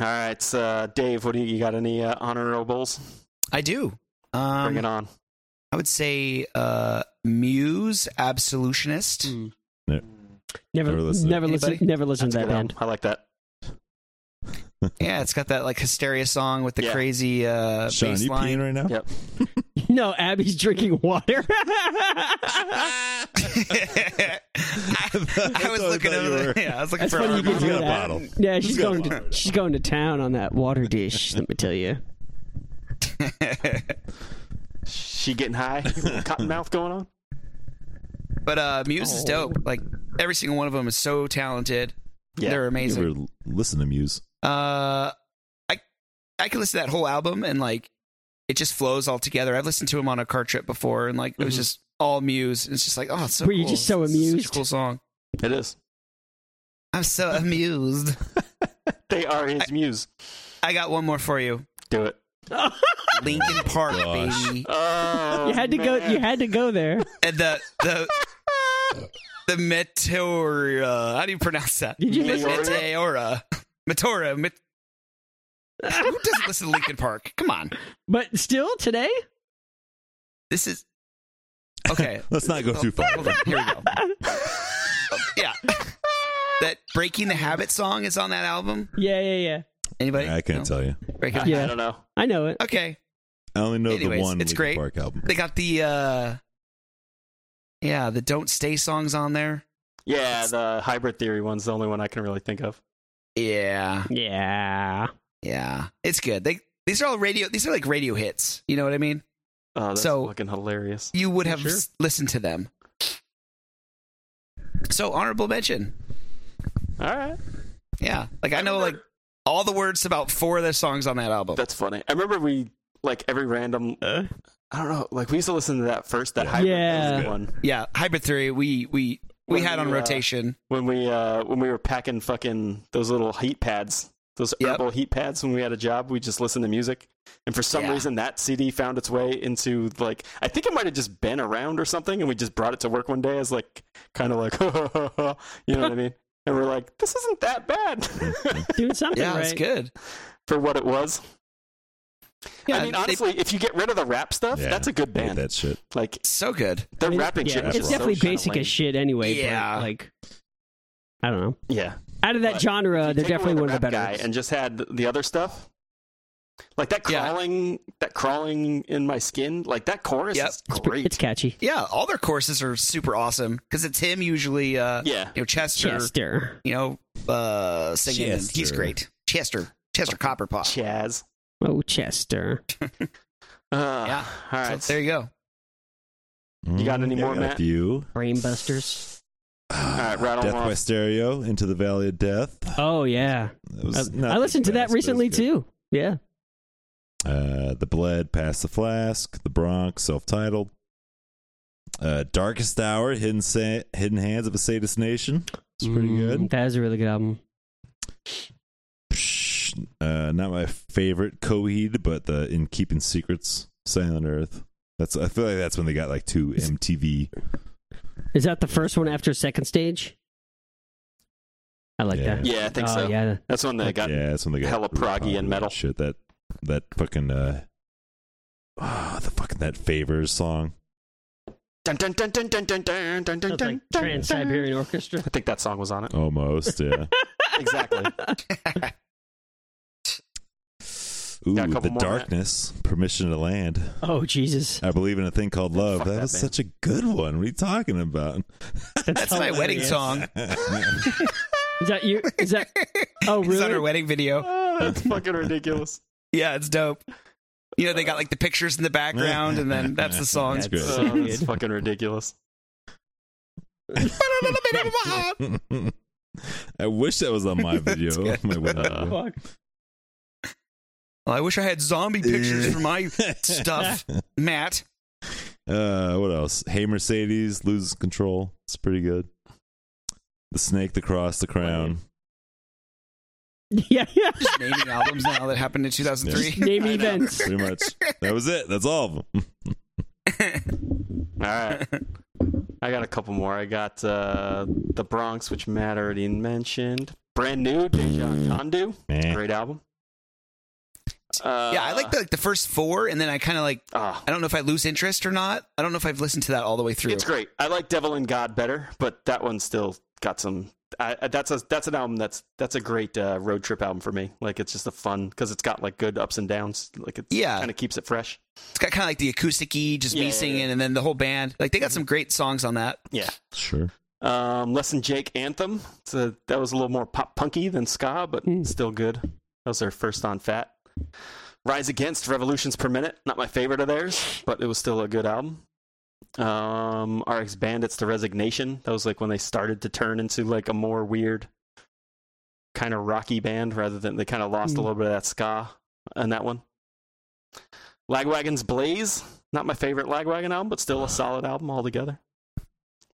A: All right, so, uh, Dave, what do you, you got? Any uh, honorables?
D: I do.
A: Bring it
D: Um,
A: on.
D: I would say uh, Muse Absolutionist.
A: Hmm.
C: Mm.
B: Ne-
C: Never,
B: Never listened.
C: never listen,
D: Anybody?
C: never listen
A: That's a
C: to that
A: good album.
C: band.
A: I like that.
D: Yeah, it's got that like hysteria song with the
A: Yeah.
D: crazy uh,
B: Sean,
D: bass
B: you peeing
D: line.
B: right now?
A: Yep.
C: No, Abby's drinking water.
D: I, I was
B: thought- I
D: looking
B: thought you
D: over.
B: were-
D: The, yeah, I was looking
C: That's
D: for.
C: funny you
D: Arnold.
C: can
B: Who's
C: do
B: got a
C: that.
B: bottle?
C: yeah, she's
B: got
C: going
B: water?
C: to she's going to town on that water dish. let me tell you.
A: She getting high? Cotton mouth going on?
D: but uh, Muse is dope. Like every single one of them is so talented.
A: Yeah.
D: They're
B: You
D: amazing.
B: ever l- listen to Muse?
D: Uh, I I could listen to that whole album and like it just flows all together. I've listened to him on a car trip before and like it was
A: Mhm.
D: just all Muse. And it's just like oh, it's so.
C: Mm-hmm. Were you
D: cool.
C: just so
D: It's such a
C: amused?
D: cool song.
A: It is.
D: I'm so amused.
A: They are his muse.
D: I got one more for you.
A: Do it.
D: Lincoln Park,
B: Gosh.
D: baby.
A: Oh,
C: you had to go.
A: man.
C: You had to go there.
D: And the the the Meteora. How do you pronounce that?
C: Did you
D: Me-
A: listen-
D: Meteora. Meteora. Met- Who doesn't listen to Lincoln Park? Come on.
C: But still today,
D: This is okay.
B: Let's not go too far.
D: Hold on. Here we go. yeah. That Breaking the Habit song is on that album.
C: yeah, yeah, yeah.
D: Anybody?
B: I can't
D: No.
B: tell you.
D: Breaking
A: I,
D: the-
A: I
C: Yeah.
A: don't know.
C: I know it.
D: Okay.
B: I only know
D: Anyways,
B: the one
D: it's
B: Linkin
D: great.
B: Park album.
D: They got the uh yeah, the Don't Stay songs on there.
A: Yeah, the hybrid theory one's the only one I can really think of.
D: Yeah.
C: Yeah.
D: Yeah. It's good. They these are all radio these are like radio hits. You know what I mean?
A: Oh, that's
D: So-
A: fucking hilarious.
D: You would have
A: Sure.
D: s- listened to them. So honorable mention.
A: All right.
D: Yeah. Like I know like all the words about four of the songs on that album.
A: That's funny. I remember we, like, every random, I don't know, like, we used to listen to that first, that
B: Yeah.
A: hybrid
C: Yeah.
A: theory one.
D: Yeah, Hybrid Theory we we we
A: When
D: had on
A: you, uh,
D: rotation.
A: when we uh when we were packing fucking those little heat pads those
D: Yep.
A: herbal heat pads when we had a job we just listened to music and for some
D: Yeah.
A: reason that cd found its way into like i think it might have just been around or something and we just brought it to work one day as like kind of like you know what i mean and we're like this isn't that bad
C: Doing something
D: Yeah,
C: right.
D: it's good.
A: for what it was
D: Yeah,
A: i mean
D: they-
A: honestly if you get rid of the rap stuff
B: Yeah,
A: that's a good
B: I hate
A: band
B: that shit.
A: like
D: so good.
A: the
C: I mean,
A: rapping
C: yeah,
A: shit was
C: It's
A: just so
C: definitely
A: kinda
C: basic
A: lame.
C: as shit anyway.
D: Yeah.
C: But like, I don't know.
A: yeah
C: Out of that
A: But
C: genre,
A: If
C: Uh, they're
A: you take away
C: definitely one of the
A: rap
C: better.
A: guy and just had the other stuff like that
D: Yeah.
A: crawling that crawling in my skin like that chorus
D: Yep.
A: is
C: it's, pre-
A: great
C: it's catchy.
D: Yeah, all their courses are super awesome because it's him usually. Uh,
A: yeah
D: you know, Chester.
C: Chester.
D: You know, uh, singing. and He's
B: Chester.
D: great. Chester. Chester Copperpot.
A: chaz
C: Oh, Chester.
A: uh,
D: Yeah.
A: all
D: So
A: right
D: there you go.
A: You got
B: Mm,
A: any
B: yeah, I
A: more,
B: got
A: Matt?
B: A few.
C: Brainbusters.
A: right, rattle
B: Death
A: them
B: by
A: off.
B: Stereo, Into the Valley of Death.
C: Oh yeah.
B: That was
C: I,
B: not
C: Uh, I
B: the
C: listened to
B: best,
C: that
B: but it was
C: recently
B: good.
C: too. Yeah.
B: Uh, the Bled, Past the Flask, The Bronx, self-titled. Uh, Darkest Hour, Hidden Sa- Hidden Hands of a Sadist Nation. It's pretty
C: Mm,
B: good.
C: That is a really good album.
B: Psh, Uh, not my favorite Coheed, but the In Keeping Secrets, Silent Earth. That's I feel like that's when they got like two MTV.
C: Is that the first one after Second Stage? I like
B: Yeah.
C: that.
A: Yeah, I think
C: oh,
A: so.
C: Yeah.
A: That's when they got.
B: yeah, that's when they got
A: hella
B: really
A: proggy
B: popular
A: and metal.
B: and Oh, shit. That that fucking uh, ah, the fucking that favors song.
A: Dun, dun, dun, dun, dun, dun, dun, dun, dun,
C: That's like
A: dun,
C: Trans Siberian Orchestra.
A: I think that song was on it.
B: Almost, yeah.
A: Exactly.
B: Ooh,
A: Got a couple
B: the
A: more, Matt.
B: darkness, permission to land.
C: Oh Jesus,
B: I believe in a thing called love.
A: Fuck
B: that
A: that
B: was
A: band.
B: such a good one. What are you talking about?
D: That's my wedding
C: hilarious.
D: song.
C: Is that you? Is that? Oh
D: It's on her
C: really?
D: wedding video.
A: oh,
B: Ah,
A: that's fucking ridiculous.
D: Yeah, it's dope. You know, they got like the pictures in the background, and then that's the song.
B: That's good.
A: Oh, that's fucking ridiculous.
D: uh,
B: I wish that was on my video.
D: That's
B: my wedding
A: Uh,
B: video.
C: Fuck.
D: Well, I wish I had zombie pictures for my stuff, Matt.
B: Uh, what else? Hey Mercedes loses control. It's pretty good. The snake, the cross, the crown.
C: Yeah, yeah.
D: Just naming albums now that happened in 2003.
C: Name
A: I know.
C: events.
B: Pretty much. That was it. That's all of them.
A: All right. I got a couple more. I got uh, The Bronx, which Matt already mentioned. Brand new, Deja Condu.
B: Man.
A: Great album. Uh,
D: Yeah, I like the, like the first four, and then I kind of like
A: ah,
D: I don't know if I lose interest or not. I don't know if I've listened to that all the way through.
A: it's great. I like Devil and God better, but that one still got some. I, I- that's a that's an album that's that's a great uh, road trip album for me. Like it's just a fun because it's got like good ups and downs. Like it
D: Yeah.
A: kind of keeps it fresh.
D: It's got kind of like the acousticy, just
A: Yeah,
D: me
A: yeah,
D: singing,
A: yeah.
D: and then the whole band. Like they got some great songs on that.
A: Yeah.
B: Sure.
A: Um, Less Than Jake Anthem. It's a, that was a little more pop punky than ska, but
C: Mm.
A: still good. That was their first on Fat. Rise Against Revolutions Per Minute. Not my favorite of theirs, but it was still a good album. Um, RX Bandits The Resignation. That was like when they started to turn into like a more weird kind of rocky band rather than they kind of lost
C: Mm.
A: a little bit of that ska in that one. Lagwagon's Blaze. Not my favorite Lagwagon album, but still a solid album altogether.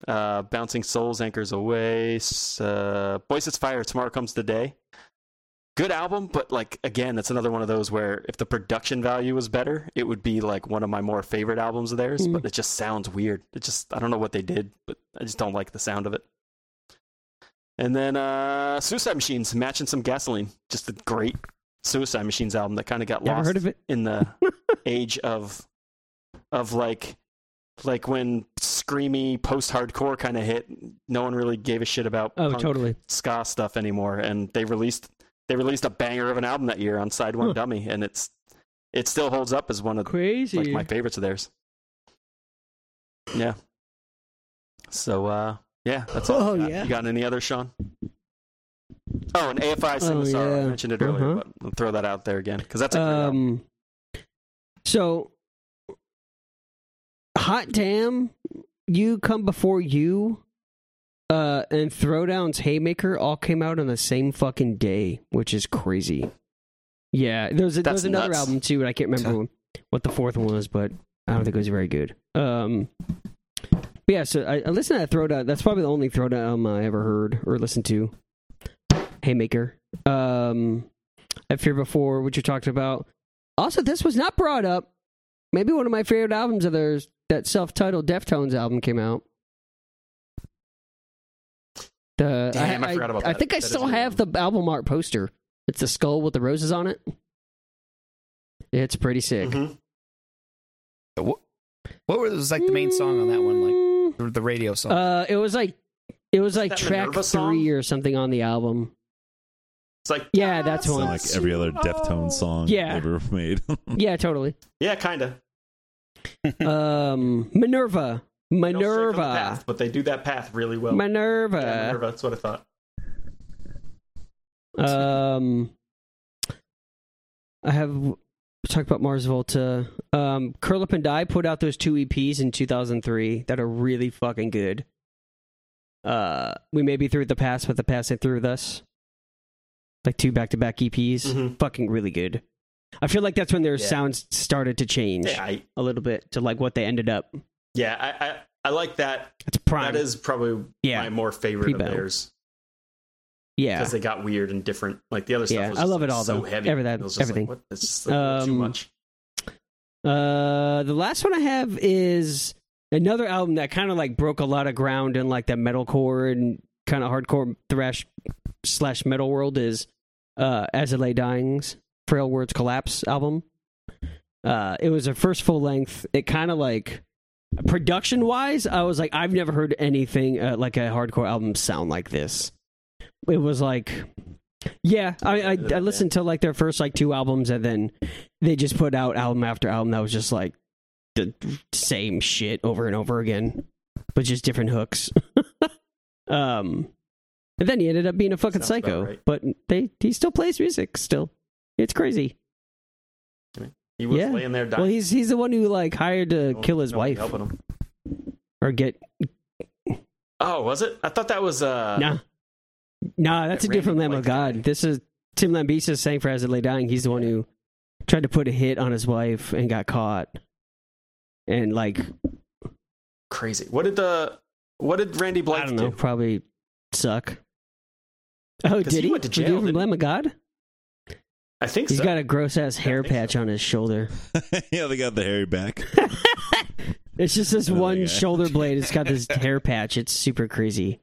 A: Uh, Bouncing Souls, Anchors Away, s- uh, Boy Sets Fire, Tomorrow Comes the Day. Good album, but like again, that's another one of those where if the production value was better, it would be like one of my more favorite albums of theirs.
C: Mm.
A: But it just sounds weird. It just I don't know what they did, but I just don't like the sound of it. And then uh, Suicide Machines, matching some gasoline, just a great Suicide Machines album that kind of got
C: Never
A: lost
C: heard of it.
A: in the age of of like like when screamy post hardcore kind of hit no one really gave a shit about
C: Oh,
A: punk
C: totally.
A: ska stuff anymore and they released they released a banger of an album that year on side one
C: Huh.
A: dummy and it's it still holds up as one of
C: Crazy.
A: like my favorites of theirs yeah so uh yeah that's all I
C: Oh,
A: got.
C: yeah.
A: you got any other sean oh and afi
C: Oh,
A: Simasaro. i
C: yeah.
A: mentioned it earlier
C: Uh-huh.
A: but i'll throw that out there again because that's a great album.
C: um. So, hot damn! You come before you. Uh, and Throwdown's Haymaker all came out on the same fucking day, which is crazy. Yeah, there's a,
A: That's
C: there's another
A: nuts.
C: album too, and I can't remember what the fourth one was, but I don't think it was very good. Um, but yeah, so I, I listened to that Throwdown. That's probably the only Throwdown album I ever heard or listened to. Haymaker. Um, I fear before what you talked about. Also, this was not brought up. Maybe one of my favorite albums of theirs, that self-titled Deftones album, came out. The,
A: Damn, I forgot about
C: I
A: that.
C: think I
A: That is
C: still
A: a good
C: have the album art poster. It's the skull with the roses on it. It's pretty sick.
A: Mhm.
D: What, what were- was like the main song on that one?
C: Mm,
D: Like the radio song.
C: uh, it was like it was like
A: that
C: track
A: Minerva
C: three
A: song?
C: or something on the album.
A: It's like
C: Yeah, that's
B: Sound
C: one.
B: like every other Deftone song
C: Yeah.
B: ever made.
C: Yeah, totally.
A: Oh. Yeah, kind of.
C: Um, Minerva, Minerva,
A: but they do that path really well. Yeah,
C: Minerva.
A: Minerva, that's what I thought.
C: Um, I have talked about Mars Volta. Um, Curl Up and Die put out those two EPs in 2003 that are really fucking good. Uh, we may be through the past, but the past ain't through with us. Like two back to back EPs,
A: Mhm.
C: fucking really good. I feel like that's when their
A: Yeah.
C: sounds started to change
A: Yeah, I,
C: a little bit to like what they ended up.
A: yeah, I, I, I like that.
C: It's prime.
A: That is probably
C: yeah,
A: my more favorite
C: Pre-battle.
A: of theirs
C: yeah.
A: because they got weird and different. Like the other stuff
C: Yeah,
A: was
C: I
A: just,
C: love it
A: like,
C: all,
A: so
C: though.
A: heavy.
C: Every- that-
A: It was just like,
C: everything.
A: what? It's just like, a little too
C: Um,
A: much.
C: Uh, the last one I have is another album that kind of like broke a lot of ground in like that metalcore and kind of hardcore thrash slash Metal World is uh, As It Lay Dying's Frail Words Collapse album. Uh, it was their first full length. It kind of like production wise, I was like, I've never heard anything uh, like a hardcore album sound like this. It was like, yeah, I, I, I listened to like their first like two albums, and then they just put out album after album that was just like the same shit over and over again, but just different hooks. um, and then he ended up being a fucking
A: Sounds about
C: psycho,
A: right.
C: but they he still plays music. Still, it's crazy.
A: He was
C: Yeah.
A: laying there dying.
C: Well, he's he's the one who like hired to
A: No-
C: kill his
A: nobody
C: wife
A: Helping him.
C: or get
A: Oh, was it? I thought that was uh.
C: Nah. Nah, that's a
A: that Randy
C: different Lamb of
A: Blake
C: God.
A: guy.
C: This is Tim Lambesis saying for As It Lay Dying. He's the one who tried to put a hit on his wife and got caught. And like
A: Crazy. What did the? What did Randy Blake
C: I don't know,
A: do?
C: probably suck. Oh,
A: 'Cause
C: did he?
A: he went to
C: Did
A: jail,
C: you hear from
A: didn't
C: Lamb of God?
A: I think
C: He's
A: so.
C: got a gross ass hair
A: think so.
C: patch on his shoulder.
B: yeah, they got the hairy back.
C: It's just this
B: Another
C: one
B: guy.
C: shoulder blade. It's got this hair patch. It's super crazy.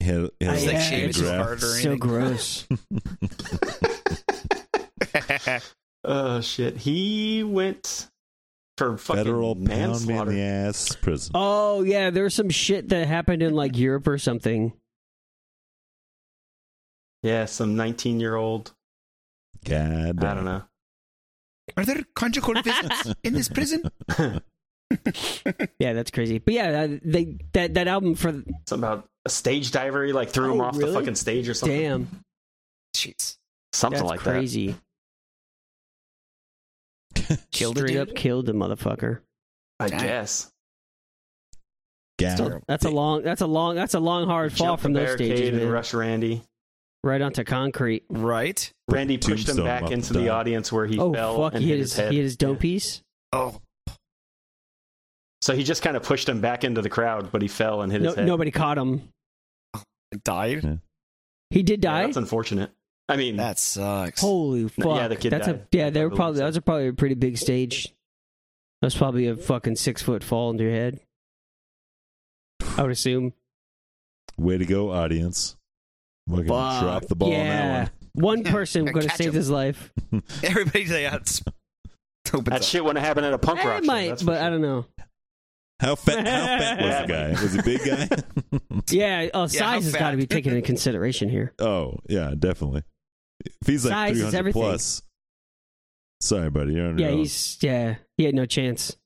B: He had, he had
D: It's
B: a
D: like
B: little
D: shaving his
B: graph.
D: hard or
C: So
D: anything.
C: gross.
A: Oh shit. He went for fucking
B: Federal pound me in
A: manslaughter.
B: the ass prison.
C: oh yeah, there's some shit that happened in like Europe or something.
A: yeah, some 19 year old.
B: God,
A: I don't know.
D: Are there conjugal visits in this prison?
C: Yeah, that's crazy. But yeah, that- they that that album for
A: Something about a stage diver. He like threw him
C: Oh,
A: off
C: really?
A: the fucking stage or something.
C: damn,
D: Jeez.
A: Something
C: that's
A: like
C: crazy.
D: Killed a
C: Straight
D: dude?
C: up killed the motherfucker.
A: that. I
D: Damn.
A: guess.
B: God.
D: Still-
C: That's a long. That's a long. That's a long hard fall
A: Jumped
C: from
A: the
C: those
A: barricade
C: stages,
A: and
C: man.
A: rushed Randy.
C: Right onto concrete.
D: Right?
A: Randy pushed him
B: tombstone
A: back
B: up
A: into
B: the
A: the
B: dome.
A: audience where he
C: oh
A: fell
C: fuck!
A: and
C: He
A: hit
C: hit
A: his,
C: his
A: head.
C: he hit his dome
A: Yeah.
C: piece.
D: Oh.
A: So he just kind of pushed him back into the crowd, but he fell and hit
C: No,
A: his head.
C: nobody caught him.
D: Died?
C: He did
A: Yeah,
C: die.
A: that's unfortunate. I mean,
D: That sucks.
C: Holy fuck!
A: yeah, the kid
C: that's
A: died.
C: a yeah.
A: I
C: They were
A: believe
C: probably
A: so.
C: that was a, probably a pretty big stage. That's probably a fucking six foot fall into your head. I would assume.
B: Way to go, audience. Fucking
C: Fuck,
B: drop the ball on
C: yeah.
B: that
C: One person
D: Yeah,
C: could have
D: catch
C: saved
D: him.
C: his life.
D: Everybody's like, "That's- opens
A: that
D: up.
A: shit wouldn't happen at a punk rock
C: It
A: show.
C: might,
A: that's for
C: but
A: sure.
C: I don't know.
B: one. How fat, how fat was the
A: Yeah.
B: guy? Was he a big guy?
C: Yeah, uh,
D: Yeah, how
C: size has got to be
D: fat?
C: taken into consideration here.
B: oh, yeah, definitely. If he's like
C: Size is
B: 300
C: everything.
B: plus. Sorry, buddy. You're on
C: Yeah,
B: your own.
C: he's yeah, he had no chance.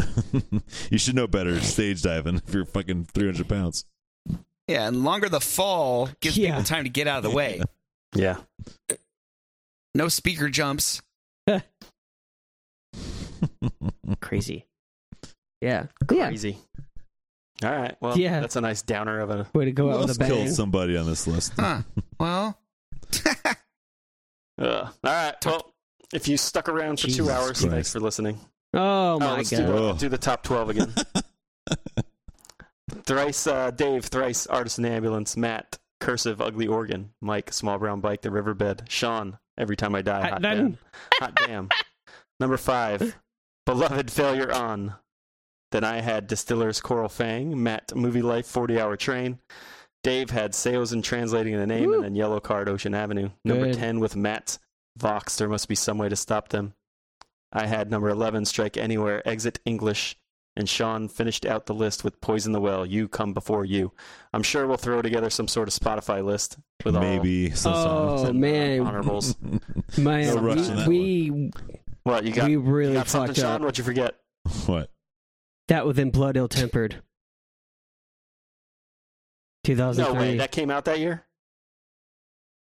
B: you should know better stage diving if you're fucking 300 pounds.
D: Yeah, and longer the fall gives
C: Yeah.
D: people time to get out of the way.
A: Yeah.
D: No speaker jumps.
C: Crazy. Yeah, yeah.
A: Crazy. All right. Well,
C: Yeah.
A: that's a nice downer of a.
C: Way to go
B: Who
C: out with
B: else
C: a bang.
B: killed somebody on this list?
D: Huh. Well,
A: Ugh. all right. Well, if you stuck around for
C: Jesus
A: two hours, thanks
B: Christ.
A: for listening.
C: Oh my
A: let's
C: god.
A: Do, uh,
B: Whoa.
A: do the top twelve again. thrice uh, Dave, thrice artisan ambulance, Matt, cursive ugly organ, Mike, small brown bike, the riverbed, Sean, every time I die,
C: Hot
A: hot
C: damn.
A: damn, hot damn. Number five, beloved failure on. Then I had distiller's coral fang, Matt, movie life, forty hour train. Dave had sales and translating the name,
C: Woo.
A: and then yellow card, Ocean Avenue. Number
C: Good.
A: ten with Matt, Vox. There must be some way to stop them. I had number 11, Strike Anywhere, Exit English, and Sean finished out the list with Poison the Well, You Come Before You. I'm sure we'll throw together some sort of Spotify list with
B: Maybe. sometimes.
C: Oh
A: all
C: man,
A: honorables.
C: man,
A: No rush on
B: that
C: we we,
A: What, you got,
C: we
A: you
C: really
A: got something,
C: fucked up.
A: Sean? What'd you forget?
B: what?
C: That within blood ill tempered.
A: No
C: 2003.
A: way, that came out that year?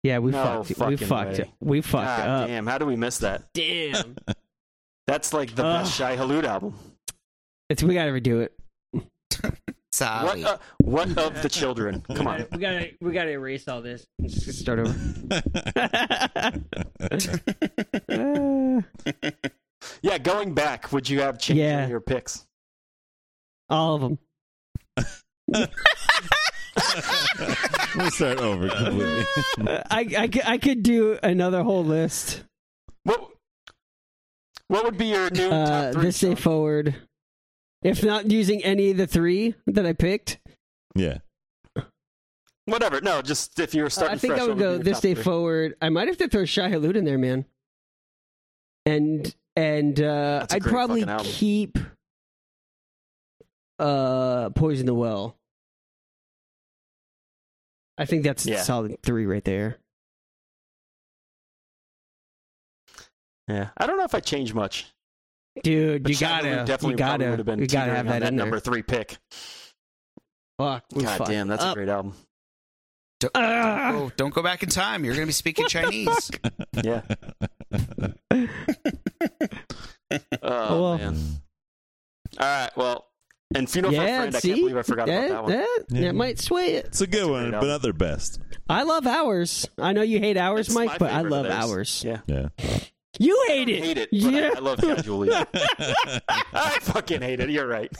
C: yeah, we
A: No
C: fucked. We
A: fucking
C: fucked.
A: way.
C: We fucked
A: God
C: up.
A: Ah, damn, how do we miss that?
C: Damn.
A: That's like the
C: Ugh.
A: best Shai Halud album.
C: it's we gotta redo it.
A: What,
D: sorry.
A: uh, what of the children? Come on.
C: We gotta we gotta erase all this. Let's start over. Uh,
A: Yeah, going back, would you have changed
C: Yeah.
A: any of your picks?
C: all of them.
B: We'll start over completely.
C: I, I c- I could do another whole list.
A: What, what would be your new
C: Uh,
A: top three?
C: this day
A: Sean?
C: forward. If not using any of the three that I picked,
B: yeah.
A: Whatever. No, just if you were
C: Uh,
A: starting
C: I think
A: fresh,
C: I
A: what
C: would
A: be
C: go
A: your
C: this
A: top
C: day
A: three?
C: forward. I might have to throw Shai Halud in there, man. And and uh,
A: That's a
C: I'd
A: great
C: probably
A: fucking album.
C: keep uh, Poison the Well. I think that's a
A: Yeah.
C: solid three right there.
A: Yeah, I don't know if I change much.
C: Dude,
A: but
C: you
A: Shaq
C: gotta,
A: Leonard definitely probably
C: you gotta,
A: would have been
C: you gotta
A: teetering
C: have
A: on
C: that, in there.
A: number three pick.
C: Fuck, Uh, we
A: God
C: fucked
A: damn, that's
C: up.
A: a great album.
D: Don't,
C: Ah.
D: don't, go, Oh, don't go back in time. You're going to be speaking Chinese.
A: Yeah. Oh
C: Well-
A: man. All right. Well, and funeral for a
C: Yeah,
A: friend. I
C: see?
A: can't believe I forgot
C: That,
A: about that one.
C: that,
B: Yeah.
C: that might sway it.
B: It's a good one, but
A: album.
B: not their best.
C: I love ours. I know you hate ours,
A: It's my
C: Mike, but I
A: favorite of
C: love
A: theirs.
C: ours.
A: Yeah.
B: Yeah.
C: You hate
A: I
C: it.
A: hate it. But
C: Yeah.
A: I, I love Casual Leisure. I fucking hate it. You're right.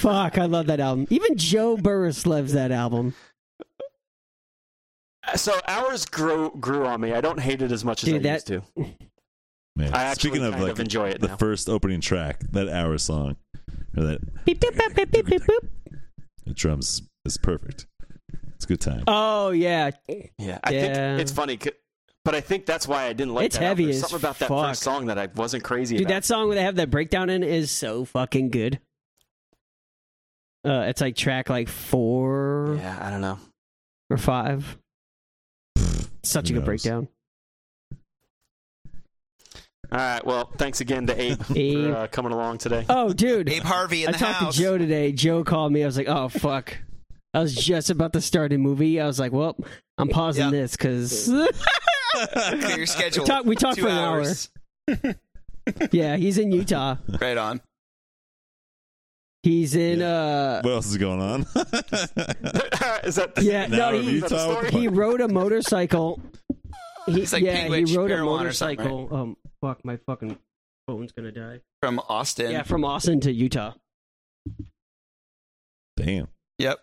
C: Fuck, I love that album. Even Joe Burris loves that album.
A: So ours grew grew on me. I don't hate it as much as
C: Dude,
A: I
C: that-
A: used to.
B: Man,
A: I actually
B: Speaking of
A: kind
B: like
A: of enjoy it
B: the
A: now.
B: first opening track, that hour song, or that
C: Beep, beep, beep, beep, beep, beep, boop.
B: the drums is perfect. It's a good time.
C: Oh yeah,
A: Yeah, I
C: Yeah.
A: think it's funny, c- but I think that's why I didn't like.
C: It's
A: that album.
C: heavy
A: There's
C: as
A: Something about that
C: fuck.
A: first song that I wasn't crazy
C: dude,
A: about.
C: that song where they have that breakdown in is so fucking good. Uh, it's like track like four
A: yeah, I don't know.
C: or five. Such a
B: Who
C: good
B: knows?
C: breakdown.
A: All right, well, thanks again to Abe
C: Abe.
A: for uh, coming along today.
C: Oh, dude,
D: Abe Harvey in
C: I
D: the
C: talked
D: house.
C: to Joe today. Joe called me. I was like, oh fuck. I was just about to start a movie. I was like, well, I'm pausing
D: Yeah.
C: this because
D: Clear your schedule.
C: Talk- we talked
D: Two
C: for an hour.
D: hours.
C: yeah, he's in Utah.
D: Right on.
C: He's in uh
B: what else is going on?
A: Is that
C: yeah,
B: An hour
C: no,
B: of
C: he,
A: Is that the
B: Utah.
A: story?
C: he rode a motorcycle. He,
D: It's like
C: yeah,
D: Pink Witch
C: he rode a
D: Parawan or something,
C: motorcycle. Um, fuck, my fucking phone's gonna die.
D: From Austin.
C: Yeah, from Austin to Utah.
B: Damn.
D: Yep.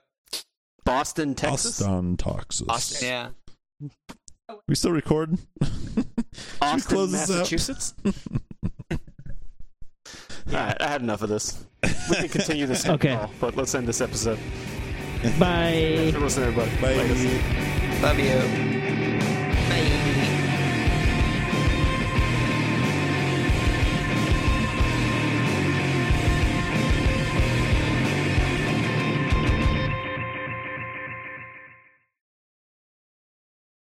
A: Boston, Texas?
B: Austin, Texas.
D: Austin. Yeah.
B: We still recording?
A: Austin,
B: close this up?
A: Massachusetts? All right, I had enough of this. We can continue this
C: Okay.
A: call, but let's end this episode.
C: Bye.
A: Thanks for listening, everybody.
B: Bye.
A: Latest.
D: Love you.